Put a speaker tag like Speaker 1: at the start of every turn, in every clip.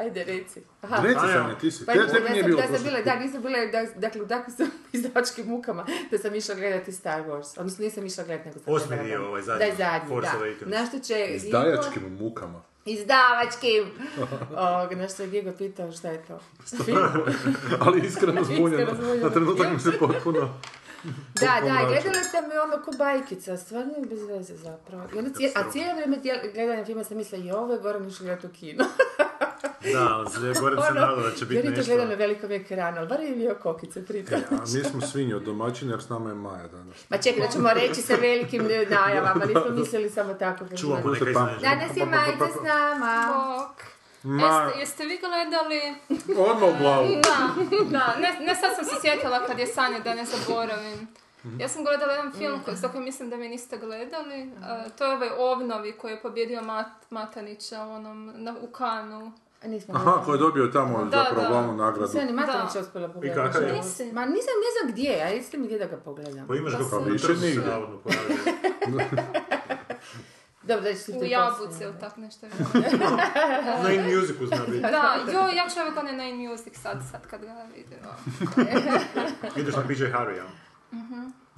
Speaker 1: Ajde, reci. Aha.
Speaker 2: Reci Sanja, ti si,
Speaker 1: Pa,
Speaker 2: te,
Speaker 1: ja
Speaker 2: tebi nije
Speaker 1: sam-
Speaker 2: bilo
Speaker 1: da, sam
Speaker 2: dosta.
Speaker 1: bila, da, nisam bila, da, dakle, u takvim sam izdavačkim mukama da sam išla gledati Star Wars. Odnosno, nisam išla gledati, nego sam
Speaker 3: Osmi
Speaker 1: gledala.
Speaker 3: dio, ovaj zadnji,
Speaker 1: Da, je zadnji,
Speaker 3: Force
Speaker 1: da.
Speaker 3: Awakens.
Speaker 1: Na što će... Gigo-
Speaker 2: Izdajačkim mukama.
Speaker 1: Izdavačkim! Ovoga, na što je Gigo pitao šta je to.
Speaker 2: Ali iskreno zbunjeno.
Speaker 1: zbunjeno.
Speaker 2: Na trenutak mi se potpuno...
Speaker 1: Da, da,
Speaker 2: mračno.
Speaker 1: gledala sam je ono ko bajkica, stvarno je bez veze zapravo. I onda cije- a cijelo vrijeme dijel- gledanja filma sam mislila, jo, ovo je Goran išao gledati u kino.
Speaker 3: Da, z- Goran se nadao da će biti
Speaker 1: Jer je to
Speaker 3: nešto.
Speaker 1: gledao na velikom ekranu, ali bar je bio kokice pritom.
Speaker 2: E, A mi smo svinje od domaćina jer s nama je Maja danas.
Speaker 1: Ma čekaj, da ćemo reći sa velikim e, najavama, nismo mislili samo tako.
Speaker 3: Čuvamo neka
Speaker 2: Pam-
Speaker 3: iznenađenja.
Speaker 1: Danas je majica s nama.
Speaker 4: Bok.
Speaker 2: Ma,
Speaker 4: Jeste, jeste vi gledali?
Speaker 2: odmah u glavu.
Speaker 4: Da, da. Ne, ne sad sam se sjetila kad je Sanja da ne zaboravim.
Speaker 3: Mhm.
Speaker 4: Ja sam gledala jedan film ko- za koji mislim da vi niste gledali. A, to je ovaj Ovnovi koji je pobjedio Mat- Matanića onom, na, u Kanu.
Speaker 1: A nismo
Speaker 2: Aha, ko je dobio tamo zapravo
Speaker 4: da.
Speaker 2: glavnu nagradu.
Speaker 1: Sve ni Matanić
Speaker 4: Da.
Speaker 1: uspjela
Speaker 3: I kakav
Speaker 1: pogledati.
Speaker 3: je?
Speaker 4: Mislim.
Speaker 1: Ma nisam, ne znam gdje, a jeste mi gdje da ga pogledam.
Speaker 3: Pa imaš ga kao
Speaker 2: Više nigdje.
Speaker 3: navodno ponavljaju.
Speaker 1: Dobro, da ćeš ti
Speaker 4: U
Speaker 1: to
Speaker 4: Jabuci
Speaker 1: poslije.
Speaker 4: ili tak nešto.
Speaker 3: Na In Musicu zna biti.
Speaker 4: Da, joj, ja čovjek on je na In Music sad, sad kad ga vidim.
Speaker 3: Ideš na BJ Harry, ja?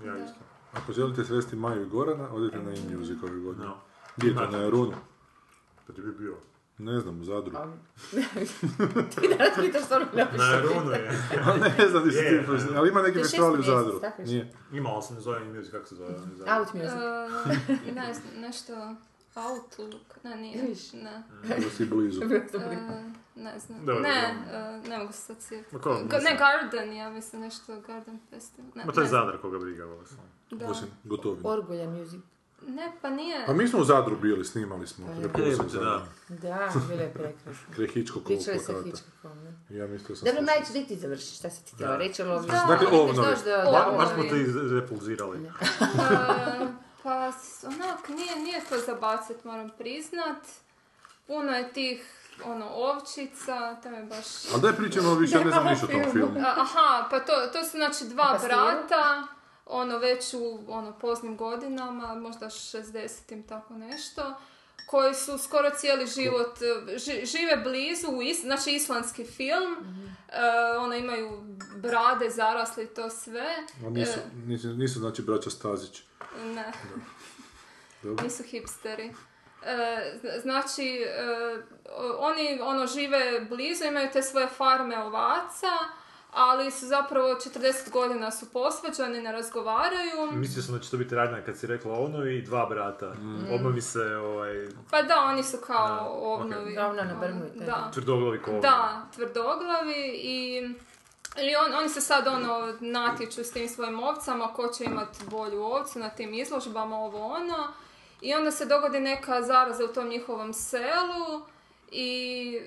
Speaker 3: Ja isto.
Speaker 2: Ako želite sresti Maju i Gorana, odete na InMusic ove godine.
Speaker 3: No.
Speaker 2: Gdje je to, na Jarunu?
Speaker 3: Pa ti bi bio.
Speaker 2: Ne znam, u Zadru.
Speaker 1: Ti danas pitaš što ono ne
Speaker 3: Pa Na Runu je.
Speaker 2: ne znam di se
Speaker 3: Je,
Speaker 2: ti
Speaker 3: je.
Speaker 2: ali ima neki
Speaker 1: To je šesti
Speaker 2: festivali u
Speaker 1: mjesec,
Speaker 2: Zadru.
Speaker 1: tako nešto.
Speaker 2: Nije.
Speaker 3: Imao sam, ne zove In Music, kako se zove? ne znam.
Speaker 1: Out music.
Speaker 4: E, ne znam, nešto... Outlook, ne, nije, ne. e,
Speaker 2: Da si blizu.
Speaker 4: Ne znam.
Speaker 3: Dobro,
Speaker 4: ne,
Speaker 3: dobro.
Speaker 4: e, ne mogu se sad sjetiti.
Speaker 3: Ma ko vam
Speaker 4: Ga- Ne,
Speaker 3: mislim?
Speaker 4: Garden, ja mislim nešto Garden Festival. Ne,
Speaker 3: Ma to je
Speaker 4: ne,
Speaker 3: Zadar koga briga, ovo sam.
Speaker 4: da.
Speaker 2: Osim gotovina.
Speaker 1: Orgulja music.
Speaker 4: Ne, pa nije.
Speaker 2: A mi smo u Zadru bili, snimali smo. Repuls u Zadru.
Speaker 1: Da, bilo je prekrasno.
Speaker 2: Krehičko kolo
Speaker 1: Pričali se
Speaker 2: plakata.
Speaker 1: Hitchcockom. ne?
Speaker 2: Ja mislio sam...
Speaker 1: Dobro,
Speaker 2: slušao.
Speaker 1: Majić, gdje ti završiš? Šta si ti htjela reći? ali ovo-
Speaker 2: Dakle,
Speaker 1: Ideš
Speaker 2: ovnovi.
Speaker 1: doći do-
Speaker 3: Ba-
Speaker 4: Ovo ovaj,
Speaker 3: Baš
Speaker 4: je.
Speaker 3: smo te iz- repulzirali.
Speaker 4: E, pa, s- onak, nije, nije to za bacit, moram priznat. Puno je tih, ono, ovčica, to je baš...
Speaker 2: Ali daj pričamo više, ja ne znam ništa o tom filmu.
Speaker 4: A, Aha, pa to, to su znači dva
Speaker 1: pastiru?
Speaker 4: brata, ono već u ono, poznim godinama, možda 60-im tako nešto, koji su skoro cijeli život, e, ži- žive blizu, u is, znači islandski film, e, ono imaju brade, zarasli i to sve.
Speaker 2: A nisu,
Speaker 4: E,
Speaker 2: nisu, nisu znači braća Stazić.
Speaker 4: ne.
Speaker 2: Dobro.
Speaker 4: Nisu hipsteri. E, zna- znači, e, o- oni ono žive blizu, imaju te svoje farme ovaca, ali su zapravo 40 godina su posvađani, ne razgovaraju.
Speaker 3: Mislio sam da će to biti radnja kad si rekla ovnovi i dva brata.
Speaker 1: Mm.
Speaker 3: Odmah mi se ovaj,
Speaker 4: Pa da, oni su kao
Speaker 3: ok.
Speaker 4: ovnovi.
Speaker 1: Ravno na brvnu i to je
Speaker 4: Da.
Speaker 3: tvrdoglavi ko
Speaker 4: Da, tvrdoglavi i... I on, oni se sad ono natječu s tim svojim ovcama, ko će imati bolju ovcu na tim izložbama, ovo ono. I onda se dogodi neka zaraza u tom njihovom selu i,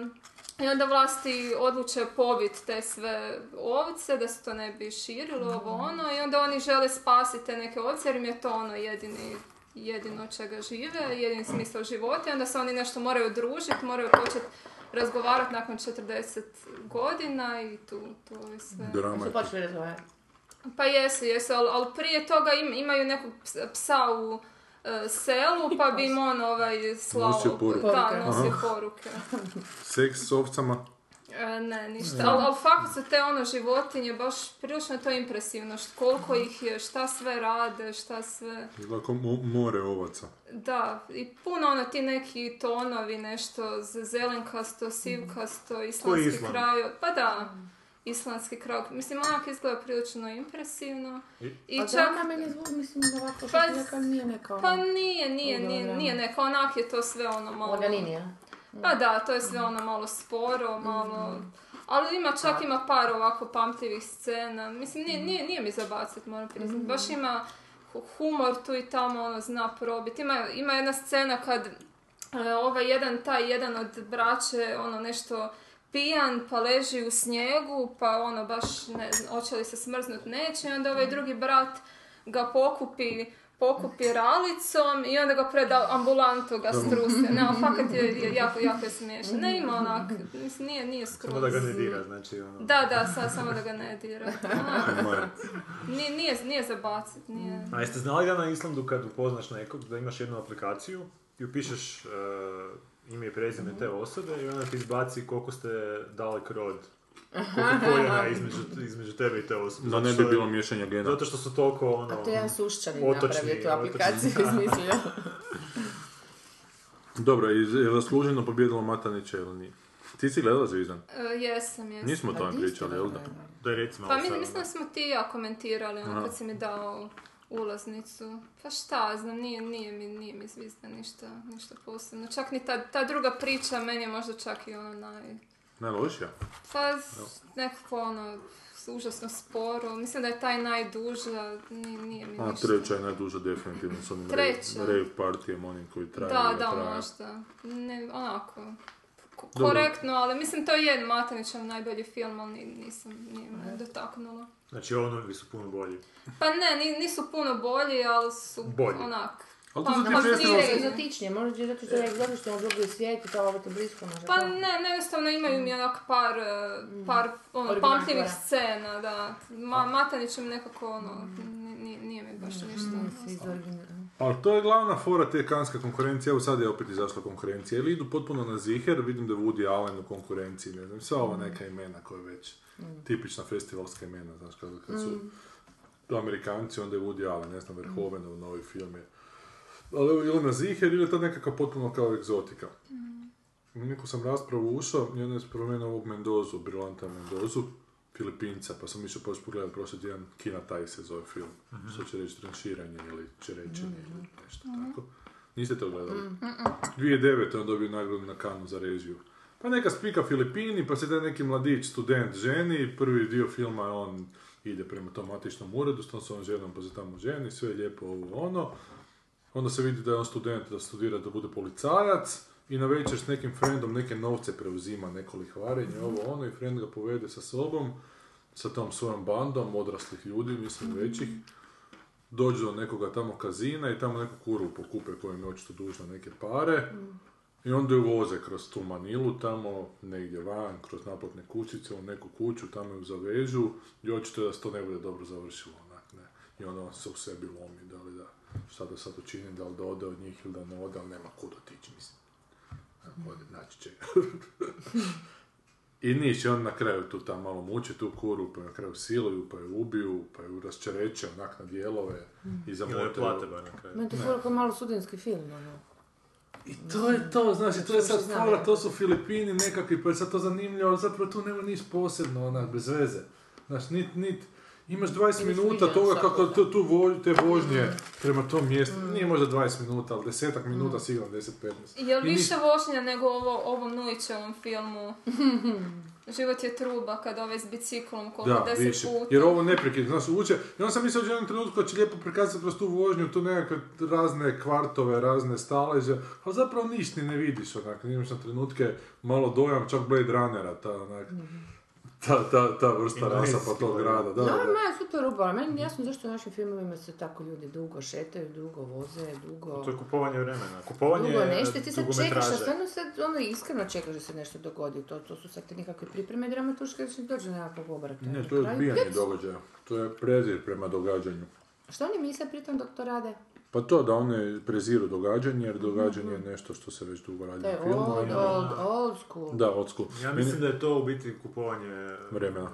Speaker 4: em, i onda vlasti odluče pobit te sve ovce, da se to ne bi širilo, ovo ono. I onda oni žele spasiti te neke ovce jer im je to ono jedini jedino od čega žive, jedini smisao života i onda se oni nešto moraju družiti, moraju početi razgovarati nakon 40 godina i tu, tu je sve.
Speaker 2: Drama je
Speaker 1: Su
Speaker 2: to.
Speaker 1: počeli razgovarati.
Speaker 4: Pa jesu, jesu, ali, ali prije toga im- imaju nekog ps- psa u e, selu, pa bi im on ovaj slao...
Speaker 2: Nosio poruke.
Speaker 4: Da, nosio poruke.
Speaker 2: Seks s ovcama.
Speaker 4: E, ne, ništa. Ali al, fakt su te ono životinje, baš prilično je to impresivno. št- Koliko ih je, šta sve rade, šta sve...
Speaker 2: Izgleda kao mo- more ovaca.
Speaker 4: Da, i puno ono ti neki tonovi, nešto z- zelenkasto, sivkasto, islandski
Speaker 3: Island.
Speaker 4: kraj. Pa da, islandski kraj. Mislim, onak izgleda prilično impresivno.
Speaker 3: I-
Speaker 4: I
Speaker 1: A
Speaker 4: čak...
Speaker 1: da, ona Pa meni zvu, mislim, ovako što
Speaker 4: Pa
Speaker 1: ti rekao, nije neka ono-
Speaker 4: Pa
Speaker 1: ona.
Speaker 4: nije, nije, nije, nije neka, onak je to sve ono malo...
Speaker 1: Laga linija.
Speaker 4: Pa da, to je sve ono malo sporo, malo... Ali ima, čak ima par ovako pamtivih scena. Mislim, nije, nije, nije mi zabacit, moram priznat. Baš ima hu- humor tu i tamo, ono, zna probit. Ima, ima jedna scena kad e, ovaj jedan, taj jedan od braće, ono, nešto pijan pa leži u snijegu pa ono baš ne znam, hoće li se smrznut neće i onda ovaj drugi brat ga pokupi pokupi ralicom i onda ga pred ambulantu ga struse. Ne, ali fakat je jako, jako je smiješan. Ne ima onak, mislim, nije, nije skroz.
Speaker 5: Samo da ga ne dira, znači ono...
Speaker 4: Da, da, sad samo da ga ne dira. A,
Speaker 3: Moja.
Speaker 4: nije, nije, nije za bacit, nije.
Speaker 5: A jeste znali da na Islandu kad upoznaš nekog, da imaš jednu aplikaciju i upišeš e, ime i prezime te osobe i ona ti izbaci koliko ste dalek rod. Koliko koljena je između, između tebe i te osobe.
Speaker 3: Da
Speaker 5: Zato
Speaker 3: ne
Speaker 5: što
Speaker 3: bi
Speaker 5: je-
Speaker 3: bilo miješanja gena.
Speaker 5: Zato što su toliko ono...
Speaker 3: Pa
Speaker 6: A to je jedan sušćanin
Speaker 5: Otočni,
Speaker 6: napravio tu
Speaker 5: otočni.
Speaker 6: aplikaciju, izmislio.
Speaker 3: Dobro, i je zasluženo pobjedilo Matanić ili nije? Ti si gledala Zvizan?
Speaker 4: E, jesam, jesam.
Speaker 3: Nismo o
Speaker 6: A
Speaker 3: tome
Speaker 6: di ste
Speaker 3: pričali, jel da?
Speaker 6: gledali?
Speaker 5: Da je recimo...
Speaker 4: Pa
Speaker 5: ali
Speaker 4: mi,
Speaker 5: sad, ono.
Speaker 4: mislim da smo ti ja komentirali, ono, kad si mi dao ulaznicu. Pa šta ja znam, nije, nije, mi, nije mi zvizda ništa, ništa posebno. Čak ni ta, ta druga priča meni je možda čak i ono naj...
Speaker 3: Najlošija.
Speaker 4: Pa s- nekako ono, s- užasno sporo. Mislim da je taj najduža, nije, nije mi
Speaker 3: A
Speaker 4: ništa.
Speaker 3: treća je najduža definitivno s onim rave,
Speaker 4: Treća.
Speaker 3: rave partijem, onim koji traje.
Speaker 4: Da, da,
Speaker 3: traje.
Speaker 4: možda. Ne, onako, ko-
Speaker 3: Dobro.
Speaker 4: korektno, ali mislim to je Matanićev najbolji film, ali ni- nisam, nije me dotaknula.
Speaker 5: Znači onovi su puno bolji.
Speaker 4: Pa ne, ni- nisu puno bolji, ali su
Speaker 5: Bolji.
Speaker 4: onak...
Speaker 3: Ali to su ti
Speaker 4: pa,
Speaker 3: često-
Speaker 6: Nije
Speaker 4: pametniji.
Speaker 6: egzotičnije, možda je zato što je egzotično u drugi svijet i to ovo ti blisko možda.
Speaker 4: Pa
Speaker 6: to.
Speaker 4: ne, ne, jednostavno imaju mi onak par, e, par ono,
Speaker 6: Originalnih
Speaker 4: pamtljivih
Speaker 6: djela.
Speaker 4: scena, da. Ma, Matanić mi nekako ono, ni- ni- nije mi baš ništa. ono
Speaker 6: Svi iz origina-
Speaker 3: Ali to je glavna fora te kanska konkurencija, evo sad je opet izašla konkurencija, ili idu potpuno na ziher, vidim da je Woody Allen u konkurenciji, ne znam, sva ova neka imena koja već, tipična festivalska imena, znaš, kad, kad su Amerikanci, onda je Woody Allen, ne znam, Verhoevenov novi film je. Ali evo, ili na ziher, ili je to nekakva potpuno kao egzotika. U Neku sam raspravu ušao i onda je spomenuo ovog Mendozu, Brilanta Mendozu, Filipinca, pa sam išao počet pogledati prošli tjedan Kina taj se zove film. Što će reći tranširanje ili čerečenje ili nešto tako. Niste to gledali? 2009. je on dobio nagradu na kanu za režiju. Pa neka spika Filipini, pa se taj neki mladić, student, ženi, i prvi dio filma je on ide prema tom matičnom uredu, s tom svojom ženom, pa se tamo ženi, sve je lijepo ovo ono. Onda se vidi da je on student, da studira da bude policajac i na večer s nekim frendom neke novce preuzima, neko lihvarenje, ovo ono i frend ga povede sa sobom, sa tom svojom bandom odraslih ljudi, mislim većih. Dođu do nekoga tamo kazina i tamo neku kurvu pokupe koja im je očito dužna neke pare. I onda ju voze kroz tu manilu, tamo negdje van, kroz naplatne kućice, u neku kuću, tamo ju zavežu i očito je da se to ne bude dobro završilo, onak, ne. I onda on se u sebi lomi, da li da, šta da sad učinim, da li da ode od njih ili da ne ode, ali nema kud otići, mislim. Evo, ode, naći će ga. I niš, i on na kraju tu tam malo muči tu kuru, pa ju na kraju siluju, pa ju ubiju, pa ju rasčereće onak na dijelove i
Speaker 5: Ili je
Speaker 3: zamotaju.
Speaker 5: plate bar na kraju.
Speaker 6: Ma je to fora kao malo studentski film, ono.
Speaker 3: I to je to, znači, to je sad
Speaker 6: znam,
Speaker 3: fora,
Speaker 6: ja.
Speaker 3: to su Filipini nekakvi, pa je sad to zanimljivo, ali zapravo tu nema niš posebno, onak, bez veze. Znaš, nit, nit, imaš 20
Speaker 6: Imaš
Speaker 3: minuta
Speaker 6: viđen
Speaker 3: toga
Speaker 6: sad,
Speaker 3: kako
Speaker 6: da.
Speaker 3: tu, tu vo- te vožnje prema tom mjestu, nije možda 20 minuta, ali desetak minuta sigurno, 10-15.
Speaker 4: Jel
Speaker 3: I
Speaker 4: više vožnja nego ovo, ovom Nuićevom filmu? Život je truba kad ove s biciklom koliko
Speaker 3: Da,
Speaker 4: deset
Speaker 3: više.
Speaker 4: puta.
Speaker 3: Jer ovo neprekidno, znaš, uče. I onda sam mislio u jednom trenutku da će lijepo prikazati kroz tu vožnju, tu nekakve razne kvartove, razne staleže, ali zapravo niš ni ne vidiš, onak, imaš na trenutke malo dojam, čak Blade Runnera, ta, onak,
Speaker 5: Mhm.
Speaker 3: ta, ta, ta vrsta rasa pa
Speaker 5: Indonezijski
Speaker 3: tog
Speaker 5: Blade
Speaker 3: grada, da,
Speaker 6: No,
Speaker 3: da.
Speaker 6: ma je super ubala. Meni nije jasno zašto u našim filmovima se tako ljudi dugo šetaju, dugo voze, dugo...
Speaker 5: To je kupovanje vremena. Kupovanje
Speaker 6: Dugo nešto, ti sad čekaš, a
Speaker 5: dugometraže.
Speaker 6: stvarno sad, ono, iskreno čekaš da se nešto dogodi, to, to su sad te nekakve pripreme dramaturške, da će doći do nekakvog obrata. Na
Speaker 3: Ne, to je
Speaker 6: kraju,
Speaker 3: odbijanje
Speaker 6: pljuc.
Speaker 3: događaja, to je prezir prema događanju.
Speaker 6: Što oni misle pritom dok to rade?
Speaker 3: Pa to da one preziru događanje, jer događanje je nešto što se već dugo radi
Speaker 6: Mhm. To je
Speaker 3: u filmu.
Speaker 6: old, old, old school.
Speaker 3: Da, odsku.
Speaker 5: Ja mislim da je to u biti kupovanje e,
Speaker 3: Vremena.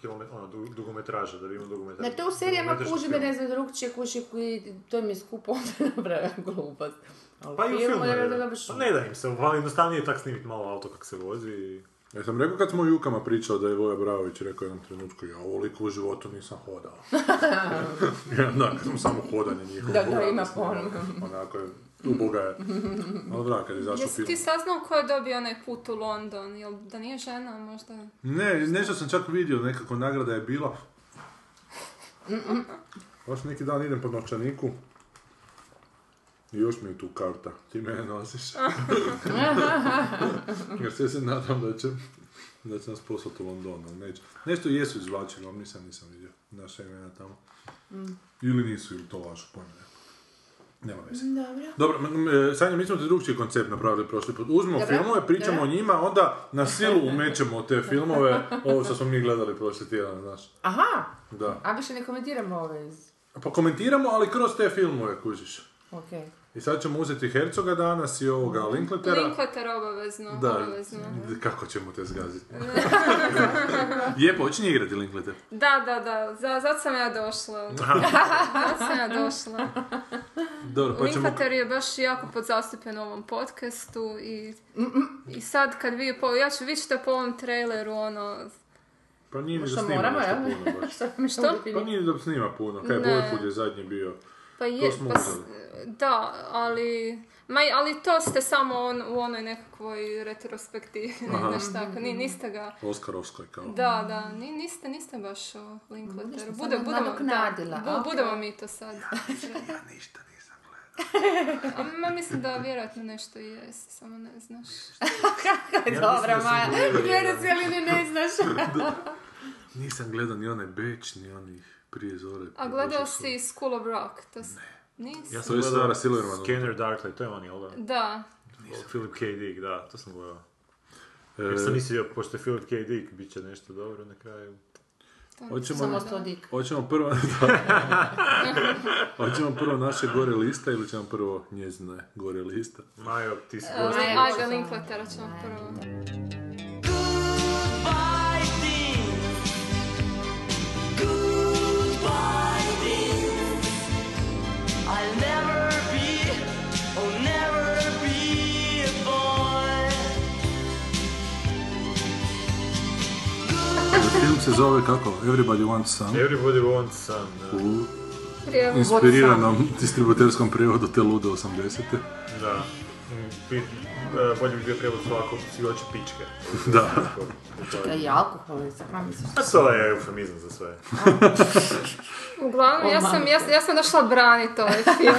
Speaker 5: Kilomet, ono, du- dugometraža, da vidimo dugometraža.
Speaker 6: Na to u serijama
Speaker 5: Dugometražni
Speaker 6: kuži me
Speaker 5: film.
Speaker 6: ne znam drugčije kuši koji to mi je skupo onda napravim glupost. A u
Speaker 5: Pa i u
Speaker 6: filmu
Speaker 5: filmu.
Speaker 6: da
Speaker 5: je.
Speaker 6: dobiš-
Speaker 5: Pa ne da im se, ali jednostavnije je tak snimiti malo auto kak se vozi. i-
Speaker 3: Ja sam rekao kad smo u Jukama pričali da je Voja Bravović rekao u jednom trenutku ja ovoliko u životu nisam hodao. ja, da, kad sam samo hodanje njihovo.
Speaker 6: Da, da,
Speaker 3: boga,
Speaker 6: ima
Speaker 3: mislim, ono,
Speaker 6: ponovno.
Speaker 3: Onako je, uboga je. Ali da, kad je izašao
Speaker 4: Jesi
Speaker 3: film.
Speaker 4: ti saznao ko je dobio onaj put u London? Jel da nije žena možda?
Speaker 3: Ne, nešto sam čak vidio, nekako nagrada je bila. Baš neki dan idem po novčaniku. I još mi je tu karta. Ti mene nosiš. Jer sve se nadam da će da će nas poslati u London, ali neće. Nešto jesu izvlačili, ali nisam, nisam vidio naša imena tamo.
Speaker 6: Mm.
Speaker 3: Ili nisu, ili to lažu, pojma nema. Nema veze.
Speaker 6: Dobro.
Speaker 3: Dobro, m- m- e, Sanja, mi smo ti drugčiji koncept napravili prošli put. Uzmemo
Speaker 6: Dobro,
Speaker 3: filmove, pričamo
Speaker 6: dobro.
Speaker 3: o njima, onda na silu umećemo te filmove, ovo što smo mi gledali prošli tjedan, znaš.
Speaker 6: Aha,
Speaker 3: Da.
Speaker 6: a više ne komentiramo ove iz...
Speaker 3: Pa komentiramo, ali kroz te filmove, kužiš.
Speaker 6: Ok.
Speaker 3: I sad ćemo uzeti Hercoga danas i ovoga Linkletera.
Speaker 4: Linkleter obavezno,
Speaker 3: Da,
Speaker 4: Mm. obavezno.
Speaker 3: d- kako ćemo te zgaziti. je, počinje igrati Linklater.
Speaker 4: Da, da, da, za, zato sam ja došla. zato sam ja došla.
Speaker 3: Dobro, pa ćemo...
Speaker 4: Linklater je baš jako podzastupljen u ovom podcastu i, i sad kad vi, po, ja ću, vi ćete po ovom traileru ono,
Speaker 3: Pa nije ni da
Speaker 6: Što
Speaker 3: snima
Speaker 6: moramo,
Speaker 3: nešto
Speaker 6: jel?
Speaker 3: puno baš.
Speaker 4: što?
Speaker 3: Pa nije da snima puno. Kaj,
Speaker 4: Ne.
Speaker 3: Boyhood je zadnji bio.
Speaker 4: Pa je,
Speaker 3: smo
Speaker 4: pa, s- da, ali, ma, i- ali to ste samo on, u onoj nekakvoj retrospektivi, nešto tako, ni, niste ga,
Speaker 3: Oskarovskoj kao.
Speaker 4: da, da, ni, niste, niste baš o Linklateru, Bude,
Speaker 6: sam
Speaker 4: budemo, da,
Speaker 6: nadoknadila,
Speaker 4: bu-
Speaker 6: ok.
Speaker 4: budemo mi to sad. A, ma mislim da vjerojatno nešto i jest, samo ne znaš.
Speaker 6: Dobra, Maja, gleda se ali ne znaš.
Speaker 3: Nisam gledao ni one Beč, ni onih prije zore.
Speaker 4: A gledao si School of Rock, to s... Nisi?
Speaker 5: Ja
Speaker 3: To je Sara Silverman.
Speaker 5: Scanner Darkly, to je on, jel da?
Speaker 4: Da,
Speaker 5: O, Philip K. Dick, da, to sam gledao. Jer sam mislio, pošto je Philip K. Dick, bit će nešto dobro na kraju.
Speaker 3: Hoćemo,
Speaker 6: Samo sto dik.
Speaker 3: hoćemo prvo... da. hoćemo prvo naše gore lista ili ćemo prvo njezine gore lista?
Speaker 5: Majo, ti si
Speaker 4: ali
Speaker 5: gost.
Speaker 4: ajde Linklatera ćemo prvo.
Speaker 3: Film se zove kako? Everybody Wants Some.
Speaker 5: Everybody wants some, e,
Speaker 3: U
Speaker 4: Prije
Speaker 3: inspiriranom distributerskom prijevodu te lude 80-te.
Speaker 5: da. Mm, Bi, e, bolje bi bio prijevod svako, svi hoće pičke.
Speaker 3: Da.
Speaker 6: I alkohol je sad, ma misliš.
Speaker 5: A to je eufemizam za sve.
Speaker 4: Uglavnom, ja sam, ja, sam- ja sam došla braniti ovaj film.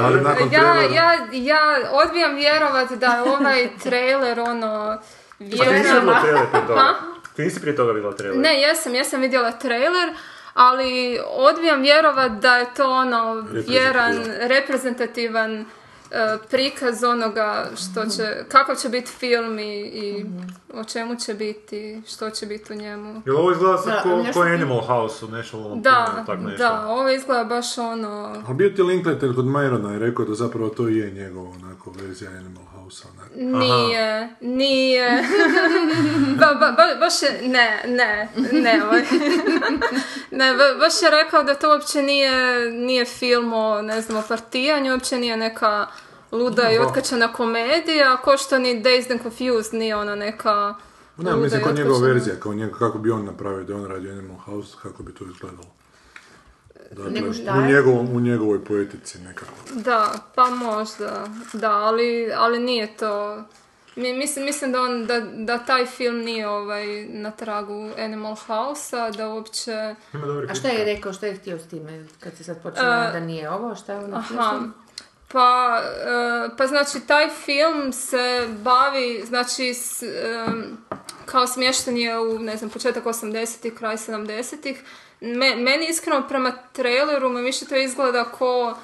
Speaker 3: Ali nakon
Speaker 4: ja,
Speaker 3: trailera-
Speaker 4: ja, ja odbijam vjerovat da je ovaj trailer ono...
Speaker 5: Pa ti nisi
Speaker 4: Vjerujem.
Speaker 5: bila trailer prije toga. Ti nisi prije toga bila trailer.
Speaker 4: Ne, jesam, jesam vidjela trailer, ali odbijam vjerovat da je to ono vjeran, reprezentativan e, prikaz onoga što će, kakav će biti film i, i o čemu će biti, što će biti u njemu.
Speaker 5: Jel ovo izgleda sad
Speaker 6: Da,
Speaker 5: ko,
Speaker 6: nešto
Speaker 5: ko
Speaker 6: ti-
Speaker 5: Animal House u National
Speaker 4: Da,
Speaker 5: tak ono, nešto.
Speaker 4: da, ovo izgleda baš ono,
Speaker 3: A bio ti Linklater kod Majrona je rekao da zapravo to i je njegova onako verzija Animal House-a onako.
Speaker 6: Mm,
Speaker 4: Nije, nije. ba, ba, ba, baš je, ne, ne, ne. ovaj. ne, ba- baš je rekao da to uopće nije, nije film o, ne znam, o partijanju, uopće nije neka luda i otkačena komedija, ko što ni Dazed and Confused nije ona neka
Speaker 3: Ne,
Speaker 4: luda
Speaker 3: mislim
Speaker 4: i
Speaker 3: kao njegova
Speaker 4: otkačena-
Speaker 3: verzija, kao njega, kako bi on napravio da je on radio Animal House, kako bi to izgledalo. Dakle,
Speaker 6: Nego šta
Speaker 3: u,
Speaker 6: je?
Speaker 3: njegovom, u njegovoj poetici nekako.
Speaker 4: Da, pa možda, da, ali, ali nije to... Mi, mislim, mislim da, on, da, da taj film nije ovaj, na tragu Animal House-a, da uopće...
Speaker 5: Ima dobre
Speaker 6: A
Speaker 5: kritike.
Speaker 6: šta je rekao, šta je htio s time, kad si sad
Speaker 4: E,
Speaker 6: počela da nije ovo, šta je ono
Speaker 4: Aha. Pa, e, pa znači taj film se bavi, znači s, em, kao smješten je u ne znam, početak 80-ih, kraj 70-ih. Me- meni iskreno prema traileru me više to izgleda ko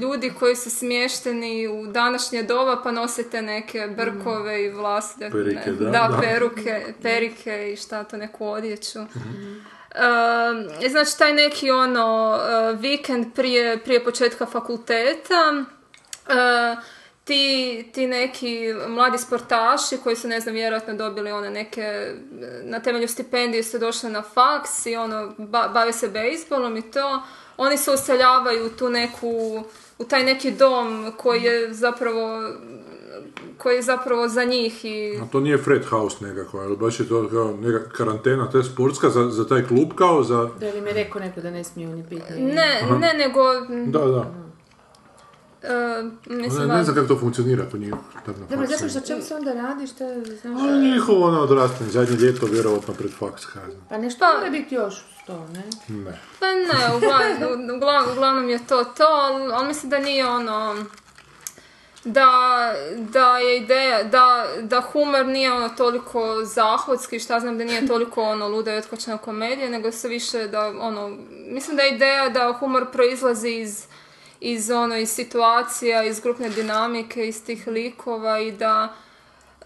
Speaker 4: ljudi koji su smješteni u današnje doba pa nose te neke brkove i vlastite
Speaker 3: Perike, da,
Speaker 4: ne-
Speaker 3: da.
Speaker 4: peruke, perike i šta to neku odjeću. Um, znači taj neki ono uh, vikend prije, prije početka fakulteta uh, ti, ti neki mladi sportaši koji su ne znam vjerojatno dobili one neke eh, na temelju stipendije su došli na faks i ono ba- bave se bejsbolom i to oni se useljavaju u tu neku u taj neki dom koji je zapravo koji je zapravo za njih i
Speaker 3: A to nije Fred House nekako, ali baš je to kao neka karantena, to je sportska za, za taj klub kao za...
Speaker 6: Da li mi je rekao neko da ne smiju ni piti? ni-
Speaker 4: ne, ne nego
Speaker 3: Da, da.
Speaker 4: e, mislim
Speaker 3: Ne, ne
Speaker 4: da-
Speaker 3: znam kako to funkcionira po njih. Tako na
Speaker 6: Dobro,
Speaker 3: faksu.
Speaker 6: zato što čem se onda radi, šta je, znaš?
Speaker 3: A njihovo ono odrastanje, zadnje ljeto vjerovatno pred faks, kaj ja znam.
Speaker 6: Pa nešto mora biti još uz to, ne?
Speaker 3: Ne.
Speaker 4: Pa ne, uglavnom, uglavnom je to to, ali, ali mislim da nije ono... da, da je ideja, da, da humor nije ono toliko zahodski, šta znam da nije toliko ono luda i otkočna komedija, nego se više da ono, mislim da je ideja da humor proizlazi iz iz ono iz situacija, iz grupne dinamike, iz tih likova i da e,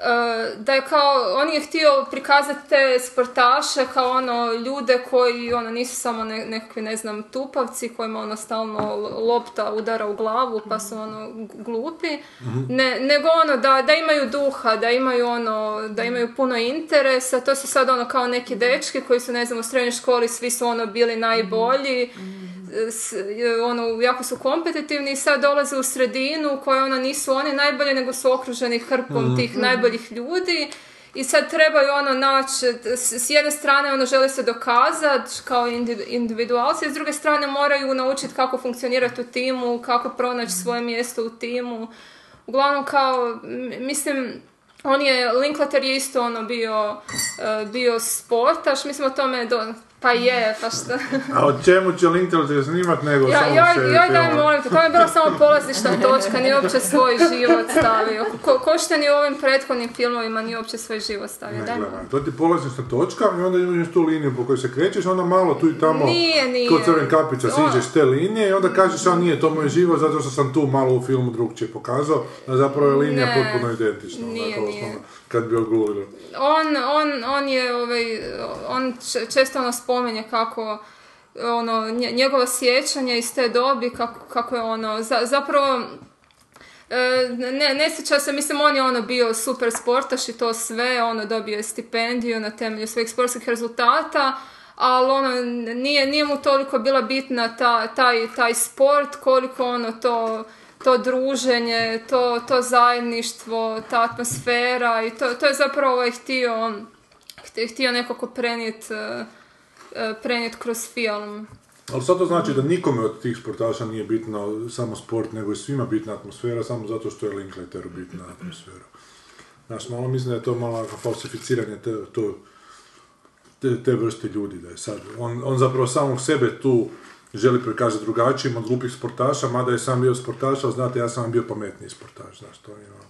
Speaker 4: da je kao, on je htio prikazati te sportaše kao ono ljude koji ono nisu samo ne, nekakvi ne znam tupavci kojima ono stalno l- lopta udara u glavu pa su ono g- glupi ne, nego ono da, da imaju duha, da imaju ono da imaju puno interesa, to su sad ono kao neki dečki koji su ne znam u srednjoj školi svi su ono bili najbolji s- je, ono, jako su kompetitivni i sad dolaze u sredinu u kojoj ono, nisu oni najbolji nego su okruženi hrpom tih najboljih ljudi i sad trebaju ono naći, s s jedne strane ono žele se dokazati kao indi- individualci, s druge strane moraju naučiti kako funkcionirati u timu, kako pronaći svoje mjesto u timu. Uglavnom kao, m- mislim, on je, Linklater je isto ono bio, e, bio sportaš, mislim o tome, do- pa je, pa šta.
Speaker 3: A o čemu će Linklater snimat nego
Speaker 4: Ja,
Speaker 3: samo
Speaker 4: ja,
Speaker 3: seriju
Speaker 4: ja daj
Speaker 3: filmova?
Speaker 4: molim te, to mi je bila samo polazišna točka, nije uopće svoj život stavio. Ko, ko što ni u ovim prethodnim filmovima nije uopće svoj život stavio,
Speaker 3: Ne,
Speaker 4: daj molim.
Speaker 3: gledaj, to ti polazišna točka i onda imaš tu liniju po kojoj se krećeš, onda malo tu i tamo
Speaker 4: Nije, nije.
Speaker 3: kod crven kapica
Speaker 4: Ono-
Speaker 3: siđeš te linije i onda kažeš, a nije to moj život zato što sam tu malo u filmu drugčije pokazao, a zapravo je linija
Speaker 4: Ne.
Speaker 3: potpuno identična.
Speaker 4: Nije,
Speaker 3: onako,
Speaker 4: nije.
Speaker 3: osnovno, Kad bi ogulio.
Speaker 4: on, on, on je ovaj, on č- često ono spomenje kako ono, nje- njegovo sjećanje iz te dobi, kako, kako je ono, za- zapravo e, ne, ne sjeća se, mislim on je ono bio super sportaš i to sve, ono dobio je stipendiju na temelju svojih sportskih rezultata, ali ono, n- nije, nije mu toliko bila bitna ta, taj, taj sport, koliko ono to, to druženje, to, to zajedništvo, ta atmosfera i to, to je zapravo ovaj htio, hti- htio nekako prenijeti prenijet kroz film.
Speaker 3: Ali sad to znači da nikome od tih sportaša nije bitno samo sport, nego je svima bitna atmosfera, samo zato što je Linklateru bitna atmosfera. Znaš, malo mislim da je to malo onako falsificiranje te, to- te, te vrste ljudi, da je sad. On, on zapravo samog sebe tu želi prikazati drugačijim od glupih sportaša, mada je sam bio sportaš, ali znate, ja sam vam bio pametniji sportaš, znaš, to je ono.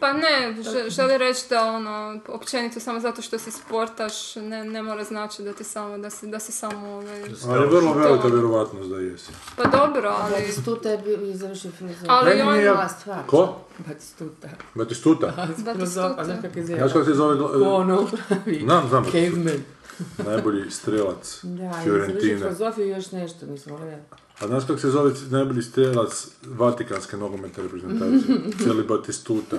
Speaker 4: Pa ne, ž- želi reći da ono, općenito samo zato što si sportaš ne, ne mora znači da ti samo, da si, da si samo ovaj,
Speaker 3: Ali je vrlo velika vjerovatnost da jesi.
Speaker 4: pa dobro, ali...
Speaker 6: Batistuta je bio i Pa završio filozofu.
Speaker 4: Ali
Speaker 3: Meni
Speaker 4: on-
Speaker 3: nije-
Speaker 6: Mala stvar.
Speaker 3: Ko?
Speaker 1: Batistuta.
Speaker 3: Batistuta?
Speaker 1: Filozof,
Speaker 6: pa
Speaker 1: a znaš kako je
Speaker 3: Znaš kako se zove? gla-
Speaker 1: Ko ono pravi?
Speaker 3: Znam, znam.
Speaker 1: Caveman.
Speaker 3: Najbolji strelac
Speaker 6: Da, i završio
Speaker 3: Fiorentine.
Speaker 6: filozofiju i još nešto, mislim, ovo je.
Speaker 3: A znaš kako se zove najbolji strelac Vatikanske nogometne reprezentacije? Cijeli Batistuta.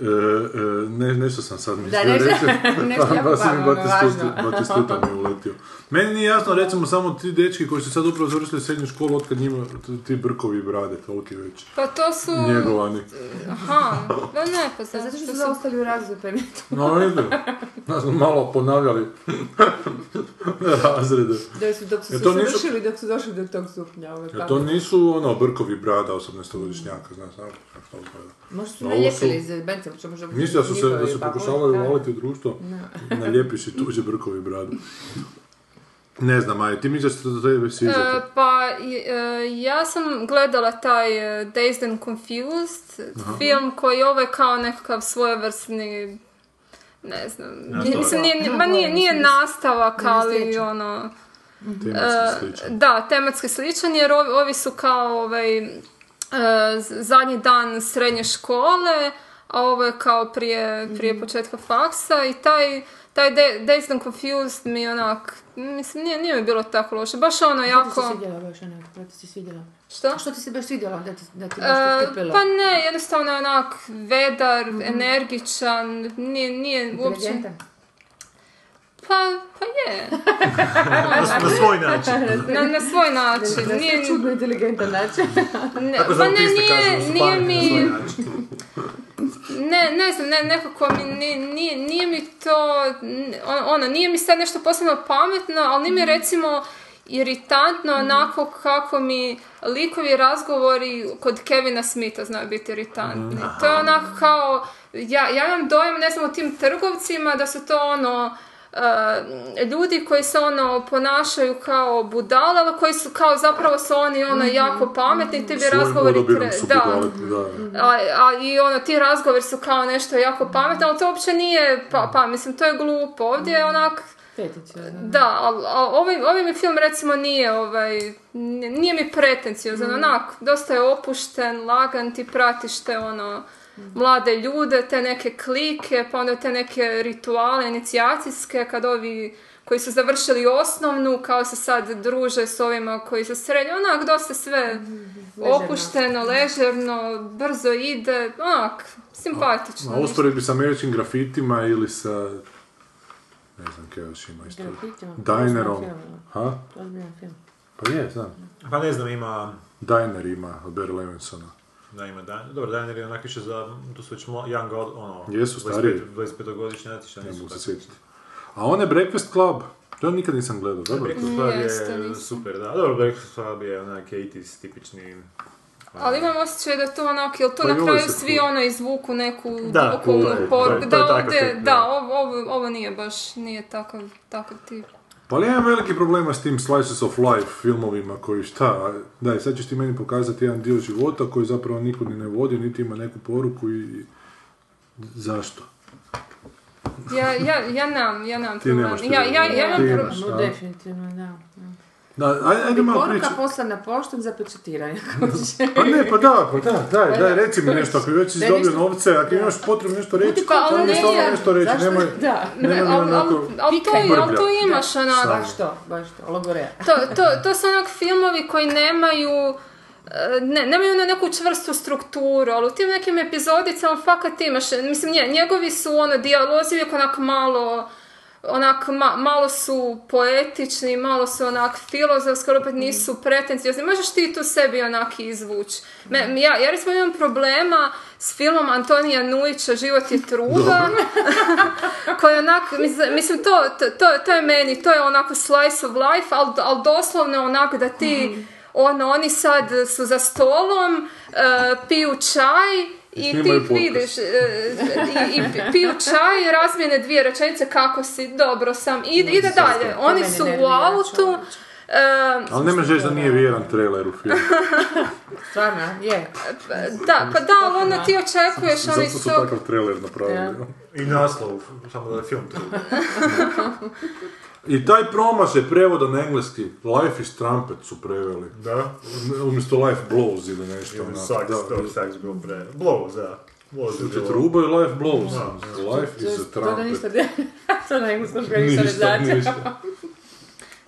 Speaker 3: E, e, ne, nešto sam sad mislio
Speaker 6: Da, nešto-
Speaker 3: reći,
Speaker 6: nešto
Speaker 3: pa- pa
Speaker 6: jako
Speaker 3: sam i
Speaker 6: važno, ono,
Speaker 3: Batistuta,
Speaker 6: važno.
Speaker 3: Batistuta mi je uletio. Meni nije jasno, recimo, samo ti dečki koji su sad upravo završili srednju školu, otkad njima t- ti brkovi brade, toliki već,
Speaker 4: Pa to su...
Speaker 6: Mm.
Speaker 3: njegovani.
Speaker 4: Aha, pa ne, pa zato,
Speaker 6: Zato što
Speaker 4: što
Speaker 6: su
Speaker 4: su...
Speaker 6: zaostali u razvoju, pa nije to.
Speaker 3: No, vidim, nas smo malo ponavljali razrede.
Speaker 6: Da su dok su
Speaker 3: Jer
Speaker 6: se
Speaker 3: to nisu-
Speaker 6: završili, dok su došli do tog stupnja. Ove,
Speaker 3: Jer to nisu ono brkovi brada 18-godišnjaka, znaš, znaš kako to izgleda.
Speaker 6: Možda su
Speaker 3: A ovo su-
Speaker 6: nalijepili iz Benca, što možda...
Speaker 3: Misliš da su se, da
Speaker 6: njihovi,
Speaker 3: se
Speaker 6: pa
Speaker 3: pokušavaju
Speaker 6: možda-
Speaker 3: uvaliti u društvo, nalijepiš i tuđe brkovi bradu. Ne znam, Maja, ti misliš da to tebe
Speaker 4: E,
Speaker 3: siđete?
Speaker 4: pa i- e, ja sam gledala taj e, Dazed and Confused film koji je ovaj kao nekakav svojevrsni ne znam, nije, mislim, nije, nije- ma nije, nije nastavak, ali ono, e,
Speaker 3: Tematski slično.
Speaker 4: da, tematski sličan, jer ovi, ovi su kao ovaj, e, z- zadnji dan srednje škole, a ovo je kao prije,
Speaker 5: Mhm.
Speaker 4: prije početka faksa i taj, taj De- Dazed and Confused mi je onak, mislim, nije, nije mi bilo tako loše, baš ono
Speaker 6: Kako ti
Speaker 4: jako...
Speaker 6: se svidjela baš onako, to ti se svidjela.
Speaker 4: Što?
Speaker 6: A što ti se baš svidjela, da ti, da ti
Speaker 4: E,
Speaker 6: nešto pripelo?
Speaker 4: pa ne, jednostavno je onak vedar,
Speaker 6: Mhm.
Speaker 4: energičan, nije, nije uopće...
Speaker 6: Inteligentan.
Speaker 4: Pa, pa je,
Speaker 5: Na svoj način.
Speaker 4: na, na svoj
Speaker 6: Da
Speaker 4: način. Pa Nije,
Speaker 6: je čudno inteligentan način.
Speaker 4: ne,
Speaker 5: Tako za
Speaker 4: pa ne,
Speaker 5: autiste
Speaker 4: nije,
Speaker 5: kažu,
Speaker 4: nije
Speaker 5: spani na svoj
Speaker 4: mi,
Speaker 5: način.
Speaker 4: ne, ne znam, ne, nekako mi, ni- nije, nije mi to, n- on- ono, nije mi sad nešto posebno pametno, ali nije mi
Speaker 3: Mhm.
Speaker 4: recimo iritantno onako kako mi likovi razgovori kod Kevina Smitha znaju biti iritantni.
Speaker 3: Mhm.
Speaker 4: To je onako kao, ja, ja imam dojam, ne znam, o tim trgovcima da su to ono, e, ljudi koji se ono ponašaju kao budale, ali koji su kao zapravo su oni ono jako pametni, ti bi
Speaker 3: Mhm. Svojim
Speaker 4: razgovori
Speaker 3: odabirom
Speaker 4: tre-
Speaker 3: su
Speaker 4: da.
Speaker 3: budale, da.
Speaker 4: A, a i ono, ti razgovori su kao nešto jako pametno, ali to uopće nije, pa, pa mislim, to je glupo. Ovdje je onak, da, ali ovaj, ovaj mi film recimo nije, ovaj, n- nije mi pretenciozan, onak, dosta je opušten, lagan, ti pratiš te ono, mlade ljude, te neke klike, pa onda te neke rituale inicijacijske, kad ovi koji su završili osnovnu, kao se sad druže s ovima koji su srednji, onak, dosta sve
Speaker 6: Ležerno.
Speaker 4: opušteno, ležerno, brzo ide, onak, simpatično.
Speaker 3: A usporedbi sa američkim grafitima ili sa... Ne znam kaj još ima isto.
Speaker 1: Grafitima?
Speaker 3: Dinerom.
Speaker 1: Ozbiljan film.
Speaker 3: Ha?
Speaker 1: Ozbiljan film.
Speaker 3: Pa je, znam.
Speaker 5: Pa ne znam, ima...
Speaker 3: Diner ima od Barry Levinsona.
Speaker 5: Da, ima dan. Dobro, Diner je onak više za... Tu su već mla- young god, ono... 25
Speaker 3: Jesu, stariji.
Speaker 5: 25-godišnji natječaj.
Speaker 3: Ne
Speaker 5: nisu
Speaker 3: mogu se
Speaker 5: tako.
Speaker 3: sjetiti. A on je Breakfast Club. To nikad nisam gledao, dobro.
Speaker 5: Breakfast Club
Speaker 4: Jeste,
Speaker 5: je
Speaker 4: nisam.
Speaker 5: super, da. Dobro, Breakfast Club je onak 80s tipični...
Speaker 4: Ali imam osjećaj da to onak, jel to
Speaker 5: Pa i
Speaker 4: na
Speaker 5: ovo
Speaker 4: kraju
Speaker 5: se
Speaker 4: svi
Speaker 5: tu-
Speaker 4: ono izvuku neku
Speaker 5: Da,
Speaker 4: duboku
Speaker 5: to je- to je-
Speaker 4: poruku,
Speaker 5: to je
Speaker 4: da
Speaker 5: takav
Speaker 4: ovdje,
Speaker 5: tip, da.
Speaker 4: da, ovo, ovo, ovo nije baš, nije takav, takav tip.
Speaker 3: Pa ali ja imam veliki problema s tim slices of life filmovima koji šta, daj sad ćeš ti meni pokazati jedan dio života koji zapravo nikud ni ne vodi, niti ima neku poruku i... i- Zašto?
Speaker 4: Ja, ja, ja nam, ja nam
Speaker 3: Ti nemaš
Speaker 4: problem.
Speaker 3: te
Speaker 4: Ja, ja, ja
Speaker 3: problema.
Speaker 4: imam
Speaker 3: Ti
Speaker 4: problem.
Speaker 3: imaš,
Speaker 1: No,
Speaker 3: da.
Speaker 1: definitivno, da.
Speaker 3: Da, aj- ajde
Speaker 1: I
Speaker 3: malo
Speaker 1: poruka
Speaker 3: priče.
Speaker 1: poslana poštom za pečatiranje.
Speaker 3: Pa ne, pa da, pa da, daj,
Speaker 1: Pa
Speaker 3: daj,
Speaker 1: da,
Speaker 3: reci mi nešto, ako već si
Speaker 1: Da,
Speaker 3: dobio
Speaker 1: ništa.
Speaker 3: novce, ako imaš potrebu nešto reći,
Speaker 4: Pa, ali
Speaker 3: onda
Speaker 4: ne,
Speaker 3: samo
Speaker 4: ja-
Speaker 3: nešto reći,
Speaker 1: zašto-
Speaker 3: nemoj,
Speaker 1: da.
Speaker 3: nemoj
Speaker 4: Al-
Speaker 3: mi ono
Speaker 4: al-
Speaker 3: onako...
Speaker 4: al to,
Speaker 3: Pikaj.
Speaker 4: al to imaš onak,
Speaker 3: Samo.
Speaker 1: Baš to, baš to, logoreja.
Speaker 4: to, to, to su onak filmovi koji nemaju e, ne, nemaju ono neku čvrstu strukturu, ali u tim nekim epizodicama fakat imaš, mislim, nje, njegovi su ono dijalozi uvijek onak malo onak ma- malo su poetični, malo su onak filozofski, ali opet nisu pretenciozni. Možeš ti tu sebi onak izvući. Me, ja, ja recimo imam problema s filmom Antonija Nujića Život je truba koji je onak, mis- mislim, to, to- to, to je meni, to je onako slice of life, ali al doslovno onak da
Speaker 1: Mhm.
Speaker 4: ti, ono, oni sad su za stolom, e, piju čaj,
Speaker 3: I
Speaker 4: i
Speaker 3: snimaju
Speaker 4: ti
Speaker 3: podcast.
Speaker 4: vidiš, e, i, i pi- piju čaj, razmjene dvije rečenice, kako si, dobro sam, i, ide dalje. Oni
Speaker 1: mene
Speaker 4: su u
Speaker 1: nervira,
Speaker 4: autu, e,
Speaker 3: Ali ne možeš reći da nije vjeran trailer u filmu.
Speaker 1: Stvarno, je.
Speaker 4: da, pa da, ali onda ti očekuješ,
Speaker 3: Zato
Speaker 4: oni
Speaker 3: su
Speaker 4: su...
Speaker 3: takav trailer napravili.
Speaker 5: I naslov, samo da je film tu.
Speaker 3: I taj promašaj prevoda na engleski, Life is Trumpet su preveli.
Speaker 5: Da.
Speaker 3: Umjesto Life Blows ili nešto.
Speaker 5: Ili
Speaker 3: onako,
Speaker 5: Sax,
Speaker 3: da.
Speaker 5: to Sax bilo pre... Blows, da. Blows je
Speaker 3: Zvuči
Speaker 5: bilo.
Speaker 3: truba i Life Blows. Life
Speaker 1: To
Speaker 3: is a
Speaker 1: je- To da
Speaker 3: Trumpet.
Speaker 1: ništa, to na engleskom ga ništa ne
Speaker 3: Ništa,
Speaker 1: znači.
Speaker 3: ništa.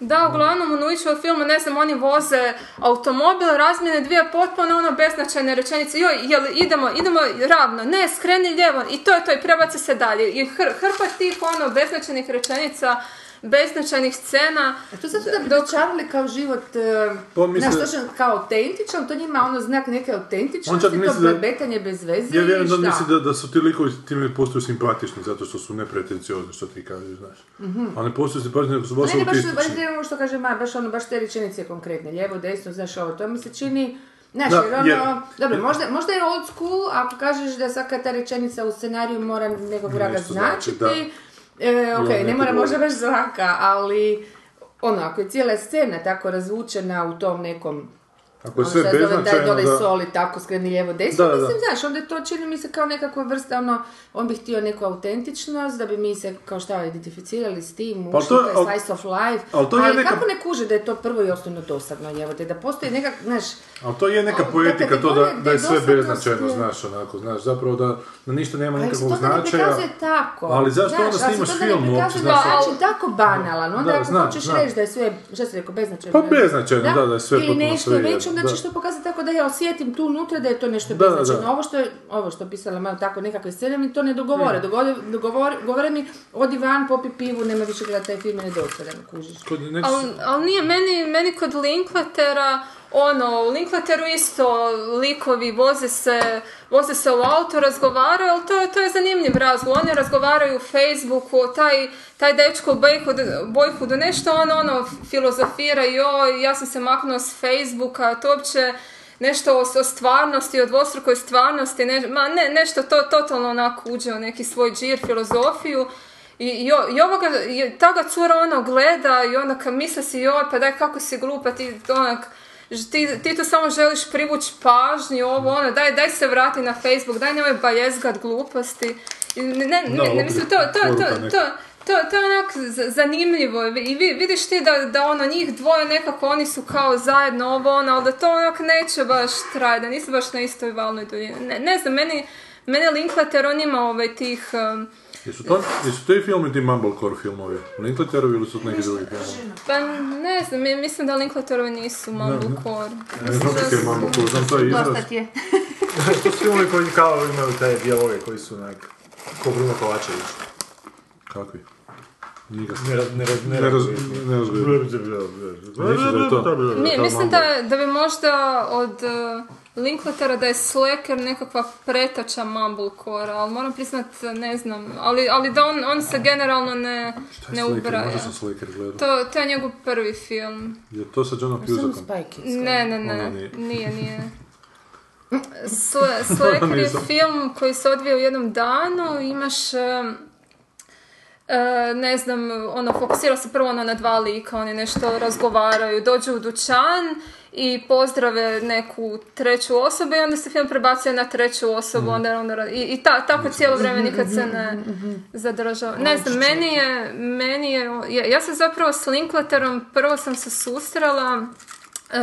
Speaker 4: Da, uglavnom u Nuićevom filmu, ne znam, oni voze automobil, razmjene dvije potpuno ono beznačajne rečenice. Joj, jel idemo, idemo ravno, ne, skreni lijevo i to je to i prebaci se dalje. I hr, hrpa tih ono beznačajnih rečenica, beznačajnih scena.
Speaker 1: A to zato da bi dočarali kao život, e,
Speaker 3: Pa on misli-
Speaker 1: znaš, točno kao autentičan, to njima ono znak neke autentičnosti,
Speaker 3: On čak
Speaker 1: to
Speaker 3: misli da-
Speaker 1: blebetanje bez veze
Speaker 3: Ja
Speaker 1: i
Speaker 3: vjerujem da
Speaker 1: šta.
Speaker 3: misli da, da su ti likovi time postaju simpatični zato što su nepretenciozni, što ti kažeš, znaš. A ne postaju simpatični nego su baš
Speaker 1: Mhm. Ne, ne, baš, baš
Speaker 3: autistični.
Speaker 1: ne, ono što kaže Maja, baš ono, baš te rečenice konkretne, lijevo, desno, znaš ovo, to mi se čini, znaš,
Speaker 3: Da,
Speaker 1: jer ono,
Speaker 3: jer-
Speaker 1: dobro, možda, možda je old school, ako kažeš da svaka ta rečenica u scenariju mora nekog vraga
Speaker 3: Nešto znači, Ono
Speaker 1: značiti, e, ok,
Speaker 3: neko
Speaker 1: ne mora
Speaker 3: drugi.
Speaker 1: možda baš zvaka, ali, ono, ako je cijela scena tako razvučena u tom nekom
Speaker 3: Ako je
Speaker 1: ono
Speaker 3: sve
Speaker 1: sad zovem taj
Speaker 3: beznačajno
Speaker 1: dole
Speaker 3: da...
Speaker 1: soli, tako skreni lijevo desno,
Speaker 3: Da, da, da.
Speaker 1: mislim, znaš, onda to čini mi se kao nekakva vrsta, ono, on bi htio neku autentičnost, da bi mi se, kao šta, identificirali s tim,
Speaker 3: Pa
Speaker 1: ušli,
Speaker 3: to
Speaker 1: to
Speaker 3: je
Speaker 1: je
Speaker 3: al-
Speaker 1: slice of life,
Speaker 3: al
Speaker 1: ali,
Speaker 3: to je neka-
Speaker 1: kako ne kuže da je to prvo i osnovno dosadno, jevo te, da postoji nekak, znaš,
Speaker 3: Ali to je neka
Speaker 1: Da,
Speaker 3: poetika to da,
Speaker 1: kategorija
Speaker 3: da je sve
Speaker 1: dosadnosti
Speaker 3: beznačajno,
Speaker 1: je-
Speaker 3: znaš, onako, znaš, zapravo da, da ništa nema
Speaker 1: ali se
Speaker 3: nikakvog
Speaker 1: to ne
Speaker 3: značaja.
Speaker 1: prikazuje tako.
Speaker 3: Ali zašto
Speaker 1: znaš,
Speaker 3: onda
Speaker 1: ali se
Speaker 3: snimaš
Speaker 1: to ne
Speaker 3: film
Speaker 1: prikazuje
Speaker 3: uopće,
Speaker 1: na
Speaker 3: znaš,
Speaker 1: način Znači, tako banalan, onda
Speaker 3: Da,
Speaker 1: ako
Speaker 3: znam,
Speaker 1: hoćeš
Speaker 3: znam.
Speaker 1: reći da je sve, šta si rekao, beznačajno.
Speaker 3: Pa
Speaker 1: ne znam,
Speaker 3: beznačajno, da, da je sve
Speaker 1: Ili
Speaker 3: potpuno
Speaker 1: nešto
Speaker 3: svejedno,
Speaker 1: već, onda
Speaker 3: da.
Speaker 1: ćeš to pokazati tako da ja osjetim tu unutra da je to nešto
Speaker 3: Da, da,
Speaker 1: beznačajno.
Speaker 3: da.
Speaker 1: Ovo što je, ovo što je pisala malo tako nekakve scene, mi to ne dogovore. Dogovore, dogovore- govore mi, odi van, popi pivu, nema više gledati taj film, ne dosadan, kužiš.
Speaker 3: Kod nek-
Speaker 4: Ali al nije, meni, meni kod Linkletera, ono, u Linklateru isto likovi voze se, voze se u auto, razgovaraju, ali to, to je zanimljiv razgovor. Oni razgovaraju u Facebooku, taj, taj dečko u Boyhoodu, Boyhoodu, nešto on ono filozofira, joj, ja sam se maknuo s Facebooka, to uopće nešto o, o stvarnosti, o dvostrukoj stvarnosti, ne, ma ne, nešto to totalno onako uđe u neki svoj džir, filozofiju. I, jo, i ovoga, je- ta ga cura ono gleda i onda kad misle si joj, pa daj kako si glupa, ti onak, ž- ti, ti tu samo želiš privući pažnju, ovo ono, daj, daj se vrati na Facebook, daj nemoj baljezgat gluposti. I Ne, ne,
Speaker 3: Da,
Speaker 4: ne, ne, mislim, to, to, to,
Speaker 3: poruka
Speaker 4: to,
Speaker 3: neka.
Speaker 4: to, to je onak z- zanimljivo i vi- i vi, vidiš ti da, da ono njih dvoje nekako oni su kao zajedno ovo ono, ali da to onak neće baš trajati, da nisu baš na istoj valnoj duljini. Ne, ne znam, meni, meni Linklater on ima ovaj tih... um,
Speaker 3: Jesu to, jesu to i filmi ti Mumblecore filmovi? Linklaterovi ili su neki drugi filmovi?
Speaker 4: Pa ne znam, mi- mislim da Linklaterovi nisu
Speaker 3: ne.
Speaker 4: malo kor.
Speaker 3: Ne znam kako je Mumblecore, znam to je izraz.
Speaker 7: ti je.
Speaker 5: to su filmovi koji kao imaju taj dijaloge koji su onak, ko Bruno Kovačević.
Speaker 3: Kakvi? Nikad.
Speaker 5: Ne, raz- ne, raz- ne,
Speaker 3: Ne raz-
Speaker 5: razgovijetni.
Speaker 3: ne razgovijetni. Misliš da je to?
Speaker 4: Mi,
Speaker 5: to
Speaker 4: mislim
Speaker 5: Mambo.
Speaker 4: da, da bi možda od eh, Linklatera da je Slacker nekakva pretača Mumblecore, ali moram priznat, ne znam, ali, ali da on, on se generalno ne,
Speaker 3: Šta je
Speaker 4: ne
Speaker 3: Slaker?
Speaker 4: ubraja.
Speaker 3: Možda sam Slaker gledao.
Speaker 4: To, to je njegov prvi film.
Speaker 3: Je to sa Johnom Cusackom?
Speaker 4: Ne, ne, ne,
Speaker 3: Ono nije.
Speaker 4: nije, nije. Sle- Slacker je
Speaker 3: Nisam.
Speaker 4: film koji se odvija u jednom danu, imaš... em, e, ne znam, ono, fokusira se prvo ono na dva lika, oni nešto razgovaraju, dođu u dućan i pozdrave neku treću osobu i onda se film prebacuje na treću osobu, onda ono, ra- i, i ta, tako cijelo vrijeme nikad se ne zadržava. Ne znam, meni je, meni je, ja, ja sam zapravo s Linklaterom, prvo sam se susrela, e,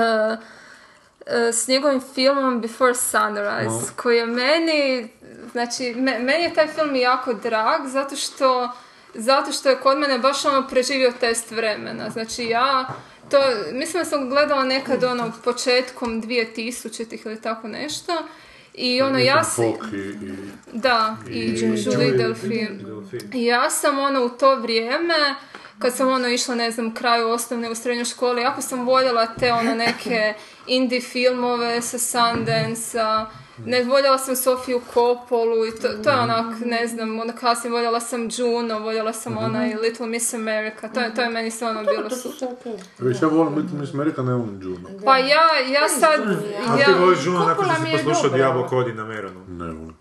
Speaker 4: e, s njegovim filmom Before Sunrise, koji je meni, znači, me- meni je taj film jako drag, zato što, zato što je kod mene baš ono preživio test vremena. Znači, ja to, mislim da sam gledala nekad ono početkom 2000-ih ili tako nešto. I ono, ja
Speaker 3: Ethan
Speaker 4: si-
Speaker 3: Hawke i- i-
Speaker 4: da, i, Julie Delphine. I ja sam ono u to vrijeme, kad sam ono išla, ne znam, kraju osnovne u srednjoj školi, jako sam voljela te ono neke indie filmove sa sundance ne, voljela sam Sofiju Coppolu i to, to je onak, ne znam, onda kasnije voljela sam Juno, voljela sam
Speaker 5: Mhm.
Speaker 4: onaj Little Miss America, to, je- to je meni stvarno bilo
Speaker 1: To su
Speaker 4: super.
Speaker 1: sve okej.
Speaker 3: Viš, ja volim Little Miss America, ne volim Juno.
Speaker 4: Pa ja, ja sad,
Speaker 5: A ti
Speaker 4: ja,
Speaker 5: voliš Žuna nakon što
Speaker 1: Coppola
Speaker 5: si
Speaker 1: mi je
Speaker 5: poslušao
Speaker 1: dobra.
Speaker 5: Diablo Cody na Meronu.
Speaker 3: Ne volim.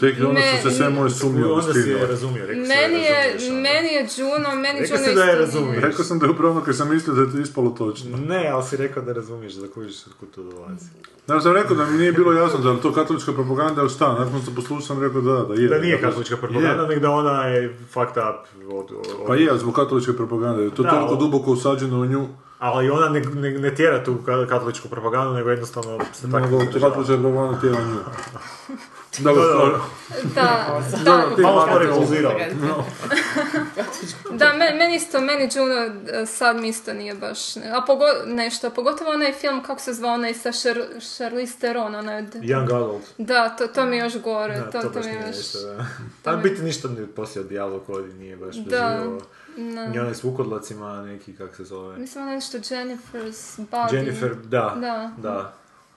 Speaker 3: Tek onda
Speaker 4: Ne.
Speaker 3: su se sve moje sumnje
Speaker 5: Onda si je
Speaker 3: obistinile.
Speaker 5: razumio, rekao si da
Speaker 4: meni je,
Speaker 5: razumiješ, ono.
Speaker 4: meni je Juno, meni
Speaker 5: Rekao
Speaker 4: Juno
Speaker 5: si da je
Speaker 4: isto
Speaker 5: razumio.
Speaker 3: Rekao sam da je upravo ono kad sam mislio da je to ispalo točno.
Speaker 5: Ne, ali si rekao da razumiješ da kužiš od kud to dolazi.
Speaker 3: Znaš, sam rekao da mi nije bilo jasno da je to katolička propaganda ili šta. Nakon sam poslušao sam rekao da, da je.
Speaker 5: Da nije
Speaker 3: Dakle,
Speaker 5: katolička propaganda,
Speaker 3: je.
Speaker 5: nego da ona je fucked up od... od-
Speaker 3: Pa je, ali zbog katoličke propagande. jer To je
Speaker 5: Da,
Speaker 3: toliko
Speaker 5: ali-
Speaker 3: duboko usađeno u nju.
Speaker 5: Ali ona ne, ne, ne tjera tu ka- katoličku propagandu, nego jednostavno se tako
Speaker 3: Nego to
Speaker 5: pridržava.
Speaker 3: katolička propaganda tjera nju. Dobro,
Speaker 5: Da, da.
Speaker 3: stvar-
Speaker 4: Da, da,
Speaker 3: dobro, ti
Speaker 5: Malo
Speaker 3: malo
Speaker 5: smo revolzirali.
Speaker 4: Da, me- meni isto, meni Juno e, sad mi isto nije baš, ne- a pogo, nešto, pogotovo onaj film, kako se zvao onaj sa Char- Charlize Theron, onaj od...
Speaker 5: Young adult.
Speaker 4: Da, to, to mi je još gore,
Speaker 5: Da,
Speaker 4: to, to,
Speaker 5: baš
Speaker 4: mi je
Speaker 5: nije
Speaker 4: još...
Speaker 5: nešto, da. Ali biti ništa ne poslije od Diablo Cody nije baš
Speaker 4: Da,
Speaker 5: preživio. Ni onaj s vukodlacima, neki, kak se zove.
Speaker 4: Mislim onaj nešto Jennifer's Body.
Speaker 5: Jennifer, da,
Speaker 4: Da.
Speaker 5: da,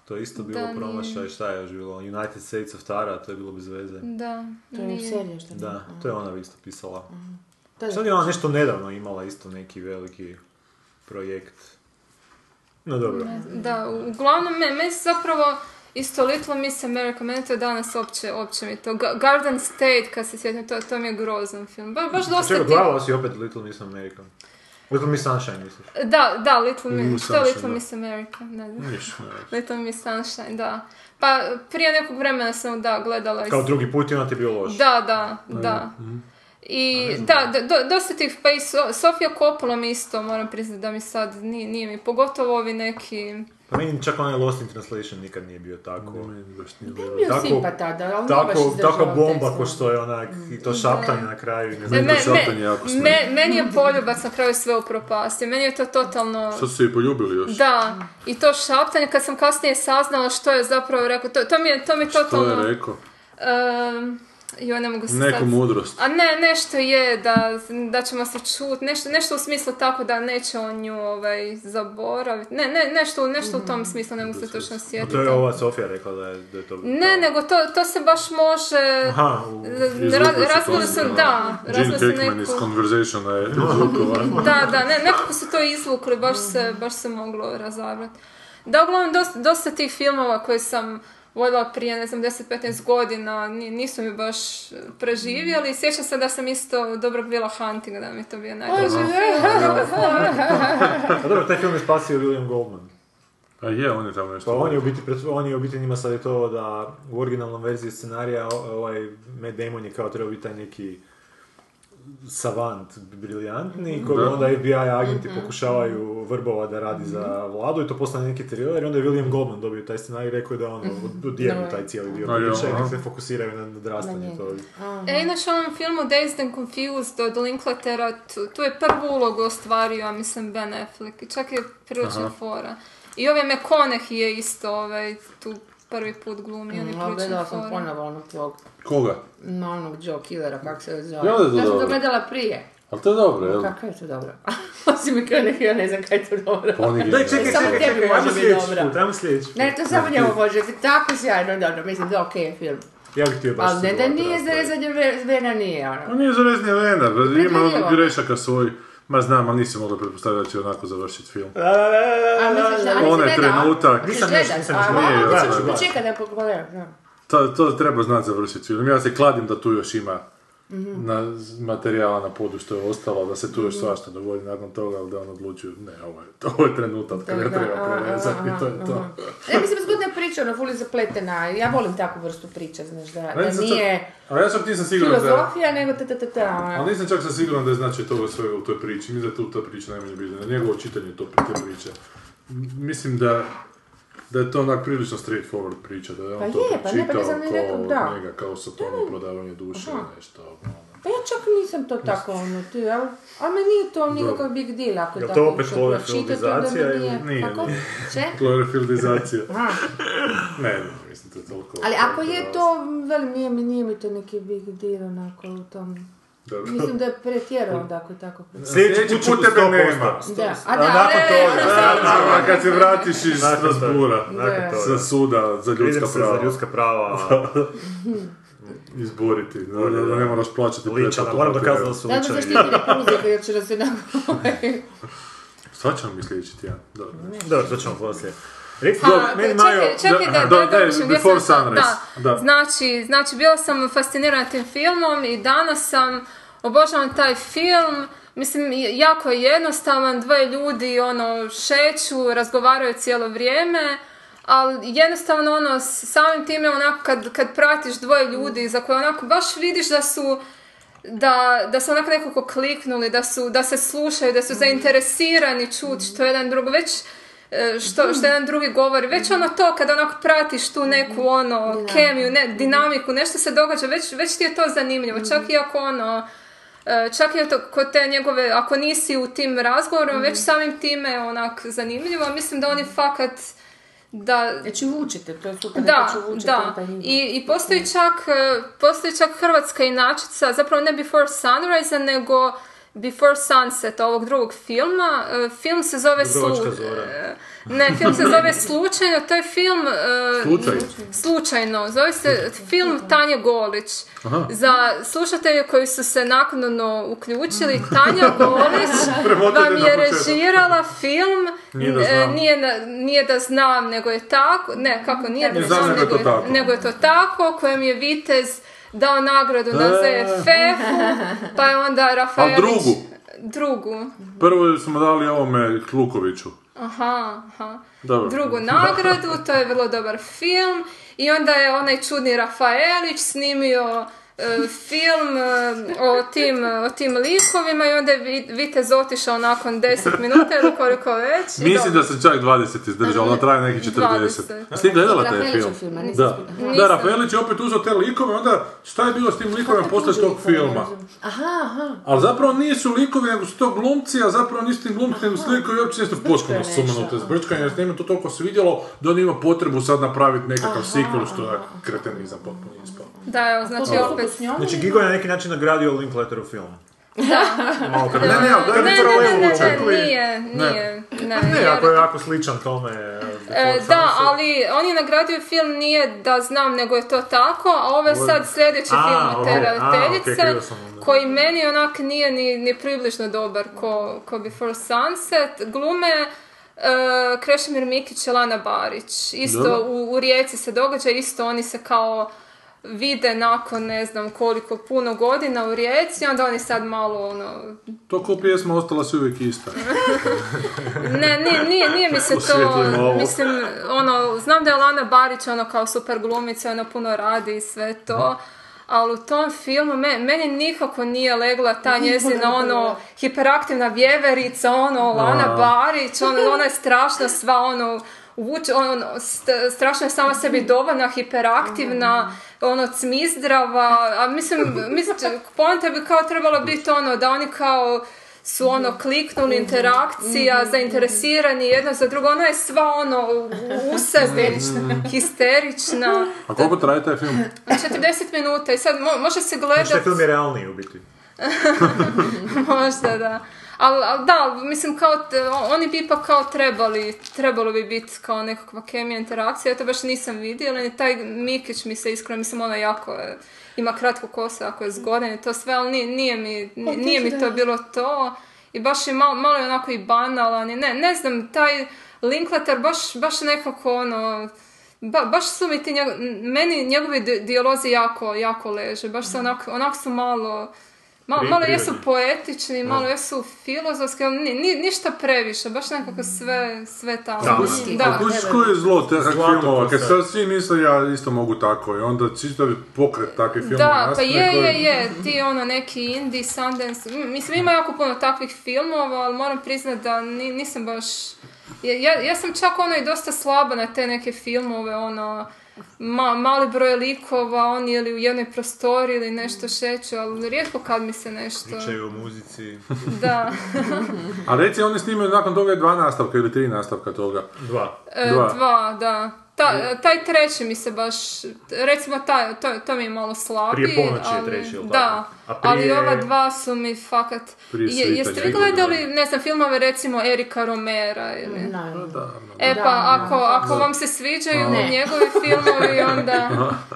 Speaker 5: To je isto bilo
Speaker 4: Da, nije.
Speaker 5: promašaj, šta je još bilo, United States of Tara, to je bilo bez veze.
Speaker 4: Da,
Speaker 1: To je
Speaker 4: nije.
Speaker 1: serija što
Speaker 5: Da, to je ona isto pisala.
Speaker 1: Da,
Speaker 5: Sad je ona nešto nedavno imala isto neki veliki projekt. No dobro.
Speaker 4: Da, u- uglavnom, me, meni se zapravo isto Little Miss America, meni to danas uopće, uopće mi to... Ga- Garden State, kad se sjetim, to, to mi je grozan film. Ba- baš dosta
Speaker 5: Čekaj,
Speaker 4: ti-
Speaker 5: gledala si opet Little Miss America. Little Miss Sunshine, misliš?
Speaker 4: Da, da, Little
Speaker 3: Little
Speaker 4: Miss, što je Little
Speaker 3: Sunshine, da.
Speaker 4: Miss America, ne znam.
Speaker 3: Niš, ne.
Speaker 4: Little Miss Sunshine, da. Pa prije nekog vremena sam da gledala i
Speaker 5: Kao drugi put i ona ti je bio loš. Mm,
Speaker 4: Da, da, da. I da, da, do- dosta tih, pa i So- Sofia Coppola mi isto, moram priznati da mi sad nije, nije mi, pogotovo ovi neki...
Speaker 5: Pa meni čak onaj Lost in Translation nikad nije bio tako.
Speaker 3: Meni baš nije dobro.
Speaker 1: Bio
Speaker 5: Tako-
Speaker 1: Sipa tada, ali nije baš
Speaker 5: Tako,
Speaker 1: izdržao
Speaker 5: tako bomba
Speaker 1: tekst.
Speaker 5: ko što je onak, i to šaptanje na kraju. i Ne znam,
Speaker 4: Ne, ono. E, me,
Speaker 3: to šaptanje
Speaker 4: me,
Speaker 3: jako smeta.
Speaker 4: me- meni je poljubac na kraju sve upropastio, meni je to totalno...
Speaker 3: Sad su se i poljubili još.
Speaker 4: Da, i to šaptanje, kad sam kasnije saznala što je zapravo rekao, to, to mi je, to mi je totalno...
Speaker 3: To je rekao.
Speaker 4: Ehm, joj, ne mogu se
Speaker 3: Neku
Speaker 4: sad-
Speaker 3: mudrost.
Speaker 4: A ne, nešto je da, da ćemo se čuti, nešto, nešto u smislu tako da neće on nju ovaj, zaboraviti. Ne, ne, nešto, nešto u tom smislu, ne mogu se
Speaker 5: Mhm.
Speaker 4: točno
Speaker 5: A
Speaker 4: sjetiti.
Speaker 5: to je ova Sofija rekla da je, da je to
Speaker 4: Ne, nego to, to se baš može...
Speaker 5: Aha, u...
Speaker 4: Ra- razvili su, da,
Speaker 3: Gene
Speaker 4: razvili su
Speaker 3: Hackman iz
Speaker 4: neku...
Speaker 3: Conversationa je izvukao van.
Speaker 4: Da, da, ne, nekako su to izvukli, baš se, baš se moglo razabrati. Da, uglavnom, dosta, dosta tih filmova koje sam vodila prije, ne znam, 10-15 godina, ni- nisu mi baš preživjeli. Sjećam se da sam isto dobro bila Hunting, da mi je to bio najdraži film.
Speaker 5: A pa dobro, taj film je spasio William Goldman.
Speaker 3: A je, on je tamo nešto.
Speaker 5: Pa on je u biti, pred- on je u biti njima savjetovao da u originalnom verziji scenarija o- ovaj Matt Damon je kao trebao biti taj neki savant, briljantni, koga
Speaker 3: Da.
Speaker 5: onda FBI agenti pokušavaju vrbova da radi za vladu i to postane neki thriller i onda je William Goldman dobio taj scenarij i rekao je Mhm. da on odjednu taj cijeli dio
Speaker 3: A Pa je, ono.
Speaker 5: priče i
Speaker 3: aha.
Speaker 5: nek se fokusiraju na odrastanje. To.
Speaker 4: E, inače u ovom filmu Dazed and Confused od Linklatera, tu, tu je prvu ulogu ostvario, ja mislim, Ben Affleck. I čak je prilično
Speaker 3: Aha.
Speaker 4: fora. I ovaj McConaughey je isto ovaj, tu prvi put glumio, on je
Speaker 1: Mm, ali
Speaker 4: prilično
Speaker 1: gledala sam
Speaker 4: fora.
Speaker 1: ponovo onog tvog,
Speaker 3: Koga?
Speaker 1: na onog Joe Killera, kako se zove.
Speaker 3: Ja, da je to
Speaker 1: Ja sam to
Speaker 3: dobro.
Speaker 1: gledala prije.
Speaker 3: Ali to je dobro, jel?
Speaker 1: Kako je to dobro? Osim mi kao neki, ja ne znam kaj je to dobro.
Speaker 3: Pa on je
Speaker 5: E, Daj,
Speaker 3: genijalan.
Speaker 5: čekaj,
Speaker 1: Samo
Speaker 5: čekaj,
Speaker 1: tebi
Speaker 5: čekaj,
Speaker 1: može
Speaker 5: ajmo
Speaker 1: biti
Speaker 5: sljedeći
Speaker 1: dobra.
Speaker 5: put, ajmo sljedeći put.
Speaker 1: Ne, to samo njemu može biti tako sjajno dobro, mislim da je okej film.
Speaker 5: Ja bih htio baš
Speaker 1: Ali ne da
Speaker 5: sudjelovati u
Speaker 1: nije
Speaker 5: raspravi.
Speaker 1: zarezanje vre- vena, nije ono.
Speaker 3: Pa nije zarezni Lena, ima
Speaker 1: Predvidivo.
Speaker 3: grešaka svoj. Ma znam, ali nisam mogla pretpostaviti da će onako završiti film.
Speaker 5: Da, da, da, da,
Speaker 1: A
Speaker 5: da.
Speaker 1: misliš da nisi
Speaker 3: Onaj
Speaker 1: gledao?
Speaker 3: trenutak.
Speaker 1: Misliš
Speaker 5: Nisam još,
Speaker 1: gledat?
Speaker 5: nisam još,
Speaker 1: Aha,
Speaker 3: nije ono, još,
Speaker 1: hoćeš,
Speaker 3: da.
Speaker 1: Čekaj da pogledam. da.
Speaker 3: To, to treba znati završiti film. Ja se kladim da tu još ima
Speaker 1: Mhm.
Speaker 3: na, materijala na podu što je ostalo, da se tu još svašta dogodi nakon toga, ali da on odlučio, ne, ovo je, ovo je trenutak kada
Speaker 1: Da,
Speaker 3: treba
Speaker 1: aha,
Speaker 3: prerezati,
Speaker 1: aha,
Speaker 3: to je to.
Speaker 1: aha. Ne, mislim, zgodna je priča, ono, fuli zapletena. Ja volim takvu vrstu priče, znaš, da, da
Speaker 3: Meni se čak-
Speaker 1: E, nije
Speaker 3: Ali ja čak nisam siguran da je-
Speaker 1: filozofija, nego ta ta ta ta. ono.
Speaker 3: Ali nisam čak sam siguran da je znači toga svega u toj priči. Mislim da je tu ta priča najmanje bitna. Njegovo čitanje to, te priče. M- Mislim da, da je to onak prilično straightforward priča. Da je on
Speaker 1: Pa
Speaker 3: to
Speaker 1: je, pa ne, pa
Speaker 3: pročitao
Speaker 1: nisam ni rekla,
Speaker 3: kao
Speaker 1: da.
Speaker 3: od njega, kao satano prodavanje duše ili nešto. ono.
Speaker 1: Pa ja čak nisam to tako, ono, ti, ali, ali me nije to nikakav big deal, ako
Speaker 5: Jel
Speaker 1: tako
Speaker 5: to opet
Speaker 1: nešto
Speaker 5: Cloverfieldizacija
Speaker 1: pročitate, onda mi
Speaker 5: ili-
Speaker 1: nije-
Speaker 5: nije,
Speaker 1: kako?
Speaker 5: nije.
Speaker 1: Če?
Speaker 3: Chlorofieldizacija.
Speaker 1: Aha.
Speaker 3: ne, ne, mislim to je toliko...
Speaker 1: Ali ako je to, velim, nije mi, nije mi to neki big deal, onako, u tom...
Speaker 3: Dobro.
Speaker 1: Mislim da je pretjerao onda ako je tako pročitate.
Speaker 5: Sljedeći put ću
Speaker 3: tebe
Speaker 5: 100%.
Speaker 3: nema.
Speaker 1: Da, a
Speaker 5: A
Speaker 1: da,
Speaker 5: nakon
Speaker 1: ali-
Speaker 5: toga, da, da,
Speaker 3: A kad se vratiš iz
Speaker 5: Nakon toga.
Speaker 3: Strasbura,
Speaker 5: Nakon toga.
Speaker 3: sa suda za ljudska
Speaker 5: Idem se
Speaker 3: prava,
Speaker 5: za ljudska prava.
Speaker 3: izboriti, da, da, da ne moraš plaćati
Speaker 5: Ličana,
Speaker 3: pretplatu
Speaker 5: moram
Speaker 3: na
Speaker 5: dokazati
Speaker 3: TV.
Speaker 5: da su
Speaker 1: Da, da
Speaker 5: ličani.
Speaker 1: zaštitili pruze, jer će nas se nagovori.
Speaker 3: Šta ćemo mi sljedeći tjedan? Dobro. znači.
Speaker 5: Dobro, to ćemo poslije. Reci,
Speaker 4: Pa,
Speaker 5: dobro, meni Majo...
Speaker 4: čekaj, čekaj da, da,
Speaker 3: da, da,
Speaker 4: dovršim, gdje
Speaker 3: Before
Speaker 4: sam-
Speaker 3: Sunrise,
Speaker 4: da.
Speaker 3: da.
Speaker 4: Znači, znači, bila sam fascinirana tim filmom i danas sam, obožavam taj film, mislim, i- jako je jednostavan, dvoje ljudi, ono, šeću, razgovaraju cijelo vrijeme, ali jednostavno, ono, s- samim time, onako, kad, kad pratiš dvoje ljudi za koje, onako, baš vidiš da su, da, da su onako nekako kliknuli, da, su, da se slušaju, da su zainteresirani čuti što jedan drugo, već e, što, što jedan drugi govori, već ono to kada onako pratiš tu neku ono kemiju, ne, dinamiku, nešto se događa, već, već ti je to zanimljivo, čak i ako ono, e, čak i to, kod te njegove, ako nisi u tim razgovorima, već samim time je onak zanimljivo, mislim da oni fakat da,
Speaker 1: Znači vučete, to je super,
Speaker 4: da,
Speaker 1: neko će vući
Speaker 4: da.
Speaker 1: kontra njih.
Speaker 4: I, i postoji, čak, e, postoji čak hrvatska inačica, zapravo ne Before Sunrise, nego Before Sunset ovog drugog filma. E, Film se zove
Speaker 5: Dubrovačka
Speaker 4: Slu-
Speaker 5: zora.
Speaker 4: e, Ne, film se zove Slučajno, to je film... e,
Speaker 3: Slučaj?
Speaker 4: Slučajno, zove se film Tanje Golić. Za slušatelje koji su se naknadno uključili, Tanja Golić
Speaker 3: Prevodite
Speaker 4: vam
Speaker 3: na
Speaker 4: je
Speaker 3: početak.
Speaker 4: režirala film
Speaker 3: Nije da
Speaker 4: e,
Speaker 3: znam.
Speaker 4: nije, na- nije da znam, nego je tako, ne, kako nije da
Speaker 3: Ne znam, nego je to tako.
Speaker 4: nego je to tako, kojem je Vitez dao nagradu na
Speaker 3: E.
Speaker 4: ZFF, pa je onda Rafaelić...
Speaker 3: drugu?
Speaker 4: Drugu,
Speaker 3: Prvo smo dali ovome Lukoviću.
Speaker 4: aha, aha.
Speaker 3: Dobro.
Speaker 4: Drugu nagradu, to je vrlo dobar film, i onda je onaj čudni Rafaelić snimio e, film e, o tim, o tim likovima i onda je Vi- Vitez otišao nakon 10 minuta ili koliko već. i
Speaker 3: Mislim
Speaker 4: dobro.
Speaker 3: da sam čak 20 izdržao, ali traje neki 40.
Speaker 4: 20.
Speaker 3: Jesi ti gledala taj
Speaker 1: Rafaelićev
Speaker 3: film?
Speaker 1: film, a nisam
Speaker 3: Da,
Speaker 1: sigurna.
Speaker 3: da
Speaker 4: Nisam.
Speaker 3: Rafaelić je opet uzeo te likove, onda šta je bilo s tim likovima poslije tog filma?
Speaker 1: Aha, aha.
Speaker 3: Ali zapravo nisu likovi, nego su to glumci, a zapravo nisu tim glumci, nego su likovi uopće nisu potpuno
Speaker 1: nešto,
Speaker 3: sumanuto izbrčkanje, jer se njima to toliko svidjelo da on ima potrebu sad napraviti nekakav sequel, što je kretenizam potpuno ispao.
Speaker 4: Da, evo, znači
Speaker 1: Koliko
Speaker 4: opet...
Speaker 1: s njom?
Speaker 5: Znači, Gigo je na neki način nagradio Linklateru film. Malo kad-
Speaker 3: Ne, ne, ali daj
Speaker 4: Ne,
Speaker 3: mi
Speaker 5: ovaj
Speaker 4: ne,
Speaker 3: prvo
Speaker 4: ne,
Speaker 3: evo
Speaker 4: ne,
Speaker 3: učeku.
Speaker 4: ne, nije, nije. Ne,
Speaker 5: Ne,
Speaker 4: jer-
Speaker 5: ako je jako sličan tome...
Speaker 4: E,
Speaker 5: Before
Speaker 4: da,
Speaker 5: Sunset.
Speaker 4: ali on je nagradio film nije da znam, nego je to tako, a ovo je sad sljedeći
Speaker 5: A,
Speaker 4: film od te
Speaker 5: ovo, a,
Speaker 4: ravnateljice,
Speaker 5: okej, krivo sam onda.
Speaker 4: koji meni onak nije ni, ni približno dobar ko, ko Before Sunset. Glume e, Krešimir Mikić i Lana Barić. Isto u, u Rijeci se događa, isto oni se kao vide nakon ne znam koliko puno godina u Rijeci, onda oni sad malo ono...
Speaker 3: To ko pjesma ostala se uvijek ista.
Speaker 4: ne, nije, nije, nije mi se to...
Speaker 3: Osvijetlimo ovo.
Speaker 4: Mislim, ono, znam da je Lana Barić ono kao super glumica, ona puno radi i sve to. Ali u tom filmu, me- meni nikako nije legla ta njezina, ono, hiperaktivna vjeverica, ono, Lana Barić, ono, ona je strašno sva, ono, vuče, ono, st- strašno je sama sebi dovoljna, hiperaktivna, ono, cmizdrava, a mislim, mislim, poanta bi kao trebalo biti ono, da oni kao su ono kliknuli interakcija, zainteresirani jedno za drugo, ona je sva ono u- u sebi, histerična.
Speaker 3: A koliko traje taj film?
Speaker 4: 40 minuta i sad mo- može se gledat,
Speaker 5: Znači, film je realniji u biti.
Speaker 4: možda da. Ali al, da, al, mislim kao, t- oni bi ipak kao trebali, trebalo bi biti kao nekakva kemija interakcija, ja to baš nisam vidjela, ni taj Mikić mi se iskreno, mislim ona jako je- ima kratku kosu, ako je zgodan i to sve, ali nije, nije mi, nije, mi to bilo to. I baš je malo, malo je onako i banalan, i ne, ne znam, taj Linklater baš, baš nekako ono, Ba, baš su mi ti njego- n- meni njegovi di- dijalozi jako, jako leže, baš su onak, onak su malo, malo, malo jesu
Speaker 5: Prirodni.
Speaker 4: poetični, malo jesu filozofski, ali ni, ni- ništa previše, baš nekako sve, sve tamo.
Speaker 5: Da.
Speaker 4: Da.
Speaker 3: A kužiš koje je zlo te
Speaker 5: Zlato
Speaker 3: filmova, kad
Speaker 5: posad.
Speaker 3: sad svi misle ja isto mogu tako i onda čitavi pokret takvih filmova
Speaker 4: Da, pa
Speaker 3: nastane
Speaker 4: je,
Speaker 3: koji-
Speaker 4: je, je, ti ono neki indie, Sundance, m, mislim ima jako puno takvih filmova, ali moram priznat da ni- nisam baš, ja, ja, ja sam čak ono i dosta slaba na te neke filmove, ono, ma- mali broj likova, oni ili u jednoj prostori ili nešto šeću, ali rijetko kad mi se nešto,
Speaker 5: Pričaju o muzici.
Speaker 4: da,
Speaker 3: A reci, oni snimaju nakon toga dva nastavka ili tri nastavka toga.
Speaker 5: Dva.
Speaker 4: E,
Speaker 3: Dva.
Speaker 4: dva, da. Ta- taj treći mi se baš, recimo taj, to, to mi je malo slabiji.
Speaker 5: Prije ponoći je
Speaker 4: ali-
Speaker 5: treći, jel
Speaker 4: Da,
Speaker 5: tako? A prije-
Speaker 4: ali ova dva su mi fakat...
Speaker 3: Prije
Speaker 4: Je, jeste vi
Speaker 3: svitanja.
Speaker 4: gledali, ne znam, filmove recimo Erika Romera ili...
Speaker 1: Ne.
Speaker 4: E pa, ako, ako vam se sviđaju
Speaker 1: Ne.
Speaker 4: njegovi filmovi, onda...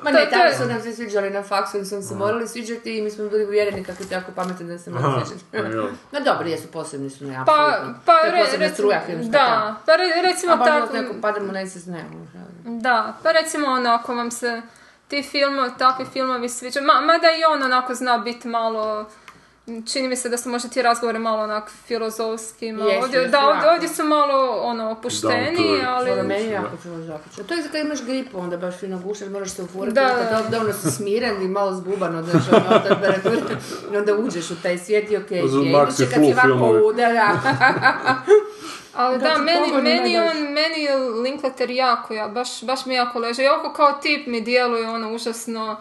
Speaker 1: Ma ne,
Speaker 4: To- to je-
Speaker 1: tako su nam se sviđali na faksu, oni su nam se morali sviđati i mi smo bili uvjereni kako je jako pametan da se mora sviđati.
Speaker 3: pa Jel?
Speaker 1: No dobro, jesu posebni su ne,
Speaker 4: Pa,
Speaker 1: apsolutno.
Speaker 4: pa,
Speaker 1: to je
Speaker 4: re-
Speaker 1: posebna
Speaker 4: recimo-
Speaker 1: struja filmska.
Speaker 4: da, pa re- recimo
Speaker 1: A baš
Speaker 4: tako...
Speaker 1: tako... neko padamo na SS, ne, možda.
Speaker 4: Da, pa recimo ono, ako vam se ti filmovi, takvi filmovi sviđaju, ma, mada i on onako zna biti malo, čini mi se da su možda ti razgovori malo onak filozofski, malo,
Speaker 1: Jesu,
Speaker 4: ovdje,
Speaker 1: jesu
Speaker 4: da, ovdje,
Speaker 1: jako.
Speaker 4: ovdje su malo ono
Speaker 3: Down
Speaker 4: opušteni,
Speaker 3: to earth.
Speaker 1: Ono,
Speaker 4: ali...
Speaker 1: meni je jako filozofično. To je kad imaš gripu, onda baš fino gušaš, moraš se ufurati,
Speaker 4: Da,
Speaker 1: onda
Speaker 4: da.
Speaker 1: kad dobro ono, si smiren i malo zbuban, onda što je malo temperatura, i onda uđeš u taj svijet i okej,
Speaker 3: To su
Speaker 1: okay,
Speaker 3: Maxi
Speaker 1: kad ti
Speaker 3: Fu filmovi.
Speaker 1: ovako udara.
Speaker 4: Ali da,
Speaker 1: Da, ti
Speaker 4: meni,
Speaker 1: pogodno
Speaker 4: meni,
Speaker 1: ne
Speaker 4: on, meni je Linklater jako, ja, baš, baš mi jako leže. Jako kao tip mi djeluje, ono, užasno,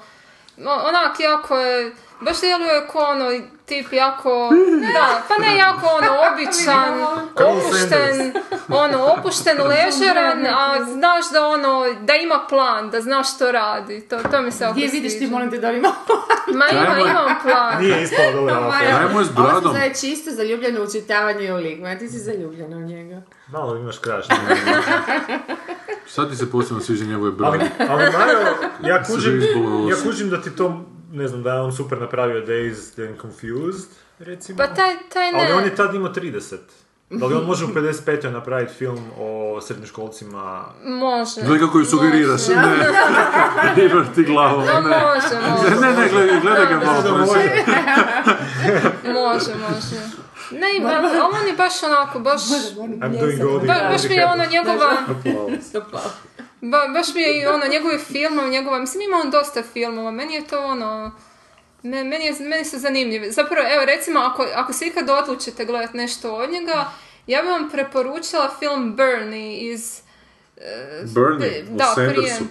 Speaker 4: no, onak jako je, baš djeluje ko ono, tip jako, da, pa ne jako ono, običan, opušten, ono, opušten, ležeran, a znaš da ono, da ima plan, da znaš što radi, to, to mi se jako
Speaker 1: Gdje vidiš ti,
Speaker 4: sviđa.
Speaker 1: molim te, da ima
Speaker 4: Ma ima,
Speaker 3: Ajmo.
Speaker 4: imam plan.
Speaker 5: Nije ispalo dobro ovo.
Speaker 3: Ajmo s
Speaker 1: Ovo su
Speaker 3: bradom.
Speaker 1: znači čisto zaljubljeno učitavanje u lik, ma ti si zaljubljena u njega.
Speaker 5: Malo imaš kraš.
Speaker 3: Sad ti se posebno sviđa njegove brade.
Speaker 5: Ali, ali Mario, ja
Speaker 3: Sve
Speaker 5: kužim,
Speaker 3: izbolo.
Speaker 5: ja kužim da ti to, ne znam, da je on super napravio Days and Confused, recimo.
Speaker 4: Pa taj, taj ne.
Speaker 5: Ali on je tad imao 30. Da li on može u 55. napraviti film o srednjoškolcima?
Speaker 4: Može.
Speaker 3: Gledaj kako ju sugeriraš.
Speaker 4: Može.
Speaker 3: Ne, dimaš ti glavom.
Speaker 4: Da,
Speaker 3: Ne,
Speaker 4: može, može.
Speaker 3: ne, ne, gledaj, gledaj ga malo.
Speaker 5: Da,
Speaker 3: prosim.
Speaker 5: može.
Speaker 4: Može, može. Ne, ima, ali on je baš onako, baš...
Speaker 5: I'm doing all the
Speaker 4: Ba, baš mi je ono njegova,
Speaker 1: Stopalo.
Speaker 4: ba, baš mi je i ono njegove filmove, njegova, mislim ima on dosta filmova, meni je to ono, me- meni, je, meni su zanimljivi. Zapravo, evo recimo, ako, ako se ikad odlučite gledati nešto od njega, ja bih vam preporučila film Bernie iz
Speaker 3: Bernie u
Speaker 4: da, prije,
Speaker 3: Sandersu.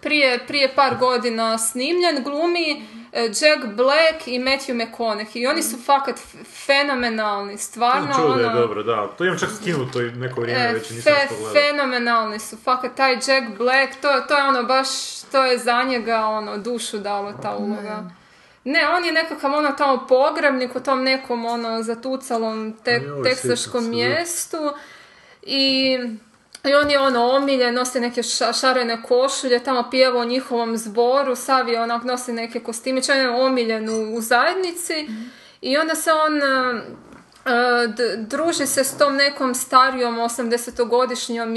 Speaker 4: prije, prije par godina snimljen, glumi e, Jack Black i Matthew McConaughey i oni su fakat f- fenomenalni, stvarno
Speaker 5: Čuo da je
Speaker 4: ono-
Speaker 5: dobro, da. To imam čak skinuto i neko vrijeme
Speaker 4: E,
Speaker 5: već i nisam
Speaker 4: fe-
Speaker 5: spogledao.
Speaker 4: fenomenalni su, fakat taj Jack Black, to, to je ono baš, to je za njega ono, dušu dalo ta uloga. Ne, on je nekakav ono tamo pogrebnik u tom nekom ono zatucalom te-
Speaker 3: Joj, Pa sjećam se,
Speaker 4: teksaškom
Speaker 3: da.
Speaker 4: mjestu i, i on je ono omiljen, nosi neke ša- šarene košulje, tamo pjeva o njihovom zboru, sav je onak nosi neke kostimiće, on je omiljen u, u zajednici i onda se on e, d- druži se s tom nekom starijom 80-godišnjom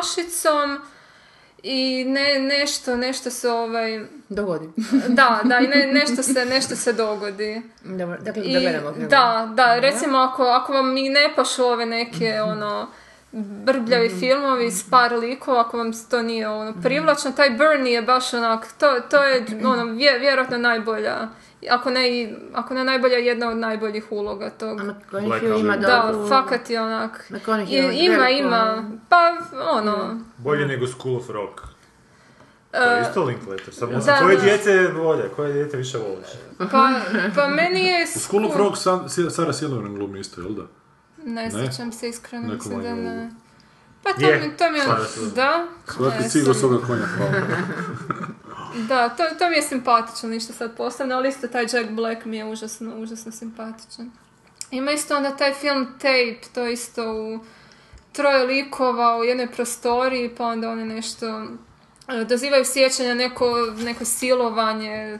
Speaker 4: milijunašicom i ne, nešto, nešto se ovaj...
Speaker 1: Dogodi.
Speaker 4: da, da, i ne, nešto, se, nešto se dogodi.
Speaker 1: Dobro, dakle,
Speaker 4: I-
Speaker 1: da gledamo. kako je.
Speaker 4: da, da,
Speaker 1: Dobro.
Speaker 4: recimo ako, ako vam i ne pašu ove neke
Speaker 1: Mhm.
Speaker 4: ono brbljavi filmovi s par likova, ako vam to nije ono
Speaker 1: Mhm.
Speaker 4: privlačno, taj Bernie je baš onak, to, to je ono, vje- vjerojatno najbolja, ako ne, i- ako ne najbolja, jedna od najboljih uloga tog.
Speaker 1: McConaughey ima
Speaker 4: Da,
Speaker 1: dobru-
Speaker 4: fakat je onak.
Speaker 1: McConaughey
Speaker 4: I-
Speaker 1: je
Speaker 4: ima,
Speaker 1: veliko- Mhm.
Speaker 4: ima. Pa, ono.
Speaker 3: Bolje nego School of Rock. To
Speaker 4: e,
Speaker 3: je isto Linklater, samo
Speaker 4: da,
Speaker 3: koje
Speaker 4: da.
Speaker 3: djece je bolje, koje djete više voliš?
Speaker 4: pa, pa meni je...
Speaker 5: School of
Speaker 4: sku-
Speaker 5: Rock, San- Si- Sarah Silverman glumi isto, jel da?
Speaker 4: Ne
Speaker 5: Ne?
Speaker 4: sjećam se iskreno,
Speaker 5: Neko
Speaker 4: mislim da
Speaker 5: manje
Speaker 4: ne.
Speaker 5: ulogu.
Speaker 4: Pa to
Speaker 3: Je,
Speaker 4: mi, to mi je,
Speaker 3: slažem se.
Speaker 4: da.
Speaker 5: Svaki
Speaker 4: ne,
Speaker 5: cigo
Speaker 4: sam-
Speaker 5: svoga konja hvala.
Speaker 4: Da, to, to mi je simpatično, ništa sad posebno, ali isto taj Jack Black mi je užasno, užasno simpatičan. Ima isto onda taj film Tape, to je isto u troje likova u jednoj prostoriji, pa onda one nešto e, dozivaju sjećanja neko, neko silovanje